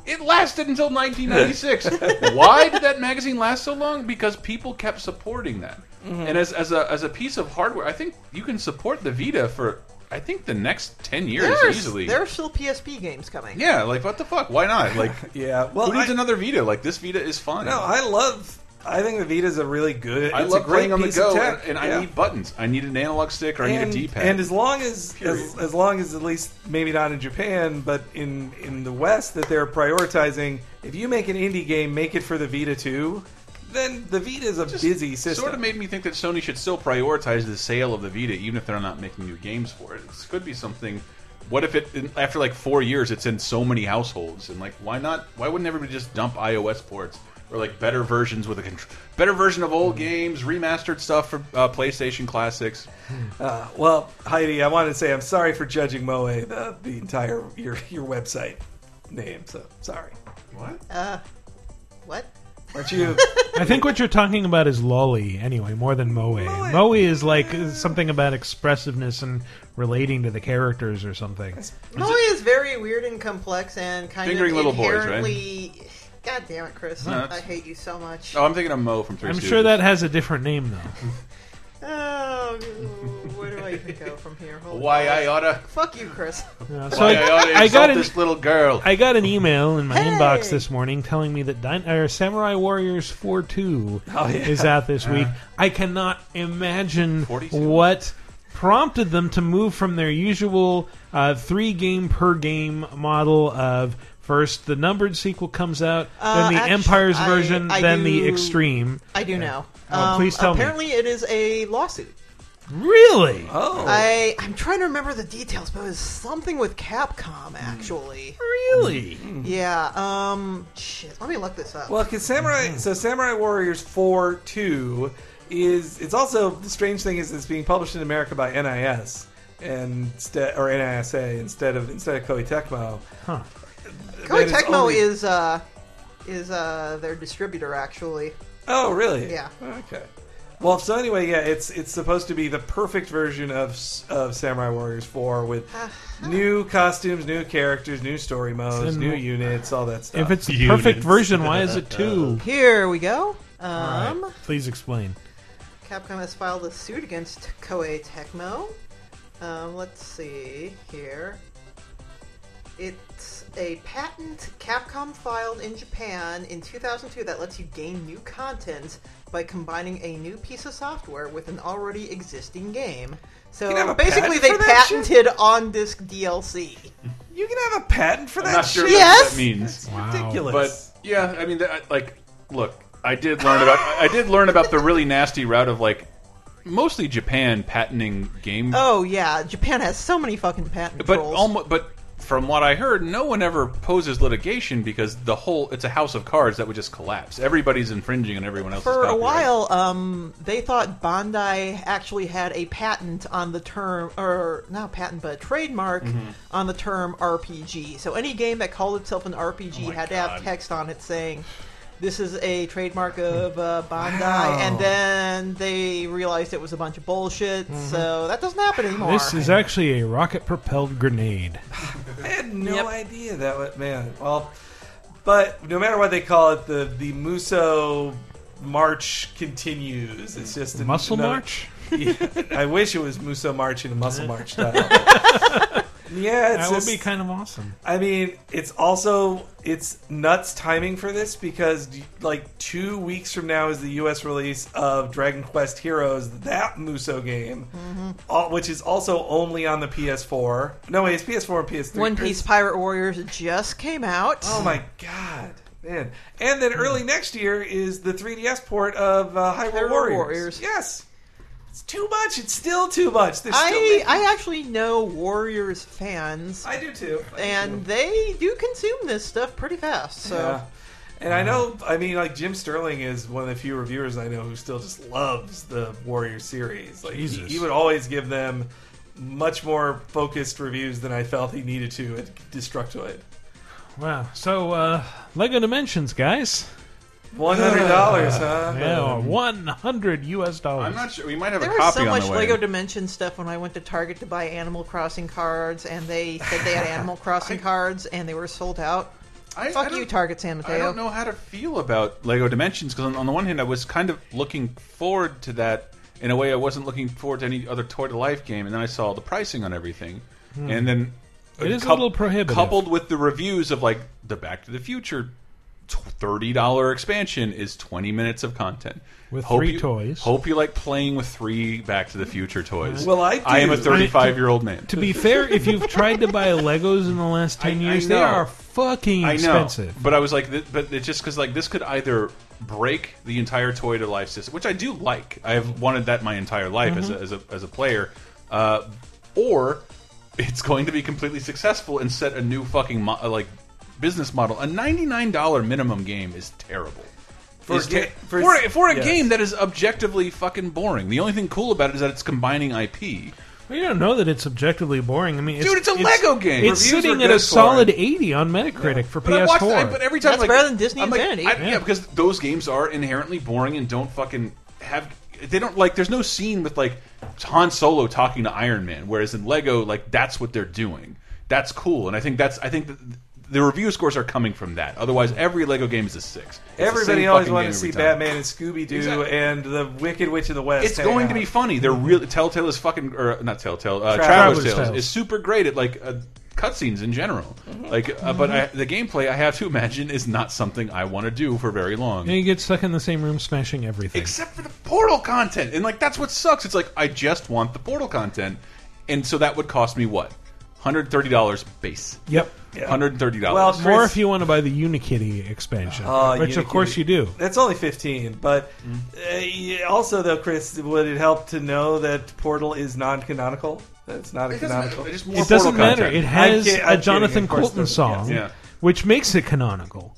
Speaker 2: It lasted until 1996. Why did that magazine last so long? Because people kept supporting that.
Speaker 3: Mm-hmm.
Speaker 6: Mhm.
Speaker 2: And as, as a as a piece of hardware, I think you can support the Vita for I think the next 10 years
Speaker 4: There's-
Speaker 2: easily.
Speaker 4: There are still PSP games coming.
Speaker 2: Yeah, like what the fuck? Why not? Like,
Speaker 3: yeah. Well,
Speaker 2: who needs another Vita? Like this Vita is fun.
Speaker 3: No, I love. I think the Vita's a really good.
Speaker 2: I
Speaker 3: it's
Speaker 2: love
Speaker 3: a great
Speaker 2: playing on the
Speaker 3: piece of
Speaker 2: go,
Speaker 3: tech.
Speaker 2: and, and
Speaker 3: Yeah.
Speaker 2: I need buttons. I need an analog stick, or I
Speaker 3: and,
Speaker 2: need a D pad.
Speaker 3: And as long as, as
Speaker 2: Period.
Speaker 3: as long as at least maybe not in Japan, but in in the West that they're prioritizing, if you make an indie game, make it for the Vita too. Then the Vita is a busy system.
Speaker 2: sort of made me think that Sony should still prioritize the sale of the Vita, even if they're not making new games for it. This could be something. What if it after like four years, it's in so many households, and like why not? Why wouldn't everybody just dump iOS ports or like better versions with a contr- better version of
Speaker 3: Hmm.
Speaker 2: old games, remastered stuff for uh, PlayStation classics?
Speaker 3: Uh, well, Heidi, I wanted to say I'm sorry for judging Moe the, the entire your your website name. So sorry. What?
Speaker 4: Uh, what?
Speaker 3: Aren't you?
Speaker 1: I think what you're talking about is lolly, anyway, more than moe. Moe, is like something about expressiveness and relating to the characters or something.
Speaker 4: Moe is very weird and complex and kind
Speaker 2: Fingering
Speaker 4: of
Speaker 2: little boys, right?
Speaker 4: inherently. God damn it, Chris!
Speaker 2: No,
Speaker 4: I
Speaker 2: that's-
Speaker 4: hate you so much.
Speaker 2: Oh, I'm thinking of Mo from Three.
Speaker 1: I'm
Speaker 2: Stooges.
Speaker 1: sure that has a different name though.
Speaker 4: Oh, where do I we could go from here. Holy
Speaker 2: Why
Speaker 4: cow.
Speaker 2: I oughta-
Speaker 4: Fuck you, Chris.
Speaker 1: Yeah,
Speaker 2: Why I oughta insult this little girl.
Speaker 1: I got an email in my
Speaker 4: Hey!
Speaker 1: inbox this morning telling me that Din- or Samurai Warriors 4 2
Speaker 2: Oh, yeah.
Speaker 1: is out this
Speaker 2: Yeah.
Speaker 1: week. I cannot imagine what prompted them to move from their usual uh, three game per game model of first the numbered sequel comes out,
Speaker 4: Uh,
Speaker 1: then the
Speaker 4: actu-
Speaker 1: Empire's
Speaker 4: I-
Speaker 1: version,
Speaker 4: I
Speaker 1: then the
Speaker 4: do-
Speaker 1: Extreme.
Speaker 4: I do know. Um,
Speaker 1: Oh, please tell me.
Speaker 4: apparently it is a lawsuit.
Speaker 1: Really?
Speaker 3: Oh.
Speaker 4: I I'm trying to remember the details, but it was something with
Speaker 1: Hmm.
Speaker 4: Capcom actually.
Speaker 1: Really?
Speaker 4: Yeah. Um. Shit. Let me look this up.
Speaker 3: Well, because Samurai, so Samurai Warriors Four Two is it's also the strange thing is it's being published in America by NIS and ste- or NISA instead of instead of Koei Tecmo.
Speaker 1: Huh.
Speaker 4: Koei Tecmo is uh is uh their distributor actually.
Speaker 3: Oh, really?
Speaker 4: Yeah.
Speaker 3: Okay. Well, so anyway, yeah, it's it's supposed to be the perfect version of S- of Samurai Warriors Four with new costumes, new characters, new story modes,
Speaker 1: in-
Speaker 3: new units, all that stuff.
Speaker 1: If it's the perfect version, why is it 2?
Speaker 4: Here we go.
Speaker 1: All
Speaker 4: Um.
Speaker 1: right, Please explain.
Speaker 4: Capcom has filed a suit against Koei Tecmo. Um, let's see here. It's a patent Capcom filed in Japan in 2002 that lets you gain new content by combining a new piece of software with an already existing game.
Speaker 3: You can have
Speaker 4: So
Speaker 3: a
Speaker 4: basically,
Speaker 3: patent
Speaker 4: they
Speaker 3: for that
Speaker 4: patented on disc DLC.
Speaker 3: You can have a patent for
Speaker 2: I'm not sure what
Speaker 4: Yes.
Speaker 2: that means.
Speaker 3: ridiculous.
Speaker 2: But yeah, I mean, that, I- like, look, I did learn about I did learn about the really nasty route of like mostly Japan patenting game,
Speaker 4: Oh yeah, Japan has so many fucking patent
Speaker 2: but
Speaker 4: trolls.
Speaker 2: almost but. From what I heard, no one ever poses litigation because the whole—it's a house of cards that would just collapse. Everybody's infringing on everyone else's.
Speaker 4: For a
Speaker 2: copyright.
Speaker 4: while, um, they thought Bandai actually had a patent on the term, or not patent, but trademark
Speaker 3: Mm-hmm.
Speaker 12: Mhm.
Speaker 4: on the term RPG. So any game that called itself an
Speaker 3: Oh
Speaker 4: RPG had to have
Speaker 12: God.
Speaker 4: text on it saying, "This is a trademark of uh, Bandai."
Speaker 1: Wow.
Speaker 4: And then they realized it was a bunch of bullshit.
Speaker 3: Mm-hmm.
Speaker 4: So that doesn't happen anymore.
Speaker 1: This is actually a rocket propelled grenade.
Speaker 3: I had no idea that was man. Well, but no matter what they call it, the the Muso march continues. It's just a,
Speaker 1: Muscle march?
Speaker 3: Yeah, I wish it was Muso march in a muscle march style. yeah, it's
Speaker 1: that would
Speaker 3: just-
Speaker 1: be kind of awesome.
Speaker 3: I mean, it's also it's nuts timing for this because like two weeks from now is the U.S. release of Dragon Quest Heroes, that Muso game, all- which is also only on the PS4. No, wait, it's PS4 and PS3.
Speaker 4: One Piece Pirate Warriors just came out.
Speaker 3: Oh my god, man! And then early next year is the 3DS port of uh, Hyrule,
Speaker 4: Hyrule
Speaker 3: Warriors.
Speaker 4: Warriors.
Speaker 3: Yes, it's too much. It's still too much. They're still
Speaker 4: I
Speaker 3: making-
Speaker 4: I actually know Warriors fans.
Speaker 3: I do too. I do
Speaker 4: and they do consume this stuff pretty fast. So
Speaker 3: Yeah. And I know, I mean, like Jim Sterling is one of the few reviewers I know who still just loves the Warrior series. Like he,
Speaker 1: Jesus.
Speaker 3: he would always give them much more focused reviews than I felt he needed to at Destructoid.
Speaker 1: Wow. So, uh, Lego Dimensions, guys.
Speaker 3: One hundred dollars, huh?
Speaker 1: Yeah, one hundred U.S. dollars.
Speaker 2: um, I'm not sure. We might have
Speaker 4: there
Speaker 2: a
Speaker 4: was
Speaker 2: copy
Speaker 4: so
Speaker 2: on
Speaker 4: much
Speaker 2: the way.
Speaker 4: Lego Dimension stuff when I went to Target to buy Animal Crossing cards, and they said they had Animal Crossing cards, and they were sold out. Fuck you, Target San Mateo.
Speaker 2: I don't know how to feel about Lego Dimensions because on, on the one hand, I was kind of looking forward to that in a way I wasn't looking forward to any other Toy to Life game, and then I saw the pricing on everything,
Speaker 1: Hmm.
Speaker 2: and then
Speaker 1: It is a
Speaker 2: coup-
Speaker 1: little prohibitive.
Speaker 2: Coupled with the reviews of like the Back to the Future. t- Thirty dollar expansion is twenty minutes of content
Speaker 1: With
Speaker 2: Hope
Speaker 1: three
Speaker 2: you-
Speaker 1: toys.
Speaker 2: Hope you like playing with three Back to the Future toys.
Speaker 3: Well, I
Speaker 2: I am a
Speaker 3: do.
Speaker 2: thirty-five year old man.
Speaker 1: To be fair, if you've tried to buy Legos in the last ten years, they
Speaker 2: know.
Speaker 1: are fucking
Speaker 2: I know,
Speaker 1: expensive.
Speaker 2: but I was like, th- but it's just because like this could either break the entire toy to life system, which I do like. I have wanted that my entire life
Speaker 1: Mhm.
Speaker 2: as, a, as a as a player, uh, or it's going to be completely successful and set a new fucking mo uh, like business model. A ninety nine dollar minimum game is terrible.
Speaker 3: For
Speaker 2: Is
Speaker 3: a ga-
Speaker 2: ter-
Speaker 3: for-
Speaker 2: for a- for a
Speaker 3: yes.
Speaker 2: game that is objectively fucking boring. The only thing cool about it is that it's combining IP.
Speaker 1: Well, you don't know that it's objectively boring. I mean,
Speaker 2: Dude, it's a Lego game.
Speaker 1: It's
Speaker 2: Reviews
Speaker 1: sitting
Speaker 2: are
Speaker 1: at
Speaker 2: good
Speaker 1: a
Speaker 2: for
Speaker 1: solid eighty on Metacritic for
Speaker 2: But I watched.
Speaker 1: PS4.
Speaker 2: I, but every time,
Speaker 4: That's
Speaker 2: like,
Speaker 4: better than Disney
Speaker 2: I'm like,
Speaker 4: Infinity.
Speaker 2: I- yeah. because those games are inherently boring and don't fucking have. They don't like. There's no scene with like Han Solo talking to Iron Man, whereas in Lego, like that's what they're doing. That's cool, and I think that's. I think the, the review scores are coming from that. Otherwise, every Lego game is a six. It's the
Speaker 3: Everybody
Speaker 2: same
Speaker 3: always
Speaker 2: fucking
Speaker 3: wanted
Speaker 2: game
Speaker 3: to see
Speaker 2: every time.
Speaker 3: Batman and Scooby Doo and the Wicked Witch of the West.
Speaker 2: It's going to be funny. They're
Speaker 1: Mm-hmm.
Speaker 2: real. Telltale is fucking, or not Telltale. Uh,
Speaker 3: Traveler's
Speaker 2: Traveler's,
Speaker 3: Tales.
Speaker 2: Tales is super great at like uh, cutscenes in general.
Speaker 1: Mm-hmm.
Speaker 2: Like, uh, but I, the gameplay I have to imagine is not something I want to do for very long.
Speaker 1: And you get stuck in the same room smashing everything.
Speaker 2: Except for the Portal content, and like that's what sucks. It's like I just want the Portal content, and so that would cost me what, hundred thirty dollars base.
Speaker 1: Yep.
Speaker 2: hundred thirty dollars.
Speaker 1: more if you want to buy the Unikitty expansion,
Speaker 3: Uh,
Speaker 1: which of
Speaker 3: Unikitty.
Speaker 1: course you do.
Speaker 3: That's only fifteen, but
Speaker 2: Mm.
Speaker 3: uh, yeah, also though, Chris, would it help to know that Portal is non-canonical? That's not a
Speaker 2: It doesn't matter.
Speaker 3: canonical.
Speaker 2: There's more
Speaker 1: It doesn't
Speaker 2: Portal
Speaker 1: matter.
Speaker 2: content.
Speaker 1: It has
Speaker 3: I'm ki- I'm
Speaker 1: a
Speaker 3: kidding,
Speaker 1: Jonathan
Speaker 3: of course it
Speaker 1: Colton
Speaker 3: doesn't. Yeah.
Speaker 1: song,
Speaker 2: Yeah.
Speaker 1: which makes it canonical,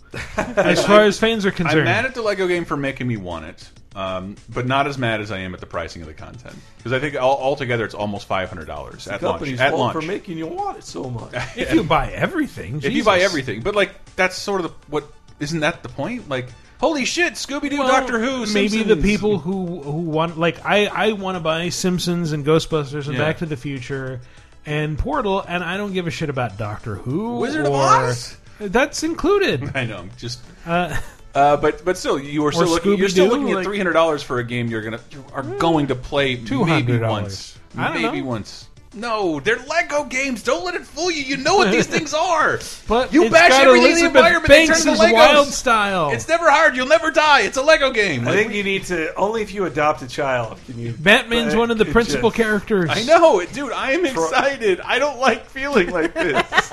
Speaker 1: as far as fans are
Speaker 2: I'm
Speaker 1: concerned.
Speaker 2: mad at the Lego game for making me want it, um, but not as mad as I am at the pricing of the content because I think all, altogether it's almost five hundred dollars at launch.
Speaker 3: company's
Speaker 2: At
Speaker 3: fault
Speaker 2: launch,
Speaker 3: for making you want it so much.
Speaker 1: if you buy everything,
Speaker 2: if you buy
Speaker 1: Jesus.
Speaker 2: everything, but like that's sort of the, what isn't that the point? Like, holy shit, Scooby Doo,
Speaker 1: Well,
Speaker 2: Doctor Who,
Speaker 1: maybe the
Speaker 2: Simpsons.
Speaker 1: people who who want like I I want to buy Simpsons and Ghostbusters and
Speaker 2: Yeah.
Speaker 1: Back to the Future and Portal, and I don't give a shit about Doctor Who,
Speaker 2: Wizard of
Speaker 1: or-
Speaker 2: Oz?
Speaker 1: That's included.
Speaker 2: I know, I'm just.
Speaker 1: Uh,
Speaker 2: Uh, but but still, you are still
Speaker 1: Or
Speaker 2: looking. You're still
Speaker 1: Scooby-Doo,
Speaker 2: looking at
Speaker 1: like- Mm.
Speaker 2: three hundred dollars for a game you're gonna you are going to play maybe
Speaker 1: $200.
Speaker 2: once,
Speaker 1: I don't
Speaker 2: maybe
Speaker 1: know.
Speaker 2: once. No, they're Lego games. Don't let it fool you. You know what these things are.
Speaker 1: But
Speaker 2: you
Speaker 1: it's
Speaker 2: bash
Speaker 1: got
Speaker 2: everything in
Speaker 1: Elizabeth
Speaker 2: the environment. They turn
Speaker 1: Banks'
Speaker 2: into Legos.
Speaker 1: wild style.
Speaker 2: It's never hard. You'll never die. It's a Lego game.
Speaker 3: I
Speaker 2: Like,
Speaker 3: think you need to only if you adopt a child can you.
Speaker 1: Batman's
Speaker 3: but
Speaker 1: one of the
Speaker 3: it
Speaker 1: principal
Speaker 3: just-
Speaker 1: characters.
Speaker 2: I know, it- dude. I am excited. I don't like feeling like this.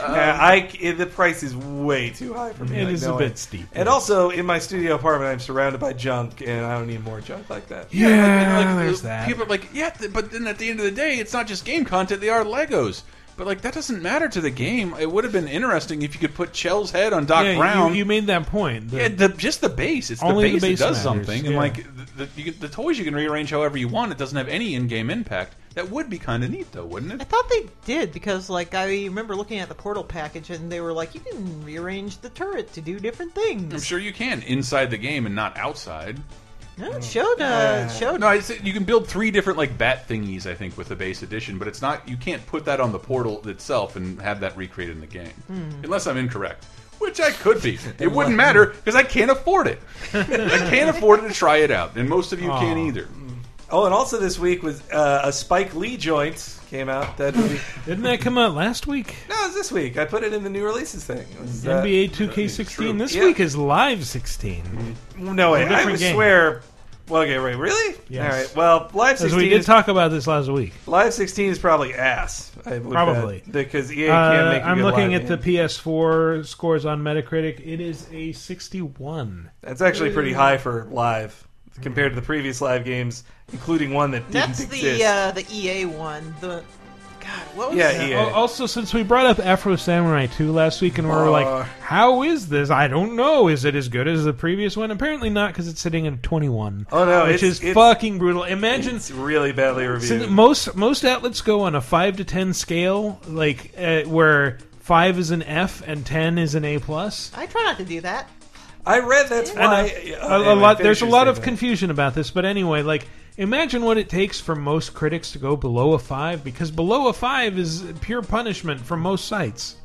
Speaker 3: Yeah, I c- the price is way too high for me.
Speaker 1: It
Speaker 3: I
Speaker 1: is a
Speaker 3: know
Speaker 1: bit steep,
Speaker 3: And also, in my studio apartment, I'm surrounded by junk, and I don't need more junk like that.
Speaker 1: Yeah,
Speaker 2: like, and, like,
Speaker 1: there's
Speaker 2: the-
Speaker 1: that.
Speaker 2: People are like, yeah, th- but then at the end of the day, it's not just game content; they are Legos. But like, that doesn't matter to the game. It would have been interesting if you could put Chell's head on Doc
Speaker 1: Yeah, you-
Speaker 2: Brown.
Speaker 1: You, made that point. The-
Speaker 2: yeah, the, just the base. It's
Speaker 1: Only
Speaker 2: the
Speaker 1: the
Speaker 2: base,
Speaker 1: base
Speaker 2: that does
Speaker 1: matters,
Speaker 2: something, and
Speaker 1: yeah.
Speaker 2: like the, the, you, can- the toys you can rearrange however you want. It doesn't have any in-game impact. That would be kind of neat, though, wouldn't
Speaker 4: I
Speaker 2: it?
Speaker 4: thought they did because, like, I remember looking at the portal package and they were like, you can rearrange the turret to do different things.
Speaker 2: I'm sure you can inside the game and not outside.
Speaker 4: No, it showed, uh,
Speaker 3: Yeah.
Speaker 4: it showed.
Speaker 2: Mm. No, I said you can build three different like bat thingies. I think with the base edition, but it's not. You can't put that on the portal itself and have that recreated in the game, unless I'm incorrect. Which I could be. It wouldn't matter because I can't afford it. I can't afford to try it out, and most of you can't either.
Speaker 3: Oh, and also this week was uh, a Spike Lee joint came out. That movie.
Speaker 1: Didn't that come out last week?
Speaker 3: no, it was this week. I put it in the new releases thing. It was, uh,
Speaker 1: NBA 2K16. This
Speaker 3: Yeah.
Speaker 1: week is live 16,
Speaker 3: No way. I
Speaker 1: different
Speaker 3: would
Speaker 1: game.
Speaker 3: swear. Well, okay, wait, really?
Speaker 1: Yes.
Speaker 3: All right. Well, Live
Speaker 1: as
Speaker 3: 16.
Speaker 1: we did
Speaker 3: is,
Speaker 1: talk about this last week.
Speaker 3: Live 16 is probably ass. I would
Speaker 1: Probably.
Speaker 3: bet, because EA can't
Speaker 1: Uh,
Speaker 3: make. a
Speaker 1: I'm
Speaker 3: good
Speaker 1: looking
Speaker 3: live
Speaker 1: at the
Speaker 3: game.
Speaker 1: PS4 scores on Metacritic. It is a 61.
Speaker 3: That's actually pretty high for live compared to the previous live games, including one that didn't
Speaker 4: That's
Speaker 3: exist.
Speaker 4: the uh, the EA one. The God, what was
Speaker 3: Yeah,
Speaker 4: that?
Speaker 2: E
Speaker 3: EA.
Speaker 1: Al- Also, since we brought up Afro Samurai 2 last week and we were
Speaker 3: Bar.
Speaker 1: like, how is this? I don't know. Is it as good as the previous one? Apparently not because it's sitting at 21.
Speaker 3: Oh, no,
Speaker 1: Which
Speaker 3: it's-
Speaker 1: is
Speaker 3: it's-
Speaker 1: fucking brutal. Imagine
Speaker 3: it's really badly reviewed.
Speaker 1: Since most most outlets go on a five to ten scale, like uh, where five is an F and ten is an A plus.
Speaker 4: I try not to do that.
Speaker 3: I read that's
Speaker 1: And
Speaker 3: why
Speaker 1: a-
Speaker 3: Oh,
Speaker 1: a- a
Speaker 3: anyway,
Speaker 1: lot,
Speaker 3: finish
Speaker 1: there's a
Speaker 3: your
Speaker 1: lot of
Speaker 3: statement.
Speaker 1: confusion about this, but anyway, like imagine what it takes for most critics to go below a five because below a five is pure punishment from most sites.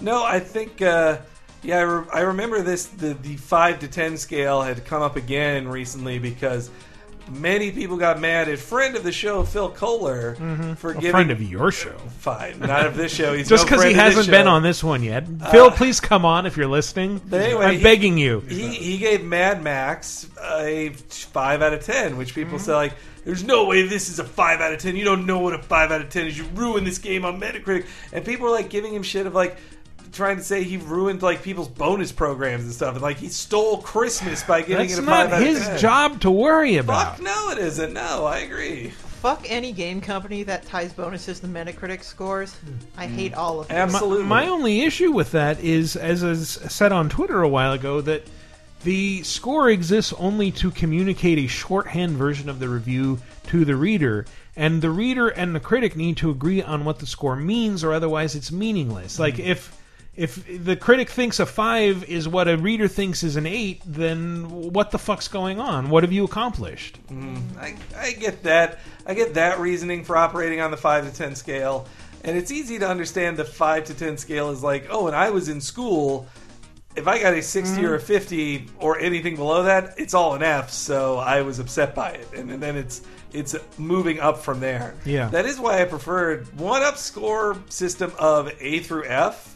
Speaker 3: No, I think. Uh, yeah, I, re- I remember this. The, the five to ten scale had come up again recently because many people got mad at friend of the show Phil Kohler for
Speaker 1: Mm-hmm. A
Speaker 3: giving
Speaker 1: friend of your show.
Speaker 3: fine, not of this show. He's
Speaker 1: Just
Speaker 3: because
Speaker 1: because he hasn't been on this one yet, Phil, please come on if you're listening.
Speaker 3: But anyway,
Speaker 1: I'm
Speaker 3: he-
Speaker 1: begging you.
Speaker 3: He, he gave Mad Max a five out of ten, which people say like, "There's no way this is a five out of ten. You don't know what a five out of ten is. You ruined this game on Metacritic." And people are like giving him shit of like trying to say he ruined like people's bonus programs and stuff, and like he stole Christmas by giving
Speaker 1: That's
Speaker 3: it a
Speaker 1: not
Speaker 3: five
Speaker 1: his
Speaker 3: out of 10.
Speaker 1: job to worry about.
Speaker 3: Fuck no, it isn't. No, I agree.
Speaker 4: Fuck any game company that ties bonuses to Metacritic scores. I
Speaker 1: Hmm.
Speaker 4: hate all of them.
Speaker 1: My-
Speaker 3: Absolutely.
Speaker 1: My, only issue with that is, as I s- said on Twitter a while ago, that the score exists only to communicate a shorthand version of the review to the reader, and the reader and the critic need to agree on what the score means, or otherwise it's meaningless. Like if. If the critic thinks a five is what a reader thinks is an eight, then what the fuck's going on? What have you accomplished?
Speaker 3: I, I get that. I get that reasoning for operating on the five to ten scale. And it's easy to understand the five to ten scale is like, oh, when I was in school, if I got a 60
Speaker 1: Mm-hmm.
Speaker 3: or a 50 or anything below that, it's all an F, so I was upset by it. And, and then it's it's moving up from there.
Speaker 1: Yeah.
Speaker 3: That is why I preferred one up score system of A through F.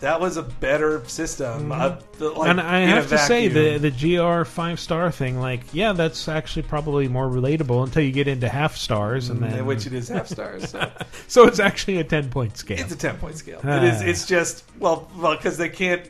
Speaker 3: That was a better system. Uh, the-
Speaker 1: Mm-hmm.
Speaker 3: like,
Speaker 1: and I
Speaker 3: in a
Speaker 1: have to say
Speaker 3: vacuum.
Speaker 1: the the GR five star thing, like, yeah, that's actually probably more relatable until you get into half stars, and then
Speaker 3: Mm, which it is half stars. So.
Speaker 1: so it's actually a ten point scale.
Speaker 3: It's a ten point scale.
Speaker 1: Ah.
Speaker 3: It is. It's just well, well, because they can't.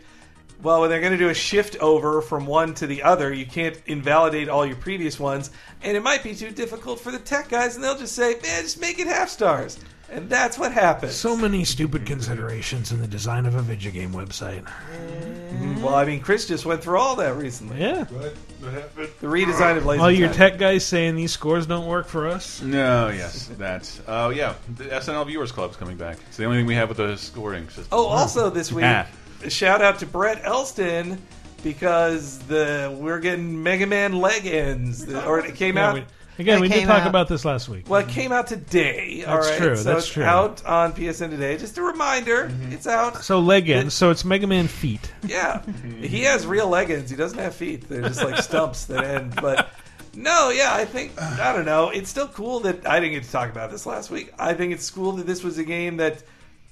Speaker 3: Well, when they're going to do a shift over from one to the other, you can't invalidate all your previous ones, and it might be too difficult for the tech guys, and they'll just say, "Man, just make it half stars," and that's what happens.
Speaker 1: So many stupid considerations in the design of a video game website.
Speaker 3: Mm-hmm. Well, I mean, Chris just went through all that recently.
Speaker 1: Yeah.
Speaker 2: What? What happened?
Speaker 3: The redesign of Laser
Speaker 1: All your
Speaker 3: Time.
Speaker 1: tech guys saying these scores don't work for us.
Speaker 2: No, yes, that's. Oh, yeah. The SNL Viewers Club's coming back. It's the only thing we have with the scoring system.
Speaker 3: Oh, also this week,
Speaker 1: Ah.
Speaker 2: Yeah.
Speaker 3: a shout out to Brett Elston because the we're getting Mega Man leg ends, or it came
Speaker 1: Yeah,
Speaker 3: out.
Speaker 1: we- again, we did talk about this last week.
Speaker 3: Well, it came out today.
Speaker 1: That's
Speaker 3: all right,
Speaker 1: true,
Speaker 3: So
Speaker 1: that's
Speaker 3: it's
Speaker 1: true. Mm-hmm.
Speaker 3: out on PSN today. Just a reminder, it's out.
Speaker 1: So leg ends, so it's Mega Man feet.
Speaker 3: Yeah, he has real leggings. He doesn't have feet. They're just like stumps that end. But no, yeah, I think I don't know. It's still cool that I didn't get to talk about this last week. I think it's cool that this was a game that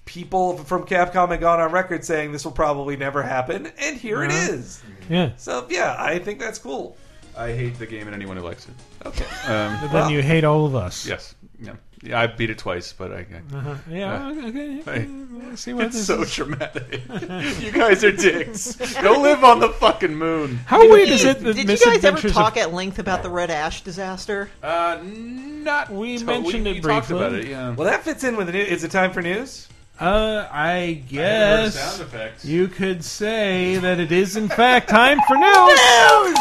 Speaker 3: people from Capcom had gone on record saying this will probably never happen, and here it
Speaker 1: Mm-hmm.
Speaker 2: Uh-huh.
Speaker 3: is.
Speaker 1: Yeah.
Speaker 3: So yeah, I think that's cool.
Speaker 2: I hate the game and anyone who likes it.
Speaker 3: Okay.
Speaker 2: Um,
Speaker 1: But then you hate all of us.
Speaker 2: Yes. Yeah. yeah. I beat it twice, but I. I
Speaker 1: Uh-huh. Yeah,
Speaker 2: uh,
Speaker 1: okay, okay. I see why
Speaker 2: it's
Speaker 1: this
Speaker 2: so
Speaker 1: is-
Speaker 2: dramatic. you guys are dicks. Go live on the fucking moon.
Speaker 1: How weird is it that
Speaker 4: Did you guys ever
Speaker 1: misadventures of-
Speaker 4: talk at length about the Red Ash disaster?
Speaker 2: Uh, not.
Speaker 1: We
Speaker 2: to-
Speaker 1: mentioned
Speaker 2: we-
Speaker 1: it
Speaker 2: we
Speaker 1: briefly.
Speaker 2: talked about it, yeah.
Speaker 3: Well, that fits in with the news. Is it time for news?
Speaker 1: Uh, I
Speaker 2: heard
Speaker 1: guess
Speaker 2: sound effects.
Speaker 1: you could say that it is in fact time for news.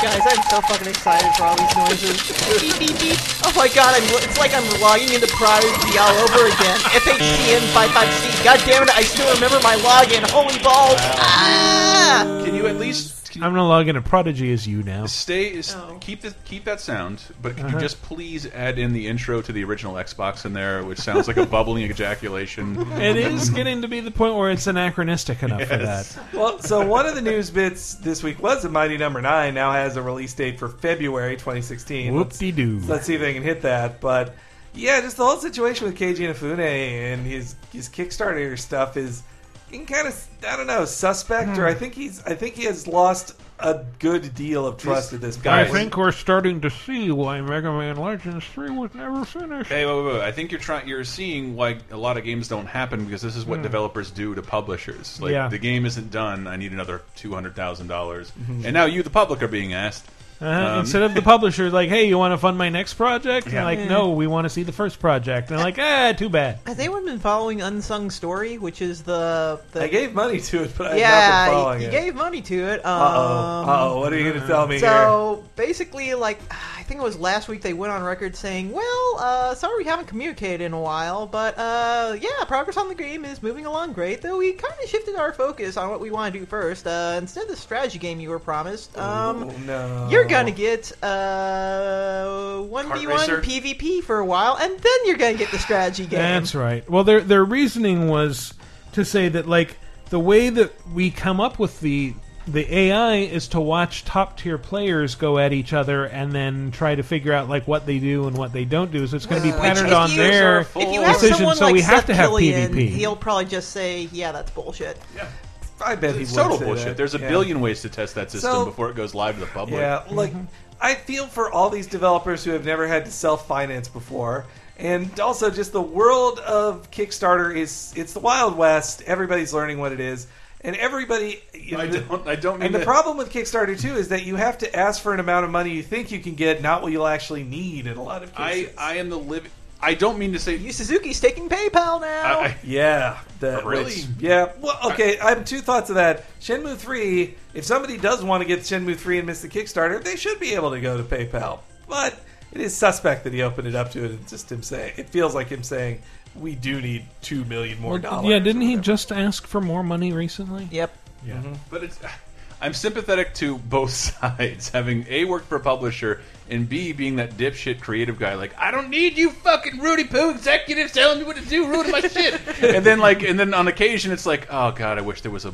Speaker 4: Guys, I'm so fucking excited for all these noises. Beep, beep, beep. Oh my god, I'm, it's like I'm logging into Prodigy all over again. FHCN55C. God damn it, I still remember my login. Holy balls. Ah!
Speaker 2: Can you at least
Speaker 1: I'm gonna log into Prodigy as you now.
Speaker 2: stay? s- Keep the keep that sound, but could
Speaker 1: Uh-huh.
Speaker 2: you just please add in the intro to the original Xbox in there, which sounds like a bubbling ejaculation.
Speaker 1: It is getting to be the point where it's anachronistic enough for
Speaker 2: Yes.
Speaker 1: that.
Speaker 3: Well, so one of the news bits this week was that Mighty Number Nine now has a release date for February 2016.
Speaker 1: Whoop
Speaker 3: Let's,
Speaker 1: de doo.
Speaker 3: let's see if they can hit that. But yeah, just the whole situation with Keiji Inafune and his his Kickstarter stuff is getting kind of I don't know suspect,
Speaker 2: Hmm.
Speaker 3: or I think he's I think he has lost a good deal of trust at this
Speaker 1: I
Speaker 3: point.
Speaker 1: think we're starting to see why Mega Man Legends 3 was never finished.
Speaker 2: Hey, wait, wait, wait. I think you're trying. You're seeing why a lot of games don't happen because this is what
Speaker 1: Hmm.
Speaker 2: developers do to publishers. Like
Speaker 1: Yeah.
Speaker 2: the game isn't done. I need another two hundred thousand dollars,
Speaker 1: Mhm.
Speaker 2: and now you, the public, are being asked.
Speaker 1: Uh-huh.
Speaker 2: Um,
Speaker 1: Instead of the publisher, like, hey, you want to fund my next project? And
Speaker 2: Yeah.
Speaker 1: like,
Speaker 4: Yeah.
Speaker 1: no, we want to see the first project. And I'm like, ah, too bad.
Speaker 4: Has anyone been following Unsung Story, which is the. the
Speaker 3: I gave money to it, but I've not
Speaker 4: yeah,
Speaker 3: been following
Speaker 4: he,
Speaker 3: it.
Speaker 4: gave money to it. Um,
Speaker 3: Uh-oh. Uh-oh, what are you gonna tell me
Speaker 4: So basically, like I think it was last week, they went on record saying, "Well, uh, sorry we haven't communicated in a while, but uh, yeah, progress on the game is moving along great. Though we kind of shifted our focus on what we want to do first. Uh, instead of the strategy game you were promised, um,
Speaker 3: Oh, no.
Speaker 4: you're gonna get uh, one v one
Speaker 1: racer?
Speaker 4: PvP for a while, and then you're gonna get the strategy game.
Speaker 1: That's right. Well, their their reasoning was to say that like the way that we come up with the the AI is to watch top tier players go at each other and then try to figure out like what they do and what they don't do. So it's going to be
Speaker 4: Which
Speaker 1: patterned
Speaker 4: if
Speaker 1: on
Speaker 4: you-
Speaker 1: their
Speaker 4: if you have
Speaker 1: decision.
Speaker 4: someone
Speaker 1: so
Speaker 4: like
Speaker 1: we have
Speaker 4: Seth
Speaker 1: to have
Speaker 4: Killian,
Speaker 1: PvP.
Speaker 4: He'll probably just say, "Yeah, that's bullshit."
Speaker 2: Yeah,
Speaker 3: I bet he
Speaker 2: It's
Speaker 3: would
Speaker 2: total
Speaker 3: say
Speaker 2: bullshit.
Speaker 3: that.
Speaker 2: There's a
Speaker 3: Yeah.
Speaker 2: billion ways to test that system
Speaker 3: So-
Speaker 2: before it goes live to the public.
Speaker 3: Yeah, like I feel for all these developers who have never had to self-finance before, and also just the world of Kickstarter is it's the wild west. Everybody's learning what it is, and everybody. You know,
Speaker 2: I don't. I don't mean.
Speaker 3: and the
Speaker 2: to-
Speaker 3: problem with Kickstarter too is that you have to ask for an amount of money you think you can get, not what you'll actually need in a lot of
Speaker 2: I
Speaker 3: cases.
Speaker 2: I am the living. I don't mean to say.
Speaker 4: You Suzuki's taking PayPal now.
Speaker 3: yeah, that
Speaker 2: Really?
Speaker 3: which- yeah. Well, okay. I have two thoughts of that. Shenmue three. If somebody does want to get Shenmue three and miss the Kickstarter, they should be able to go to PayPal. But it is suspect that he opened it up to it. It's just him saying. It feels like him saying we do need two million more
Speaker 1: Well,
Speaker 3: dollars. Uh,
Speaker 1: yeah, didn't he just ask for more money recently?
Speaker 4: Yep.
Speaker 1: Yeah.
Speaker 2: But it's. I'm sympathetic to both sides, having A, worked for a publisher, and B, being that dipshit creative guy, like, I don't need you fucking Rudy Poo executives telling me what to do, ruining my shit. and then, like, and then on occasion, it's like, oh, God, I wish there was a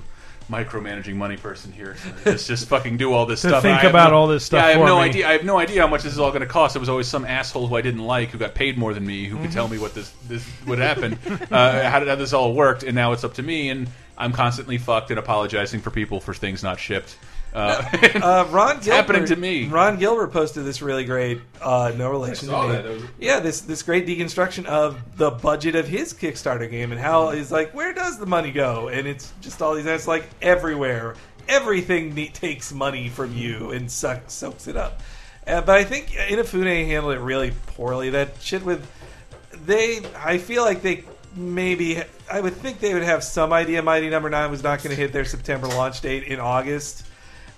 Speaker 2: micromanaging money person here. Let's just fucking do all this
Speaker 1: To
Speaker 2: stuff.
Speaker 1: think
Speaker 2: I have
Speaker 1: about
Speaker 2: no-
Speaker 1: all this stuff
Speaker 2: Yeah, I have
Speaker 1: for
Speaker 2: no
Speaker 1: me.
Speaker 2: idea. I have no idea how much this is all going to cost. It was always some asshole who I didn't like who got paid more than me who could
Speaker 1: Mhm.
Speaker 2: tell me what this this would happen, uh, how, did- how this all worked, and now it's up to me, and I'm constantly fucked and apologizing for people for things not shipped. Uh,
Speaker 3: uh, Ron Gilbert,
Speaker 2: happening to me.
Speaker 3: Ron Gilbert posted this really great, uh, no relation
Speaker 2: I saw
Speaker 3: to me.
Speaker 2: that. That was-
Speaker 3: Yeah, this this great deconstruction of the budget of his Kickstarter game and how he's like, where does the money go? And it's just all these ads like everywhere. Everything ne- takes money from you and suck, soaks it up. Uh, but I think Inafune handled it really poorly. That shit with they, I feel like they maybe I would think they would have some idea Mighty Number Nine was not going to hit their September launch date in August,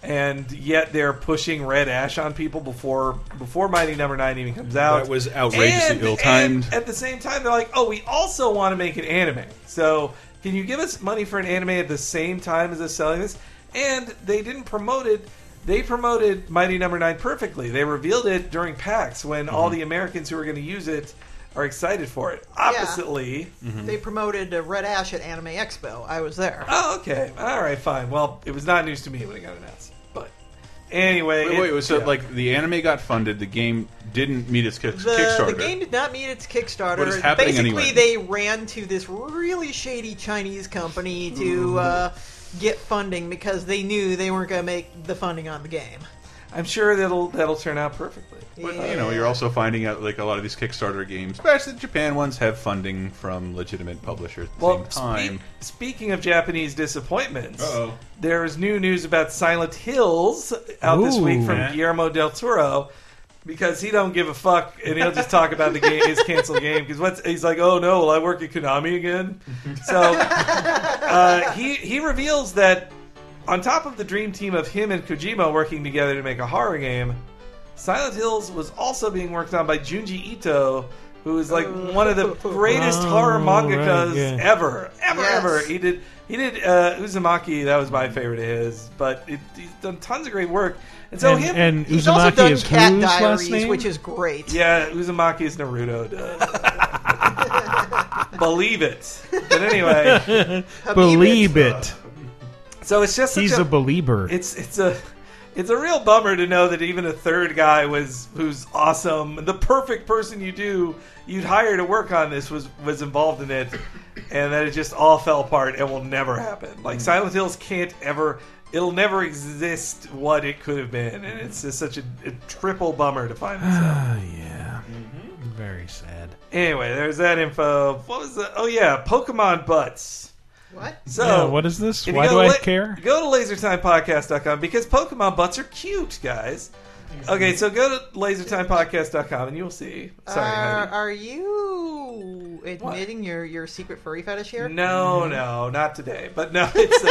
Speaker 3: and yet they're pushing Red Ash on people before before Mighty Number Nine even comes out.
Speaker 2: That was outrageously
Speaker 3: And-
Speaker 2: ill-timed.
Speaker 3: and At the same time, they're like, "Oh, we also want to make an anime, so can you give us money for an anime at the same time as us selling this?" And they didn't promote it. They promoted Mighty Number Nine perfectly. They revealed it during PAX when all
Speaker 2: Mhm.
Speaker 3: the Americans who are going to use it are excited for it. Oppositely,
Speaker 2: Mm-hmm.
Speaker 4: They promoted uh, Red Ash at Anime Expo. I was there.
Speaker 2: Ah,
Speaker 3: Oh, okay. All right, fine. Well, it was not news to me when it got announced. But anyway,
Speaker 2: Wait, wait,
Speaker 3: it-
Speaker 2: so
Speaker 3: yeah.
Speaker 2: like the anime got funded, the game didn't meet its kick-
Speaker 4: The,
Speaker 2: Kickstarter.
Speaker 4: the game did not meet its Kickstarter.
Speaker 2: What is happening
Speaker 4: Basically,
Speaker 2: anyway?
Speaker 4: they ran to this really shady Chinese company
Speaker 2: Mm-hmm.
Speaker 4: to uh, get funding because they knew they weren't going to make the funding on the game.
Speaker 3: I'm sure that'll that'll turn out perfectly.
Speaker 2: But you know, you're also finding out like a lot of these Kickstarter games, especially the Japan ones, have funding from legitimate publishers at the
Speaker 3: Well,
Speaker 2: same time.
Speaker 3: speak- speaking of Japanese disappointments,
Speaker 2: Uh-oh.
Speaker 3: there's new news about Silent Hills out this
Speaker 2: Ooh.
Speaker 3: week from
Speaker 2: Yeah.
Speaker 3: Guillermo del Toro because he don't give a fuck and he'll just talk about the game his canceled game because what's he's like oh no will I work at Konami again so uh, he he reveals that on top of the dream team of him and Kojima working together to make a horror game Silent Hills was also being worked on by Junji Ito who is like one of the greatest
Speaker 1: Oh,
Speaker 3: horror mangakas
Speaker 1: right, yeah.
Speaker 3: ever ever ever he did he did uh, Uzumaki that was my favorite of his but it, he's done tons of great work and so
Speaker 1: And-
Speaker 3: him
Speaker 1: and He's also Uzumaki done is Cat whose last Diaries, name? which
Speaker 4: is great
Speaker 3: yeah Uzumaki is Naruto duh. believe it but anyway
Speaker 1: Believe it.
Speaker 3: so it's just such
Speaker 1: He's a belieber.
Speaker 3: It's it's a it's a real bummer to know that even a third guy was who's awesome, the perfect person you do you'd hire to work on this was was involved in it, and that it just all fell apart and will never happen.
Speaker 1: Mm.
Speaker 3: Like Silent Hills can't ever. It'll never exist what it could have been, and it's just such a, a triple bummer to find this out.
Speaker 1: yeah. Very sad.
Speaker 3: Anyway, there's that info. What was the? Oh yeah, Pokemon butts.
Speaker 4: What?
Speaker 3: So
Speaker 1: Yeah, what is this?
Speaker 3: if Oh. you
Speaker 1: Why
Speaker 3: go
Speaker 1: do
Speaker 3: to
Speaker 1: I
Speaker 3: la-
Speaker 1: care?
Speaker 3: Go to LaserTimePodcast.com because Pokemon butts are cute, guys. Okay, so go to LaserTimePodcast.com and you'll see. Sorry,
Speaker 4: are,
Speaker 3: honey.
Speaker 4: Uh, are you admitting your, your secret furry fetish here?
Speaker 3: No, no, not today. But no, it's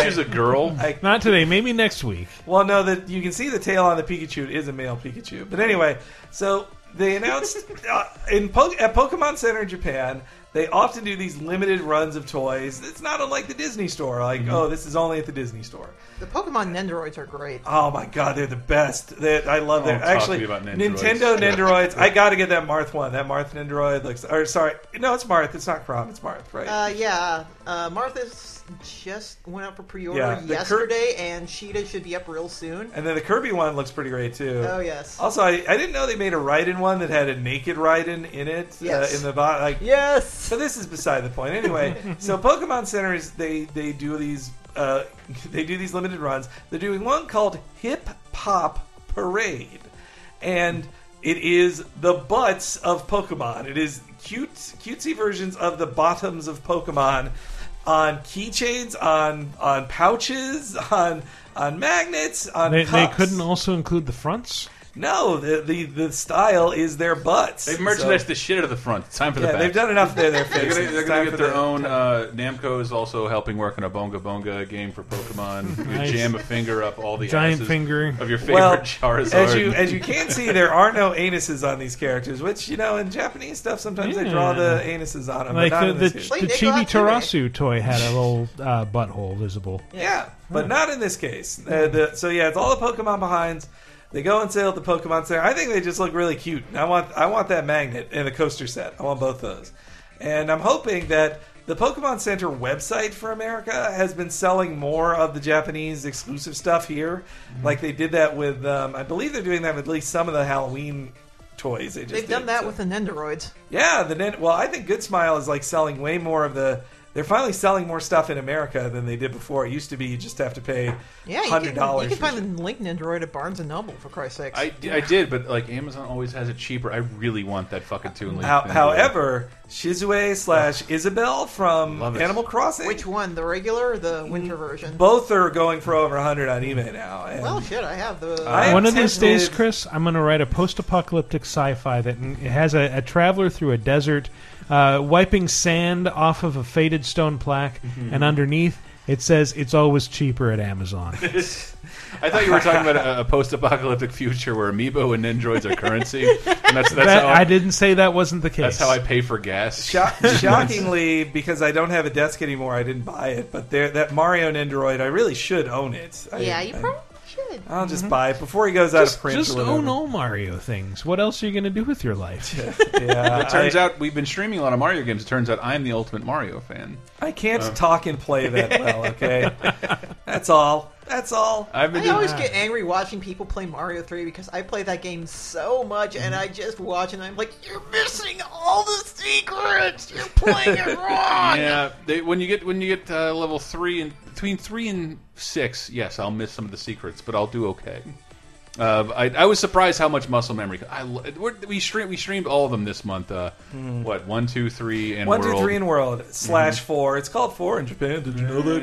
Speaker 3: a,
Speaker 1: She's a girl?
Speaker 3: not
Speaker 1: today. Maybe next week.
Speaker 3: Well, no, that you can see the tail on the Pikachu. It is a male Pikachu. But anyway, so they announced uh, in po- at Pokemon Center in Japan, they often do these limited runs of toys. It's not unlike the Disney store. Like, oh, this is only at the Disney store.
Speaker 4: The Pokemon Nendoroids are great.
Speaker 3: Oh my god, they're the best. They, I love them.
Speaker 2: Don't talk to
Speaker 3: Actually,
Speaker 2: me about Nendoroids.
Speaker 3: Nintendo
Speaker 2: Yeah.
Speaker 3: Nendoroids. I got to get that Marth one. That Marth Nendoroid looks. Or sorry, no, it's Marth. It's not Crom. It's Marth, right?
Speaker 4: Uh, yeah, uh, Martha's just went up for pre-order
Speaker 3: Yeah, the cur-
Speaker 4: yesterday, and Sheeta should be up real soon.
Speaker 3: and then the Kirby one looks pretty great too.
Speaker 4: Oh, yes.
Speaker 3: Also, I, I didn't know they made a Raiden one that had a naked Raiden in it.
Speaker 4: Yes.
Speaker 3: Uh, in the bot, like
Speaker 4: yes.
Speaker 3: So this is beside the point. Anyway, so Pokemon Center is they they do these uh, they do these limited runs. They're doing one called Hip Hop Parade, and it is the butts of Pokemon. It is cute cutesy versions of the bottoms of Pokemon on keychains, on on pouches, on on magnets, on
Speaker 1: They, they
Speaker 3: cups.
Speaker 1: couldn't also include the fronts?
Speaker 3: No, the, the the style is their butts.
Speaker 2: They've
Speaker 3: So-
Speaker 2: merchandised the shit out of the front. It's time for the
Speaker 3: Yeah,
Speaker 2: back.
Speaker 3: they've done enough there, their
Speaker 2: they're
Speaker 3: faces.
Speaker 2: gonna, they're
Speaker 3: It's
Speaker 2: gonna
Speaker 3: time
Speaker 2: get
Speaker 3: for
Speaker 2: their
Speaker 3: the-
Speaker 2: own. Uh, Namco is also helping work on a Bonga Bonga game for Pokemon. You
Speaker 1: Nice.
Speaker 2: jam a finger up all the
Speaker 1: Giant
Speaker 2: asses
Speaker 1: finger.
Speaker 2: of your favorite
Speaker 3: Well,
Speaker 2: Charizard.
Speaker 3: as you as you can see, there are no anuses on these characters, which you know in Japanese stuff sometimes they draw the
Speaker 1: Yeah.
Speaker 3: anuses on them.
Speaker 1: Like
Speaker 3: but not
Speaker 1: the,
Speaker 3: in
Speaker 1: the,
Speaker 3: this
Speaker 1: the
Speaker 3: case.
Speaker 1: Chibi Tarasu toy had a little uh, butthole visible.
Speaker 3: Yeah. but not in this case. Uh, the, so yeah, it's all the Pokemon behinds. They go and sale at the Pokemon Center. I think they just look really cute. And I want I want that magnet and the coaster set. I want both those. And I'm hoping that the Pokemon Center website for America has been selling more of the Japanese exclusive stuff here,
Speaker 4: Mm-hmm.
Speaker 3: like they did that with. Um, I believe they're doing that with at least some of the Halloween toys. They just
Speaker 4: They've
Speaker 3: did,
Speaker 4: done that
Speaker 3: so.
Speaker 4: with the Nendoroids.
Speaker 3: Yeah, the nin- well, I think Good Smile is like selling way more of the. They're finally selling more stuff in America than they did before. It used to be you just have to pay
Speaker 4: Yeah, you
Speaker 3: hundred
Speaker 4: can,
Speaker 3: dollars.
Speaker 4: you can find the Link Nendoroid at Barnes and Noble for Christ's sakes.
Speaker 2: I, I did, but like Amazon always has it cheaper. I really want that fucking Toon Link.
Speaker 3: How,
Speaker 2: thing.
Speaker 3: however,
Speaker 1: uh,
Speaker 3: Shizue slash Isabel from
Speaker 2: Love it.
Speaker 3: Animal Crossing,
Speaker 4: Which one, the regular or the winter version?
Speaker 3: Mm, both are going for over hundred on eBay now. And
Speaker 4: Well, shit, I have the.
Speaker 3: I am
Speaker 1: One of these days,
Speaker 3: tempted-
Speaker 1: Chris, I'm going to write a post-apocalyptic sci-fi that n- it has a, a traveler through a desert, uh, wiping sand off of a faded stone plaque,
Speaker 3: Mm-hmm.
Speaker 1: and underneath it says it's always cheaper at Amazon.
Speaker 2: I thought you were talking about a, a post-apocalyptic future where amiibo and androids are currency, and that's that's
Speaker 1: That-
Speaker 2: how
Speaker 1: I didn't say that wasn't the case.
Speaker 2: that's how I pay for gas.
Speaker 3: Shock- shockingly, because I don't have a desk anymore, I didn't buy it. But there, that Mario Nendoroid, I really should own it. I-
Speaker 4: yeah, you
Speaker 3: I-
Speaker 4: probably should.
Speaker 3: I'll just buy it before he goes
Speaker 1: Mm-hmm.
Speaker 3: out
Speaker 1: Just-
Speaker 3: of print.
Speaker 1: Just
Speaker 3: or whatever.
Speaker 1: own all Mario things. What else are you going to do with your life?
Speaker 3: Yeah,
Speaker 2: It turns
Speaker 3: I,
Speaker 2: out we've been streaming a lot of Mario games. It turns out I'm the ultimate Mario fan.
Speaker 3: I can't talk and play that well. Okay, that's all. That's all.
Speaker 2: I've been
Speaker 4: I always get angry watching people play Mario 3 because I play that game so much and I just watch and I'm like, you're missing all the secrets! You're playing it wrong!
Speaker 2: Yeah, they, when you get when you get uh, level three and between three and six, yes, I'll miss some of the secrets, but I'll do okay. Uh, I, I was surprised how much muscle memory. I lo- we're- we stream, we streamed all of them this month. Uh, What one, two, three, and
Speaker 3: Hmm. One, two,
Speaker 2: world. Mm-hmm.
Speaker 3: three, and world slash four. It's called four in Japan. Did you know that?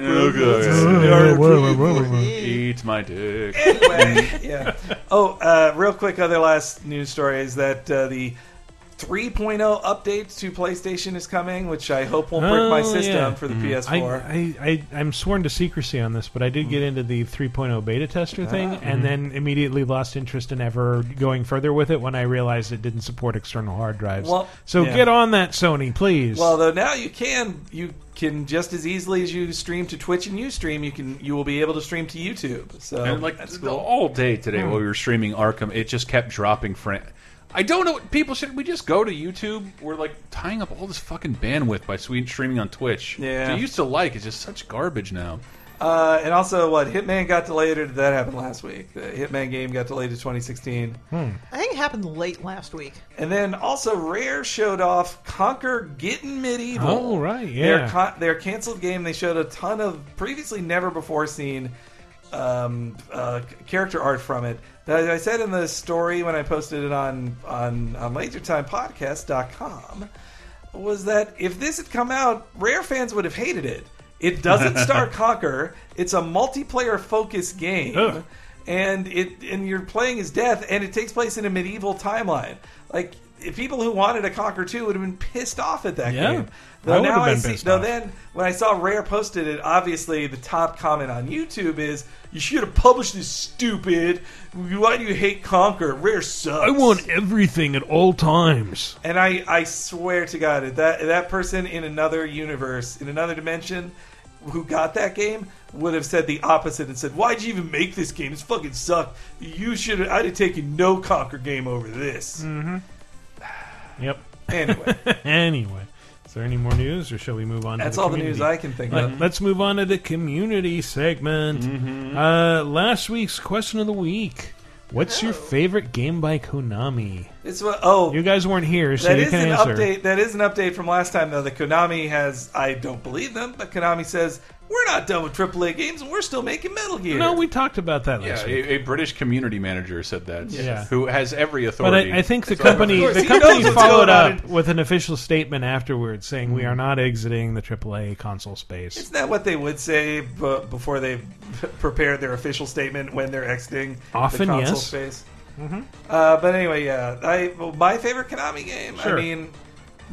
Speaker 2: Eat my dick.
Speaker 3: Anyway, yeah. Oh, uh, real quick, other last news story is that uh, the 3.0 update to PlayStation is coming, which I hope won't break my
Speaker 1: Oh,
Speaker 3: system
Speaker 1: yeah.
Speaker 3: for Mm. the
Speaker 2: Mm-hmm.
Speaker 1: I,
Speaker 3: PS4.
Speaker 1: I, I, I'm sworn to secrecy on this, but I did get into the 3.0 beta
Speaker 3: Ah,
Speaker 1: tester thing
Speaker 3: mm-hmm.
Speaker 1: and then immediately lost interest in ever going further with it when I realized it didn't support external hard drives.
Speaker 3: Well,
Speaker 1: so
Speaker 3: yeah.
Speaker 1: get on that, Sony, please.
Speaker 3: well, though now you can you can just as easily as you stream to Twitch and Ustream, you can you will be able to stream to YouTube. So
Speaker 2: And like
Speaker 3: Oh, that's
Speaker 2: the-
Speaker 3: cool. Hmm.
Speaker 2: all day today while we were streaming Arkham, it just kept dropping. Fran- I don't know. People should we just go to YouTube? We're like tying up all this fucking bandwidth by swe- streaming on Twitch.
Speaker 3: Yeah.
Speaker 2: which I used to like. It's just such garbage now.
Speaker 3: Uh, and also, what Hitman got delayed, or did that happen last week? The Hitman game got delayed to 2016.
Speaker 1: Hmm.
Speaker 4: I think it happened late last week.
Speaker 3: And then also, Rare showed off Conquer Getting Medieval.
Speaker 1: Oh, right, yeah.
Speaker 3: Their, con- their canceled game, they showed a ton of previously never before seen um, uh, c- character art from it. That I said in the story when I posted it on, on, on lasertimepodcast.com was that if this had come out, Rare fans would have hated it. It doesn't star Conquer. It's a multiplayer focused game,
Speaker 1: Ugh.
Speaker 3: and it and you're playing as Death, and it takes place in a medieval timeline. Like if people who wanted a Conquer two would have been pissed off at that
Speaker 1: Yeah.
Speaker 3: game.
Speaker 1: I would have been
Speaker 3: see,
Speaker 1: pissed
Speaker 3: though
Speaker 1: off.
Speaker 3: then when I saw Rare posted it, obviously the top comment on YouTube is, "You should have published this, stupid. Why do you hate Conquer? Rare sucks."
Speaker 1: everything at all times.
Speaker 3: And I, I swear to God, if that if that person in another universe, in another dimension, who got that game would have said the opposite and said, "Why'd you even make this game? It's fucking sucked. You should. I'd have taken no conquer game over this."
Speaker 1: Mm. Yep.
Speaker 3: Anyway,
Speaker 1: anyway, is there any more news, or shall we move on? to
Speaker 3: that's
Speaker 1: the
Speaker 3: all the
Speaker 1: community?
Speaker 3: news I can think
Speaker 1: Let-
Speaker 3: of.
Speaker 1: Let's move on to the community segment.
Speaker 3: Mm-hmm.
Speaker 1: Uh, last week's question of the week: What's
Speaker 3: Oh.
Speaker 1: your favorite game by Konami?
Speaker 3: It's what. Oh,
Speaker 1: You guys weren't here, so
Speaker 3: That
Speaker 1: you
Speaker 3: is
Speaker 1: can
Speaker 3: an
Speaker 1: answer.
Speaker 3: update. That is an update from last time, though. That Konami has. I don't believe them, but Konami says we're not done with AAA games, and we're still making Metal Gear.
Speaker 1: No, we talked about that
Speaker 2: Yeah,
Speaker 1: last week.
Speaker 2: a, a British community manager said that.
Speaker 1: Yes.
Speaker 2: who has every
Speaker 1: But
Speaker 2: authority.
Speaker 1: I, I think the
Speaker 2: It's all
Speaker 1: company
Speaker 3: Of course,
Speaker 1: the
Speaker 3: he knows
Speaker 1: company
Speaker 3: what's
Speaker 1: followed
Speaker 3: going on
Speaker 1: up
Speaker 3: in-
Speaker 1: with an official statement afterwards saying we are not exiting the AAA console space.
Speaker 3: Isn't that what they would say b- before they prepare their official statement when they're exiting
Speaker 1: Often,
Speaker 3: the console
Speaker 1: yes. Mm-hmm.
Speaker 3: space? Uh, but anyway, yeah, I well, my favorite Konami game.
Speaker 1: Sure.
Speaker 3: I mean,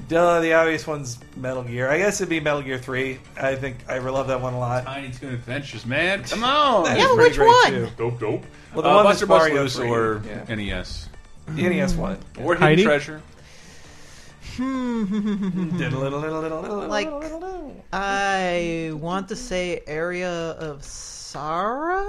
Speaker 3: duh, the obvious one's Metal Gear. I guess it'd be Metal Gear Three. I think I love that one a lot.
Speaker 2: Tiny Toon Adventures, man. Come on.
Speaker 3: That
Speaker 4: Yeah,
Speaker 3: is pretty
Speaker 4: which
Speaker 3: great,
Speaker 4: one?
Speaker 3: too.
Speaker 2: dope, dope.
Speaker 3: Well, the
Speaker 2: uh,
Speaker 3: one
Speaker 2: Buster
Speaker 3: that's
Speaker 2: Bus
Speaker 3: Mario
Speaker 2: Loose
Speaker 3: free.
Speaker 2: or E
Speaker 3: Yeah.
Speaker 2: NES
Speaker 3: The NES E one.
Speaker 2: or Hidden
Speaker 1: Heidi?
Speaker 2: Treasure.
Speaker 4: like I want to say Area of Sorrow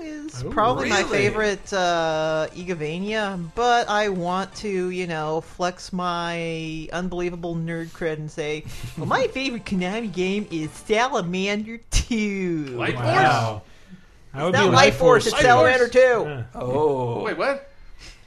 Speaker 4: is
Speaker 12: Ooh,
Speaker 4: probably my
Speaker 12: really?
Speaker 4: favorite uh Igavania, but I want to, you know, flex my unbelievable nerd cred and say, well, my favorite Konami game is Salamander 2.
Speaker 2: Life
Speaker 1: Wow.
Speaker 4: That would be Life Force, it's Salamander 2.
Speaker 2: Oh. Wait, what?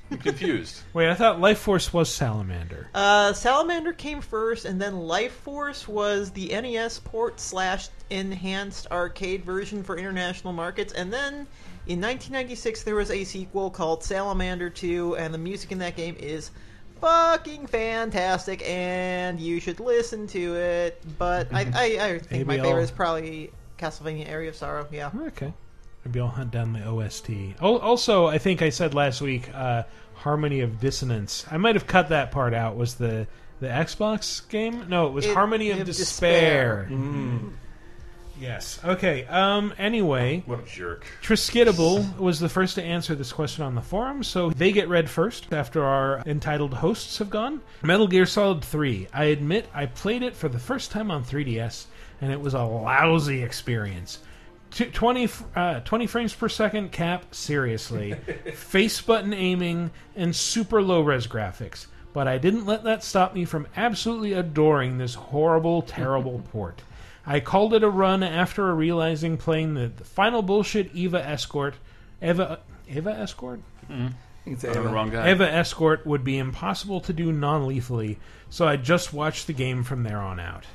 Speaker 2: I'm confused.
Speaker 1: Wait, I thought Life Force was Salamander.
Speaker 4: Uh, Salamander came first, and then Life Force was the NES port slash enhanced arcade version for international markets. And then in 1996, there was a sequel called Salamander 2, and the music in that game is fucking fantastic, and you should listen to it. But I, I, I think my
Speaker 1: Maybe I'll-
Speaker 4: favorite is probably Castlevania Area of Sorrow. Yeah.
Speaker 1: Oh, Okay. Maybe I'll hunt down the OST. Al- Also, I think I said last week, uh, Harmony of Dissonance. I might have cut that part out. Was the the Xbox game? No, it was
Speaker 4: It-
Speaker 1: Harmony of,
Speaker 4: of
Speaker 1: Despair.
Speaker 4: Despair.
Speaker 1: Mm. Yes. Okay. Um. Anyway,
Speaker 2: what a jerk.
Speaker 1: Triskidable was the first to answer this question on the forum, so they get read first after our entitled hosts have gone. Metal Gear Solid 3. I admit I played it for the first time on 3DS, and it was a lousy experience. Tw- 20, f- uh, 20 frames per second cap, seriously. Face button aiming, and super low res graphics. But I didn't let that stop me from absolutely adoring this horrible, terrible port. I called it a run after realizing playing the, the final bullshit Eva escort. Eva, Eva escort.
Speaker 3: You can say I'm the Eva. wrong guy.
Speaker 1: Eva escort would be impossible to do non-lethally, so I just watched the game from there on out.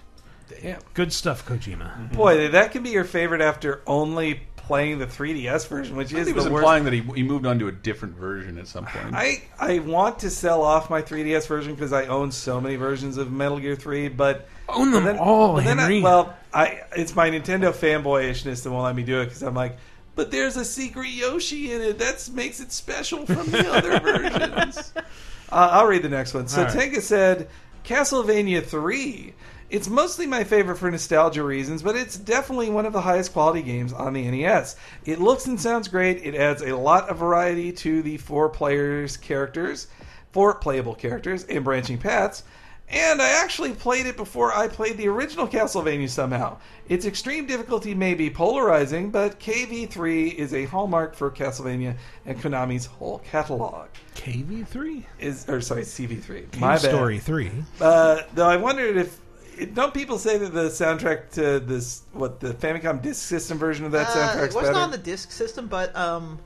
Speaker 3: Damn.
Speaker 1: Good stuff, Kojima.
Speaker 3: Boy, that can be your favorite after only playing the 3DS version, which
Speaker 2: I thought
Speaker 3: is
Speaker 2: he was
Speaker 3: the worst.
Speaker 2: implying that he, he moved on to a different version at some point.
Speaker 3: I, I want to sell off my 3DS version because I own so many versions of Metal Gear 3, but
Speaker 1: own them
Speaker 3: all. But then I, well, I it's my Nintendo fanboyishness that won't let me do it because I'm like, but there's a secret Yoshi in it. That makes it special from the other versions. Uh, I'll read the next one. So
Speaker 12: All right.
Speaker 3: Tenga said, Castlevania 3. It's mostly my favorite for nostalgia reasons, but it's definitely one of the highest quality games on the NES. It looks and sounds great. It adds a lot of variety to the four players characters, four playable characters, and branching paths. And I actually played it before I played the original Castlevania somehow. Its extreme difficulty may be polarizing, but KV3 is a hallmark for Castlevania and Konami's whole catalog.
Speaker 1: KV3
Speaker 3: is, or sorry, CV3.
Speaker 1: Cave
Speaker 3: My bad.
Speaker 1: Story 3.
Speaker 3: Uh, though I wondered if don't people say that the soundtrack to this what the Famicom Disk System version of that
Speaker 4: Uh, it
Speaker 3: soundtrack's
Speaker 4: wasn't
Speaker 3: better?
Speaker 4: on the disk system, but um,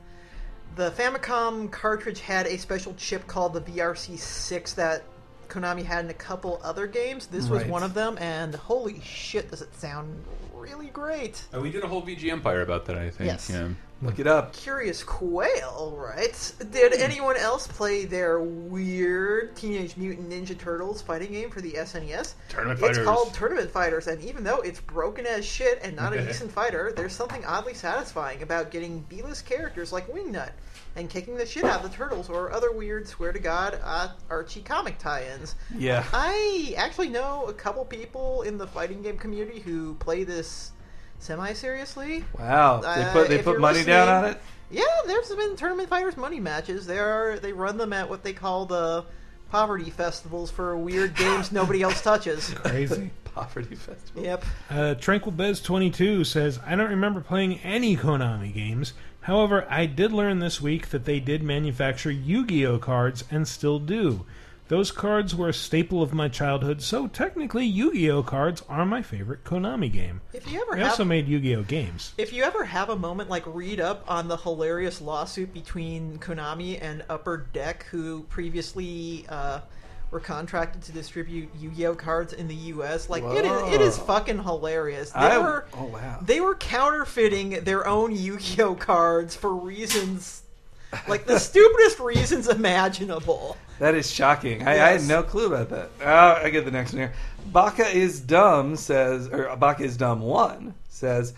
Speaker 4: the Famicom cartridge had a special chip called the VRC6 that Konami had in a couple other games. This was
Speaker 2: Right.
Speaker 4: one of them, and holy shit, does it sound really great!
Speaker 2: Uh, we did a whole VG Empire about that, I think.
Speaker 4: Yes.
Speaker 2: Yeah.
Speaker 3: Look it up.
Speaker 4: Curious Quail, right? Did
Speaker 2: Hmm.
Speaker 4: anyone else play their weird Teenage Mutant Ninja Turtles fighting game for the SNES?
Speaker 2: Tournament
Speaker 4: it's
Speaker 2: Fighters.
Speaker 4: called Tournament Fighters, and even though it's broken as shit and not a decent fighter, there's something oddly satisfying about getting B-list characters like Wingnut and kicking the shit out of the turtles or other weird, swear to God, uh, Archie comic tie-ins.
Speaker 3: Yeah.
Speaker 4: Uh, I actually know a couple people in the fighting game community who play this semi-seriously.
Speaker 3: Wow. They
Speaker 4: Uh,
Speaker 3: put- they
Speaker 4: if
Speaker 3: put
Speaker 4: you're
Speaker 3: money down on
Speaker 4: listening- Yeah, there's been tournament fighters money matches. They are they run them at what they call the poverty festivals for weird games nobody else touches.
Speaker 1: Crazy.
Speaker 3: Poverty Festival.
Speaker 4: Yep.
Speaker 1: Uh, Tranquil Bez 22 says, I don't remember playing any Konami games. However, I did learn this week that they did manufacture Yu Gi Oh cards and still do. Those cards were a staple of my childhood, so technically, Yu Gi Oh cards are my favorite Konami game.
Speaker 4: If you ever
Speaker 1: They
Speaker 4: have
Speaker 1: also made Yu Gi Oh games.
Speaker 4: If you ever have a moment, like read up on the hilarious lawsuit between Konami and Upper Deck, who previously uh, were contracted to distribute Yu-Gi-Oh cards in the U.S. Like it is, it is
Speaker 3: Whoa.
Speaker 4: fucking hilarious. They
Speaker 3: I-
Speaker 4: were
Speaker 3: oh, wow.
Speaker 4: they were counterfeiting their own Yu-Gi-Oh cards for reasons like the stupidest reasons imaginable.
Speaker 3: That is shocking. I, I had
Speaker 4: Yes.
Speaker 3: no clue about that. Uh, I get the next one here. Baka is dumb says, or Baka is dumb one says,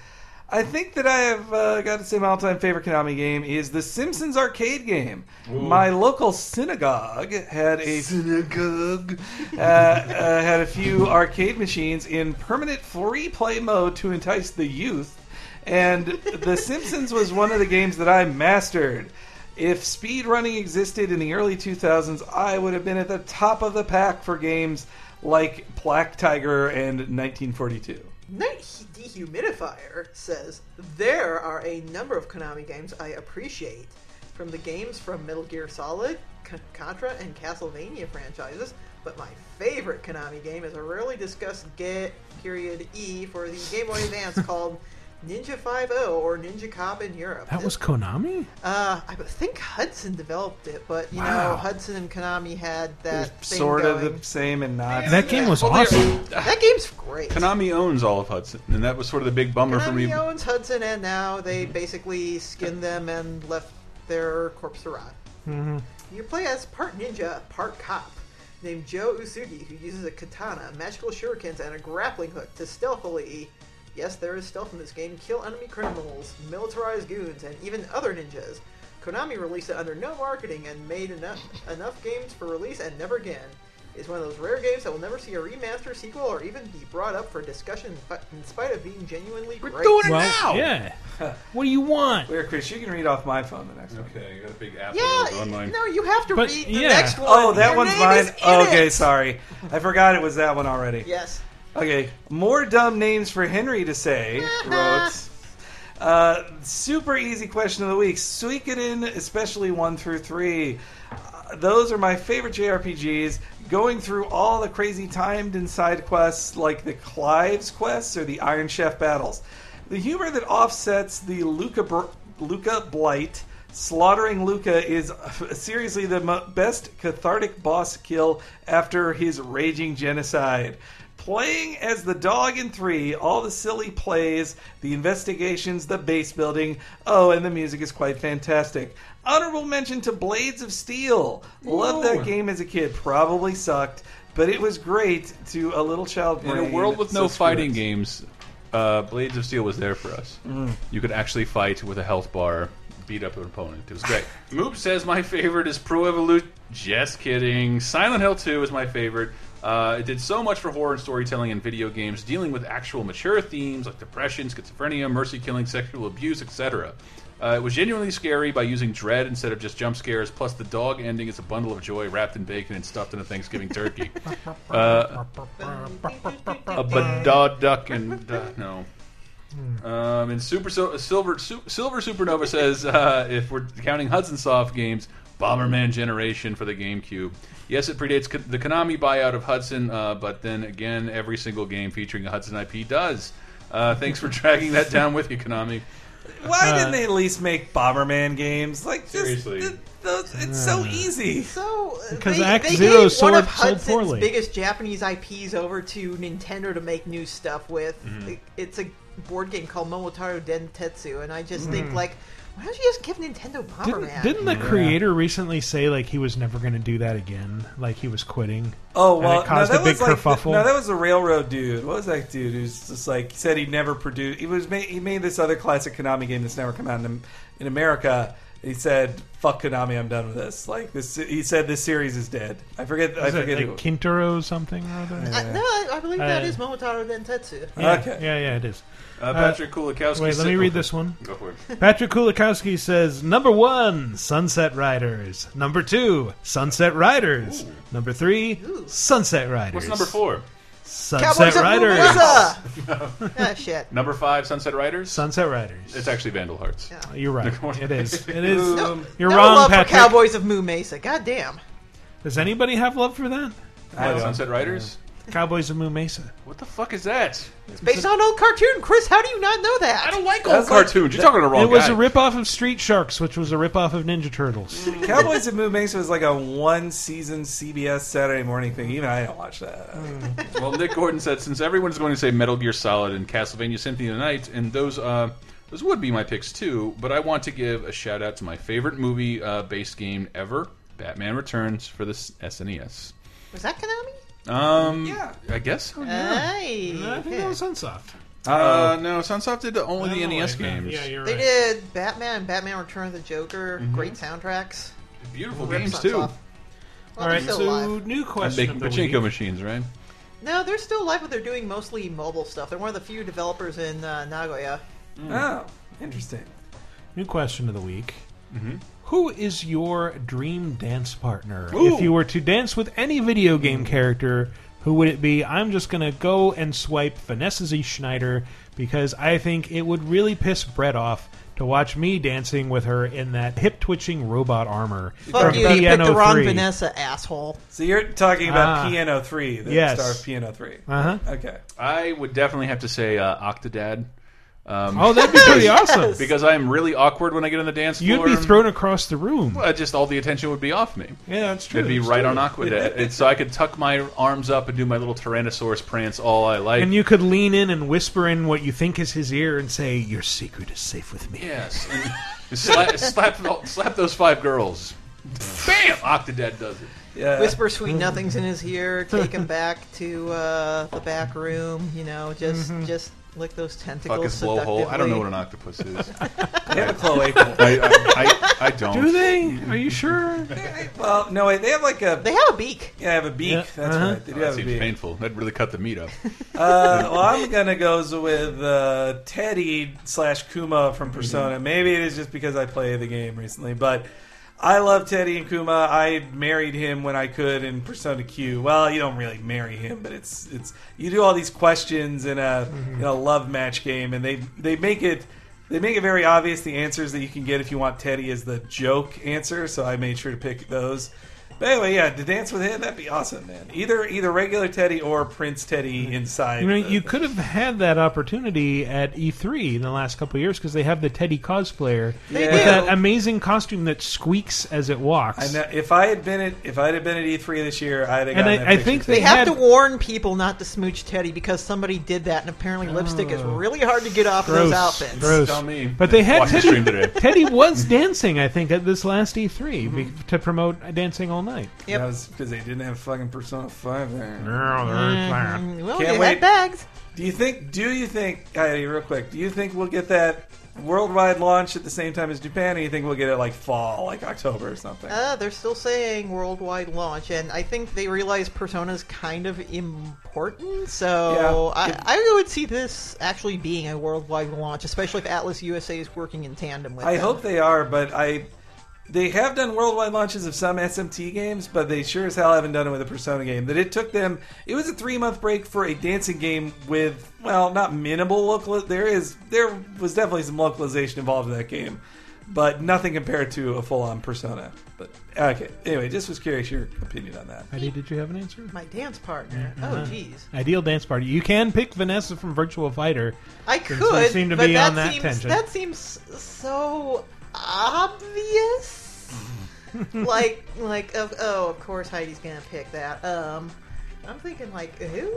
Speaker 3: I think that I have uh, got to say my all-time favorite Konami game is the Simpsons arcade game. My local synagogue had a synagogue uh, uh, had a few arcade machines in permanent free-play mode to entice the youth, and the Simpsons was one of the games that I mastered. If speedrunning existed in the early 2000s, I would have been at the top of the pack for games like Black Tiger and 1942.
Speaker 4: Night Dehumidifier says there are a number of Konami games I appreciate, from the games from Metal Gear Solid, K- Contra, and Castlevania franchises. But my favorite Konami game is a rarely discussed get period E for the Game Boy Advance called Ninja 5.0 or Ninja Cop in Europe.
Speaker 1: That was Konami?
Speaker 4: Uh, I think Hudson developed it, but you
Speaker 1: Wow.
Speaker 4: know, Hudson and Konami had that thing
Speaker 3: Sort
Speaker 4: going.
Speaker 3: of the same and not.
Speaker 1: That game was
Speaker 2: Well, they're-
Speaker 1: awesome.
Speaker 4: That game's great.
Speaker 2: Konami owns all of Hudson, and that was sort of the big bummer for me.
Speaker 4: Konami owns Hudson, and now they basically skinned them and left their corpse to rot.
Speaker 1: Mhm.
Speaker 4: You play as part ninja, part cop, named Joe Usugi, who uses a katana, magical shurikens, and a grappling hook to stealthily. Yes, there is stealth in this game. Kill enemy criminals, militarized goons, and even other ninjas. Konami released it under no marketing and made enough enough games for release and never again. It's one of those rare games that will never see a remaster, sequel, or even be brought up for discussion, but in spite of being genuinely great.
Speaker 1: well, Yeah. What do you want?
Speaker 3: Where, Chris, you can read off my phone the next one.
Speaker 2: Okay, you got a big app
Speaker 4: Yeah, no, you have to read the
Speaker 3: yeah.
Speaker 4: next one.
Speaker 3: Oh, that
Speaker 4: Your
Speaker 3: one's
Speaker 4: name
Speaker 3: mine.
Speaker 4: is in
Speaker 3: Okay,
Speaker 4: it.
Speaker 3: sorry. I forgot it was that one already.
Speaker 4: Yes.
Speaker 3: Okay, more dumb names for Henry to say, wrote. Uh, super easy question of the week. Suikoden, especially 1 through 3. Uh, those are my favorite JRPGs. Going through all the crazy timed and side quests like the Clive's quests or the Iron Chef battles. The humor that offsets the Luca, Br- Luca Blight. Slaughtering Luca is uh, seriously the mo- best cathartic boss kill after his raging genocide. Playing as the dog in three, all the silly plays, the investigations, the base building. Oh, and the music is quite fantastic. Honorable mention to Blades of Steel. Loved
Speaker 2: Ooh.
Speaker 3: that game as a kid. Probably sucked, but it was great to a little child
Speaker 2: In
Speaker 3: brain.
Speaker 2: a world with
Speaker 3: So
Speaker 2: no
Speaker 3: screw
Speaker 2: fighting
Speaker 3: it.
Speaker 2: games, uh, Blades of Steel was there for us.
Speaker 3: Mm.
Speaker 2: You could actually fight with a health bar, beat up an opponent. It was great. Moop says my favorite is Pro Evolution. Just kidding. Silent Hill 2 is my favorite. Uh, it did so much for horror and storytelling in video games, dealing with actual mature themes like depression, schizophrenia, mercy killing, sexual abuse, etc. Uh, it was genuinely scary by using dread instead of just jump scares. Plus, the dog ending is a bundle of joy wrapped in bacon and stuffed in a Thanksgiving turkey. Uh, a badaw duck and uh, no. Um, and Super Sil- Silver Su- Silver Supernova says uh, if we're counting Hudson Soft games, Bomberman Generation for the GameCube. Yes, it predates Ko- the Konami buyout of Hudson, uh, but then again, every single game featuring a Hudson IP does. Uh, thanks for dragging that down with you, Konami.
Speaker 3: Why
Speaker 2: Uh,
Speaker 3: didn't they at least make Bomberman games? Like, just,
Speaker 2: Seriously.
Speaker 3: th- those, it's so
Speaker 2: Uh.
Speaker 3: easy.
Speaker 4: So uh,
Speaker 1: Because
Speaker 4: they,
Speaker 1: Act
Speaker 4: they
Speaker 1: Zero
Speaker 4: gave
Speaker 1: sold-
Speaker 4: one of
Speaker 1: sold
Speaker 4: Hudson's
Speaker 1: poorly.
Speaker 4: biggest Japanese IPs over to Nintendo to make new stuff with.
Speaker 1: Mhm.
Speaker 4: It- It's a board game called Momotaro Dentetsu, and I just think
Speaker 1: Mhm.
Speaker 4: like, why don't you just give Nintendo Bomberman?
Speaker 1: Didn't, didn't the creator recently say like he was never going to do that again? Like he was quitting.
Speaker 3: Oh well,
Speaker 1: and it caused
Speaker 3: no, that
Speaker 1: a big
Speaker 3: was like
Speaker 1: kerfuffle.
Speaker 3: no, that was the railroad dude. What was that dude who's just like said he'd never produced? He was ma- he made this other classic Konami game that's never come out in, in America. He said, "Fuck Konami, I'm done with this." Like this, he said this series is dead. I forget. I
Speaker 1: Was it,
Speaker 3: forget.
Speaker 1: like
Speaker 3: who-
Speaker 1: Kintaro something or other.
Speaker 4: I, no, I, I believe that
Speaker 1: Uh,
Speaker 4: is Momotaro Dentetsu.
Speaker 1: Yeah, Yeah, yeah, it is.
Speaker 2: Uh, Patrick Kulikowski
Speaker 1: Wait,
Speaker 2: said-
Speaker 1: let me read
Speaker 2: okay.
Speaker 1: this one.
Speaker 2: Go for it.
Speaker 1: Patrick Kulikowski says number one, Sunset Riders. Number two, Sunset Riders. Number three, Sunset Riders.
Speaker 2: What's number four?
Speaker 1: Sunset Riders.
Speaker 4: ah, shit.
Speaker 2: Number five, Sunset Riders.
Speaker 1: Sunset Riders.
Speaker 2: It's actually Vandal Hearts.
Speaker 1: You're right. It is. It is.
Speaker 4: No,
Speaker 1: You're
Speaker 4: no
Speaker 1: wrong,
Speaker 4: love
Speaker 1: Patrick.
Speaker 4: for Cowboys of Moo Mesa. God damn.
Speaker 1: Does anybody have love for that?
Speaker 2: I don't. Sunset Riders?
Speaker 1: Cowboys of Moo Mesa.
Speaker 2: What the fuck is that?
Speaker 4: It's based on an old cartoon. Chris, how do you not know that? I
Speaker 2: don't like old cartoons. You're talking to the wrong
Speaker 1: It was
Speaker 2: guy.
Speaker 1: a ripoff of Street Sharks, which was a ripoff of Ninja Turtles.
Speaker 4: Mm,
Speaker 3: Cowboys of Moo Mesa was like a one season CBS Saturday morning thing. Even I don't watch that.
Speaker 1: Mm-hmm.
Speaker 2: well, Nick Gordon said, since everyone's going to say Metal Gear Solid and Castlevania Symphony of the Night, and those uh, those would be my picks too, but I want to give a shout out to my favorite movie uh, based game ever, Batman Returns for the s- SNES.
Speaker 4: Was that Konami?
Speaker 2: Um, yeah, I guess
Speaker 1: Oh,
Speaker 2: Uh, so. Yeah.
Speaker 4: Aye.
Speaker 1: I think that was Unsoft.
Speaker 2: Uh, no, Sunsoft did only the
Speaker 1: No,
Speaker 2: NES
Speaker 1: wait, no.
Speaker 2: games.
Speaker 1: Oh, Yeah, you're
Speaker 4: They
Speaker 1: right.
Speaker 4: did Batman, Batman Return of the Joker,
Speaker 1: Mm-hmm.
Speaker 2: Mhm.
Speaker 4: great soundtracks.
Speaker 2: Beautiful
Speaker 4: Rip
Speaker 2: games
Speaker 4: Suns
Speaker 2: too.
Speaker 4: off.
Speaker 1: All
Speaker 4: Well, they're
Speaker 1: right,
Speaker 4: still
Speaker 1: so
Speaker 4: alive.
Speaker 1: new
Speaker 2: And
Speaker 1: question
Speaker 2: make
Speaker 1: of the
Speaker 2: pachinko
Speaker 1: week.
Speaker 2: machines, right?
Speaker 4: No, they're still alive, but they're doing mostly mobile stuff. They're one of the few developers in uh, Nagoya.
Speaker 3: Oh, interesting.
Speaker 1: New question of the week.
Speaker 4: Mm-hmm.
Speaker 1: Who is your dream dance partner?
Speaker 4: Ooh. Mm.
Speaker 1: If you were to dance with any video game character, Who would it be? I'm just going to go and swipe Vanessa Z. Schneider because I think it would really piss Brett off to watch me dancing with her in that hip twitching robot armor.
Speaker 4: Fuck
Speaker 1: from
Speaker 4: you, you picked the
Speaker 1: PNO3.
Speaker 4: wrong Vanessa, asshole.
Speaker 3: So you're talking about
Speaker 1: Ah.
Speaker 3: Piano 3, the
Speaker 1: Yes.
Speaker 3: star of Piano 3.
Speaker 1: Uh-huh.
Speaker 3: Okay.
Speaker 2: I would definitely have to say uh, Octodad. Um,
Speaker 1: Oh, that'd be pretty awesome.
Speaker 2: Because I am really awkward when I get on the dance
Speaker 1: You'd
Speaker 2: floor.
Speaker 1: be thrown across the room.
Speaker 2: Well, just all the attention would be off me.
Speaker 1: Yeah, that's true.
Speaker 2: It'd be
Speaker 1: That's
Speaker 2: right
Speaker 1: true.
Speaker 2: on Aquadet. and so I could tuck my arms up and do my little Tyrannosaurus prance all I like.
Speaker 1: and you could lean in and whisper in what you think is his ear and say, Your secret is safe with me.
Speaker 2: yes. And slap, slap, slap those five girls. Bam! Octodad does it.
Speaker 1: Uh,
Speaker 4: Whisper sweet
Speaker 1: mm.
Speaker 4: nothings in his ear. Take him back to uh, the back room. You know, just
Speaker 1: Mm-hmm.
Speaker 4: just lick those tentacles.
Speaker 2: Fuck his blowhole. I don't know what an
Speaker 4: seductively.
Speaker 2: octopus is.
Speaker 3: They have a cloaca.
Speaker 2: I, I, I, I don't.
Speaker 1: Do they? Are you sure?
Speaker 3: Well, no, wait. They have like a.
Speaker 4: They have a beak.
Speaker 3: Yeah, I have a beak. That's
Speaker 1: uh-huh.
Speaker 3: right. They do
Speaker 2: that
Speaker 3: have a
Speaker 2: seems
Speaker 3: beak.
Speaker 2: painful. That'd really cut the meat up.
Speaker 3: Uh, well, I'm gonna go with uh, Teddy slash Kuma from Persona. Maybe it is just because I play the game recently, but I love Teddy and Kuma. I married him when I could in Persona Q. Well, you don't really marry him, but it's it's you do all these questions in a in a love match game, and they they make it. They make it very obvious the answers that you can get if you want Teddy is the joke answer, so I made sure to pick those. But anyway, yeah, to dance with him, that'd be awesome, man. Either either regular Teddy or Prince Teddy inside.
Speaker 1: Mm-hmm. You know,
Speaker 3: the-
Speaker 1: you could have had that opportunity at E3 in the last couple of years because they have the Teddy cosplayer
Speaker 3: They
Speaker 1: with
Speaker 3: do.
Speaker 1: that amazing costume that squeaks as it walks.
Speaker 3: I know, if I had been at if I'd have been at E3 this year, I'd have
Speaker 1: And
Speaker 3: gotten
Speaker 1: I-
Speaker 3: that
Speaker 1: I
Speaker 3: picture
Speaker 1: think
Speaker 3: taken.
Speaker 4: They,
Speaker 1: They had-
Speaker 4: have to warn people not to smooch Teddy because somebody did that, and apparently lipstick
Speaker 3: Oh.
Speaker 4: is really hard to get off
Speaker 1: Gross.
Speaker 4: those outfits.
Speaker 1: Gross.
Speaker 2: Tell me.
Speaker 1: But they had
Speaker 2: Watch the
Speaker 1: Teddy.
Speaker 2: stream today.
Speaker 1: Teddy was dancing, I think, at this last E3 be- to promote Dancing All Night.
Speaker 4: Yep.
Speaker 3: That was because they didn't have fucking Persona Five there.
Speaker 4: Mm, Well,
Speaker 3: Can't
Speaker 4: they
Speaker 3: wait.
Speaker 4: had bags.
Speaker 3: Do you think? Do you think? Heidi, real quick. Do you think we'll get that worldwide launch at the same time as Japan, or you think we'll get it like fall, like October or something?
Speaker 4: Uh, they're still saying worldwide launch, and I think they realize Persona's kind of important, so
Speaker 3: Yeah.
Speaker 4: I, I would see this actually being a worldwide launch, especially if Atlas USA is working in tandem with
Speaker 3: I
Speaker 4: them.
Speaker 3: hope they are, but I they have done worldwide launches of some SMT games, but they sure as hell haven't done it with a Persona game. That it took them it was a three month break for a dancing game with well, not minimal local there is there was definitely some localization involved in that game. But nothing compared to a full on persona. But okay. Anyway, just was curious your opinion on that.
Speaker 1: Heidi, did you have an answer?
Speaker 4: My dance partner. Oh,
Speaker 3: Mm-hmm.
Speaker 4: jeez.
Speaker 1: Ideal dance party. You can pick Vanessa from Virtual Fighter.
Speaker 4: I
Speaker 1: Doesn't
Speaker 4: could,
Speaker 1: seem to
Speaker 4: but
Speaker 1: be
Speaker 4: that
Speaker 1: on that
Speaker 4: seems
Speaker 1: tangent.
Speaker 4: that seems so obvious. like, like, of, oh, of course Heidi's gonna pick that. Um, I'm thinking like, who,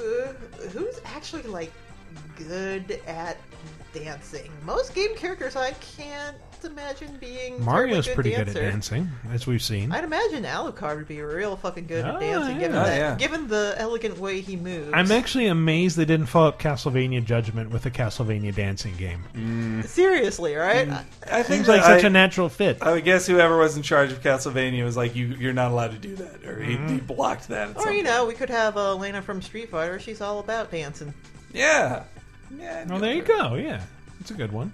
Speaker 4: uh, who's actually like good at dancing? Most game characters I can't imagine being.
Speaker 1: Mario's pretty
Speaker 4: terribly dancer.
Speaker 1: good at dancing, as we've seen.
Speaker 4: I'd imagine Alucard would be real fucking good
Speaker 1: Oh,
Speaker 4: at dancing, given
Speaker 1: yeah.
Speaker 3: Oh,
Speaker 4: that,
Speaker 3: yeah.
Speaker 4: given the elegant way he moves.
Speaker 1: I'm actually amazed they didn't follow up Castlevania Judgment with a Castlevania dancing game.
Speaker 4: seriously, right?
Speaker 1: Mm.
Speaker 3: I think
Speaker 1: Seems like
Speaker 3: that
Speaker 1: such
Speaker 3: I-
Speaker 1: a natural fit.
Speaker 3: I would guess whoever was in charge of Castlevania was like, you, you're not allowed to do that, or he,
Speaker 1: Mm-hmm.
Speaker 3: he blocked that. at
Speaker 4: Or
Speaker 3: some
Speaker 4: you
Speaker 3: point.
Speaker 4: know, we could have uh, Lena from Street Fighter. She's all about dancing.
Speaker 3: yeah, yeah. I'd
Speaker 1: Well,
Speaker 3: go
Speaker 1: there you
Speaker 3: for it.
Speaker 1: go. Yeah, it's a good one.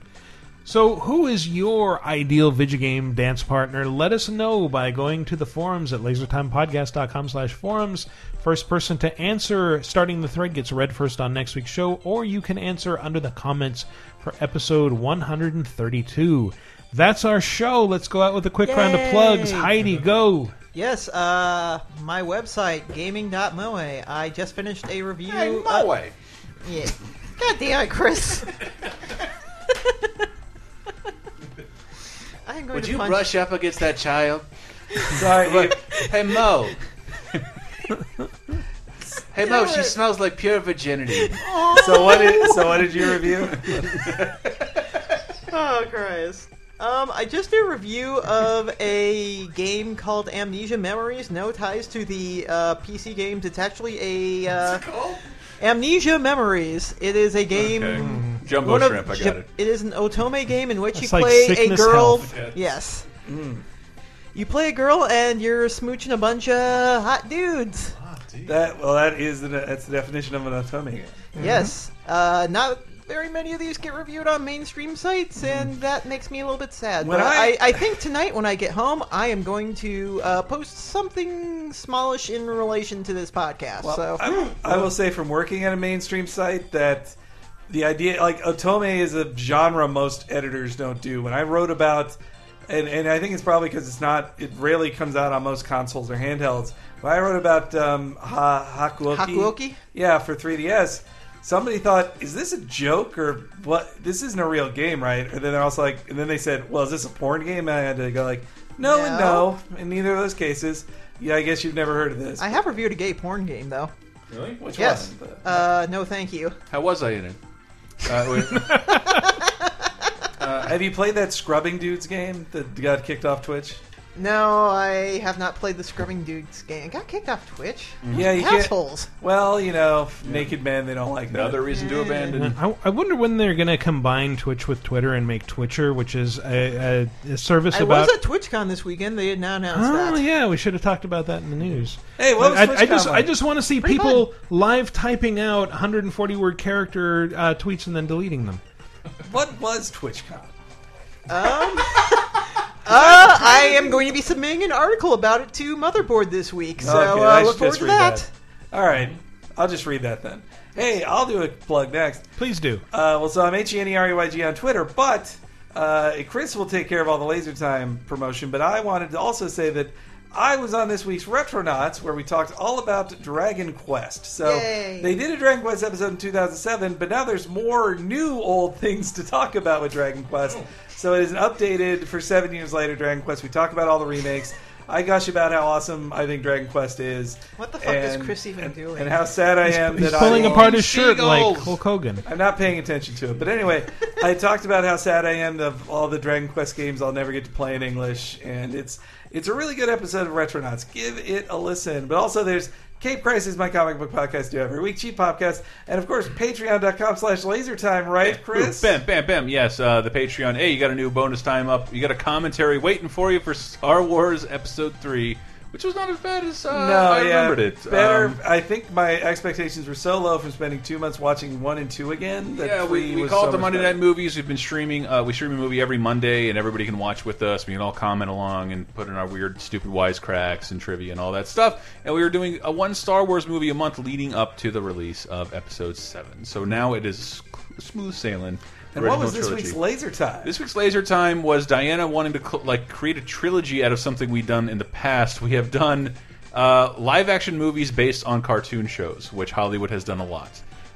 Speaker 1: So, who is your ideal video game dance partner? Let us know by going to the forums at lasertimepodcast.com slash forums. First person to answer starting the thread gets read first on next week's show, or you can answer under the comments for episode 132. That's our show. Let's go out with a quick round of plugs.
Speaker 4: Yay.
Speaker 1: Heidi, go.
Speaker 4: Yes, uh, my website gaming.moe. I just finished a review.
Speaker 2: Hey,
Speaker 4: uh,
Speaker 2: my way.
Speaker 4: yeah. God damn it, Chris. I'm going
Speaker 2: Would
Speaker 4: to
Speaker 2: you
Speaker 4: punch-
Speaker 2: brush up against that child?
Speaker 3: Sorry,
Speaker 2: Look, hey Mo. hey Mo,
Speaker 4: Do
Speaker 2: she
Speaker 4: it.
Speaker 2: smells like pure virginity.
Speaker 3: So what did so what did you review?
Speaker 4: Oh Christ. Um, I just did a review of a game called Amnesia Memories. No ties to the uh, PC games. It's actually a uh, Amnesia Memories. It is a game.
Speaker 2: Jumbo
Speaker 4: One of
Speaker 2: shrimp, I got
Speaker 4: Jap-
Speaker 2: it.
Speaker 4: It is an otome game in which you
Speaker 1: It's like
Speaker 4: play a
Speaker 1: sickness
Speaker 4: girl.
Speaker 1: health.
Speaker 4: Yes.
Speaker 2: Mm.
Speaker 4: You play a girl and you're smooching a bunch of hot dudes.
Speaker 1: Mm-hmm.
Speaker 3: That well, that is the, that's the definition of an otome.
Speaker 4: Yes. Uh, not very many of these get reviewed on mainstream
Speaker 1: Mm-hmm.
Speaker 4: sites, and that makes me a little bit sad.
Speaker 3: When
Speaker 4: but
Speaker 3: I-
Speaker 4: I... I, think tonight, when I get home, I am going to uh, post something smallish in relation to this podcast. so
Speaker 3: I, I will say from working at a mainstream site that the idea like otome is a genre most editors don't do when i wrote about and, and i think it's probably because it's not it rarely comes out on most consoles or handhelds when i wrote about um, ha, hakuoki,
Speaker 4: Hakuoki?
Speaker 3: yeah for 3ds somebody thought is this a joke or what this isn't a real game right and then they're also like and then they said well is this a porn game and i had to go like no, and
Speaker 4: No.
Speaker 3: no in neither of those cases yeah i guess you've never heard of this
Speaker 4: I have reviewed a gay porn game though.
Speaker 2: Really? Which
Speaker 4: yes.
Speaker 2: one?
Speaker 4: Uh, no, thank you.
Speaker 2: How was I in it? Uh, wait.
Speaker 3: Uh, have you played that scrubbing dudes game that got kicked off Twitch?
Speaker 4: No, I have not played the Scrubbing Dudes game. I got kicked off Twitch.
Speaker 2: Mm.
Speaker 3: Yeah, you can't-
Speaker 4: assholes.
Speaker 3: Well, you know, naked men they don't like that. Mm-hmm.
Speaker 2: Another reason to abandon.
Speaker 1: I, I wonder when they're going to combine Twitch with Twitter and make Twitcher, which is a, a, a service
Speaker 4: I
Speaker 1: about.
Speaker 4: was at TwitchCon this weekend. They did not announce that.
Speaker 1: Oh yeah, we should have talked about that in the news.
Speaker 4: Hey, what was
Speaker 1: I, I- I
Speaker 4: TwitchCon
Speaker 1: just
Speaker 4: like?
Speaker 1: I just want to see
Speaker 4: Pretty
Speaker 1: people live typing out 140 word character uh, tweets and then deleting them.
Speaker 3: What was TwitchCon?
Speaker 4: Um, uh, I am going to be submitting an article about it to Motherboard this week, so
Speaker 3: Okay,
Speaker 4: uh,
Speaker 3: should
Speaker 4: look forward
Speaker 3: just
Speaker 4: to
Speaker 3: read
Speaker 4: that.
Speaker 3: All right, I'll just read that then. Hey, I'll do a plug next.
Speaker 1: Please do.
Speaker 3: Uh, well, so I'm H E N E R E Y G on Twitter, but uh, Chris will take care of all the Laser Time promotion. But I wanted to also say that I was on this week's Retronauts, where we talked all about Dragon Quest. So
Speaker 6: Yay.
Speaker 3: they did a Dragon Quest episode in 2007, but now there's more new old things to talk about with Dragon Quest. So it is an updated for seven years later Dragon Quest. We talk about all the remakes. I gush about how awesome I think Dragon Quest is.
Speaker 4: What the fuck is Chris even doing?
Speaker 3: And how sad I
Speaker 1: He's-
Speaker 3: am
Speaker 1: he's
Speaker 3: that
Speaker 1: pulling
Speaker 3: I
Speaker 1: apart his shirt like Hulk Hogan.
Speaker 3: I'm not paying attention to it. But anyway, I talked about how sad I am of all the Dragon Quest games I'll never get to play in English, and it's it's a really good episode of Retronauts. Give it a listen. But also there's Cape Crisis, my comic book podcast do every week, cheap podcast, and of course patreon.com slash lasertime, right, Chris?
Speaker 2: Ooh, bam, bam, bam. Yes, uh, the Patreon. Hey, you got a new bonus time up. You got a commentary waiting for you for Star Wars Episode 3, which was not as bad as uh, I remembered it.
Speaker 3: Better.
Speaker 2: Um,
Speaker 3: I think my expectations were so low from spending two months watching one and two again. That
Speaker 2: yeah, we,
Speaker 3: three
Speaker 2: we
Speaker 3: was
Speaker 2: call
Speaker 3: so
Speaker 2: it the
Speaker 3: much
Speaker 2: Monday
Speaker 3: better.
Speaker 2: Night Movies. We've been streaming. Uh, we stream a movie every Monday, and everybody can watch with us. We can all comment along and put in our weird, stupid wisecracks and trivia and all that stuff. And we were doing a one Star Wars movie a month leading up to the release of Episode Seven. So now it is sc- smooth sailing.
Speaker 3: And what
Speaker 2: Original
Speaker 3: was this
Speaker 2: trilogy.
Speaker 3: week's laser time?
Speaker 2: This week's laser time was Diana wanting to cl- like create a trilogy out of something we've done in the past. We have done uh, live action movies based on cartoon shows, which Hollywood has done a lot.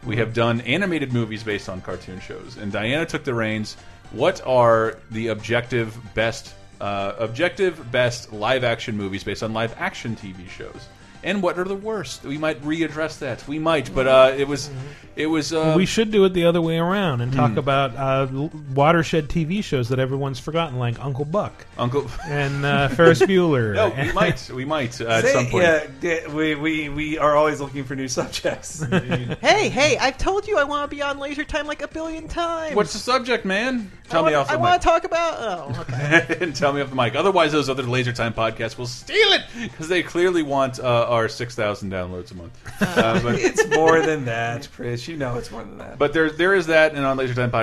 Speaker 2: We have done animated movies based on cartoon shows, and Diana took the reins. What are the objective best uh, objective best live action movies based on live action TV shows? And what are the worst? We might readdress that. We might, but uh, it was it was uh,
Speaker 1: we should do it the other way around and talk
Speaker 2: Hmm.
Speaker 1: about uh, l- watershed TV shows that everyone's forgotten, like Uncle Buck,
Speaker 2: Uncle
Speaker 1: and uh, Ferris Bueller.
Speaker 2: No, we might. We might uh, at
Speaker 3: Say-
Speaker 2: some point.
Speaker 3: Yeah, d- we, we, we are always looking for new subjects.
Speaker 4: Hey, hey! I've told you I want to be on Laser Time like a billion times.
Speaker 2: What's the subject, man? Tell me off
Speaker 4: I
Speaker 2: the
Speaker 4: want to talk about. Oh, okay.
Speaker 2: mic. and tell me off the mic. Otherwise, those other Laser Time podcasts will steal it because they clearly want uh, our six thousand downloads a month. Uh, but-
Speaker 3: it's more than that, Chris. You know it's more than that.
Speaker 2: But there, there is that, and on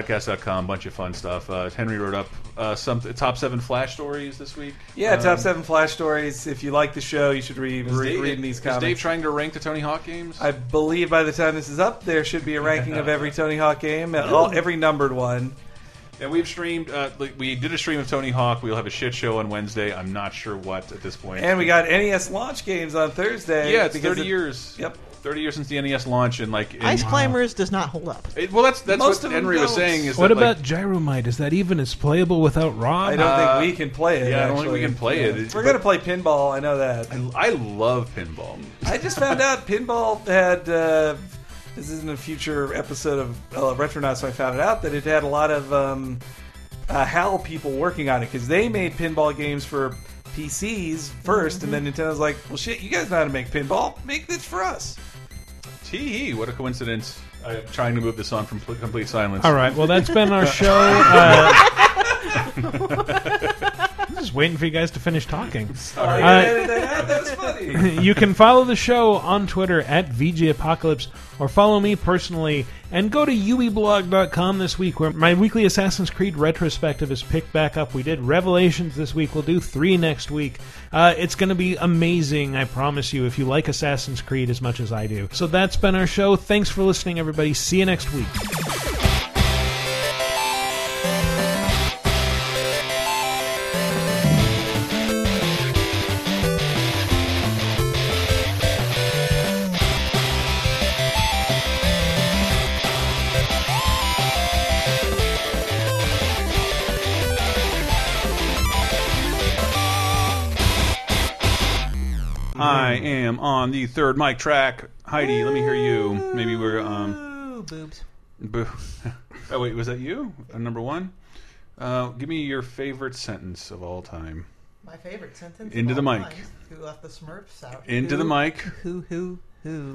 Speaker 2: lasertimepodcast.com, bunch of fun stuff. Uh, Henry wrote up uh, some top seven Flash stories this week.
Speaker 3: Yeah, top
Speaker 2: Um,
Speaker 3: seven flash stories. If you like the show, you should read
Speaker 2: Is
Speaker 3: re-
Speaker 2: Dave-
Speaker 3: reading these
Speaker 2: is
Speaker 3: comments.
Speaker 2: Dave trying to rank the Tony Hawk games?
Speaker 3: I believe by the time this is up, there should be a ranking of every Tony Hawk game, uh, all, every numbered one.
Speaker 2: And we've streamed. Uh, like, we did a stream of Tony Hawk. We'll have a shit show on Wednesday. I'm not sure what at this point.
Speaker 3: And we got NES launch games on Thursday.
Speaker 2: yeah, it's
Speaker 3: because
Speaker 2: 30
Speaker 3: it-
Speaker 2: years. Yep, 30 years since the NES launch, and like in-
Speaker 4: Ice Climbers does not hold up.
Speaker 2: It- well, that's that's
Speaker 4: Most
Speaker 2: what
Speaker 4: of them
Speaker 2: Henry was
Speaker 4: don't.
Speaker 2: saying. Is
Speaker 1: What
Speaker 2: that, like,
Speaker 1: about Gyromite? Is that even as playable without Rob?
Speaker 3: I don't think we can play it.
Speaker 2: Uh, yeah, I don't think we
Speaker 3: actually.
Speaker 2: can play it. It's-
Speaker 3: We're gonna play pinball. I know that.
Speaker 2: I love pinball.
Speaker 3: I just found out pinball had. Uh, this isn't a future episode of uh, Retronauts, so I found it out that it had a lot of um, uh, HAL people working on it because they made pinball games for PCs 1st and then Nintendo's like, "Well, shit, you guys know how to make pinball? Make this for us."
Speaker 2: Tee hee, what a coincidence. I'm trying to move this on from pl- complete silence.
Speaker 1: All right. Well, that's been our show. Uh, this is waiting for you guys to finish talking. Uh,
Speaker 3: Sorry. Oh, yeah, yeah, yeah, that was funny.
Speaker 1: you can follow the show on Twitter at VG Apocalypse or follow me personally and go to E ueblog.com this week where my weekly Assassin's Creed retrospective is picked back up. We did Revelations this week. We'll do three next week. Uh, it's going to be amazing, I promise you, if you like Assassin's Creed as much as I do. So that's been our show. Thanks for listening, everybody. See you next week.
Speaker 2: I am on the third mic track. Heidi, let me hear you. Maybe we're um
Speaker 4: Ooh, boobs.
Speaker 2: boo. oh wait, was that you? Uh, number one. Uh, give me your favorite sentence of all time.
Speaker 4: My favorite sentence. of
Speaker 2: Into the
Speaker 4: all
Speaker 2: mic.
Speaker 4: time. Who left the Smurfs out?
Speaker 2: Into the
Speaker 4: Who-
Speaker 2: mic.
Speaker 4: Who who who?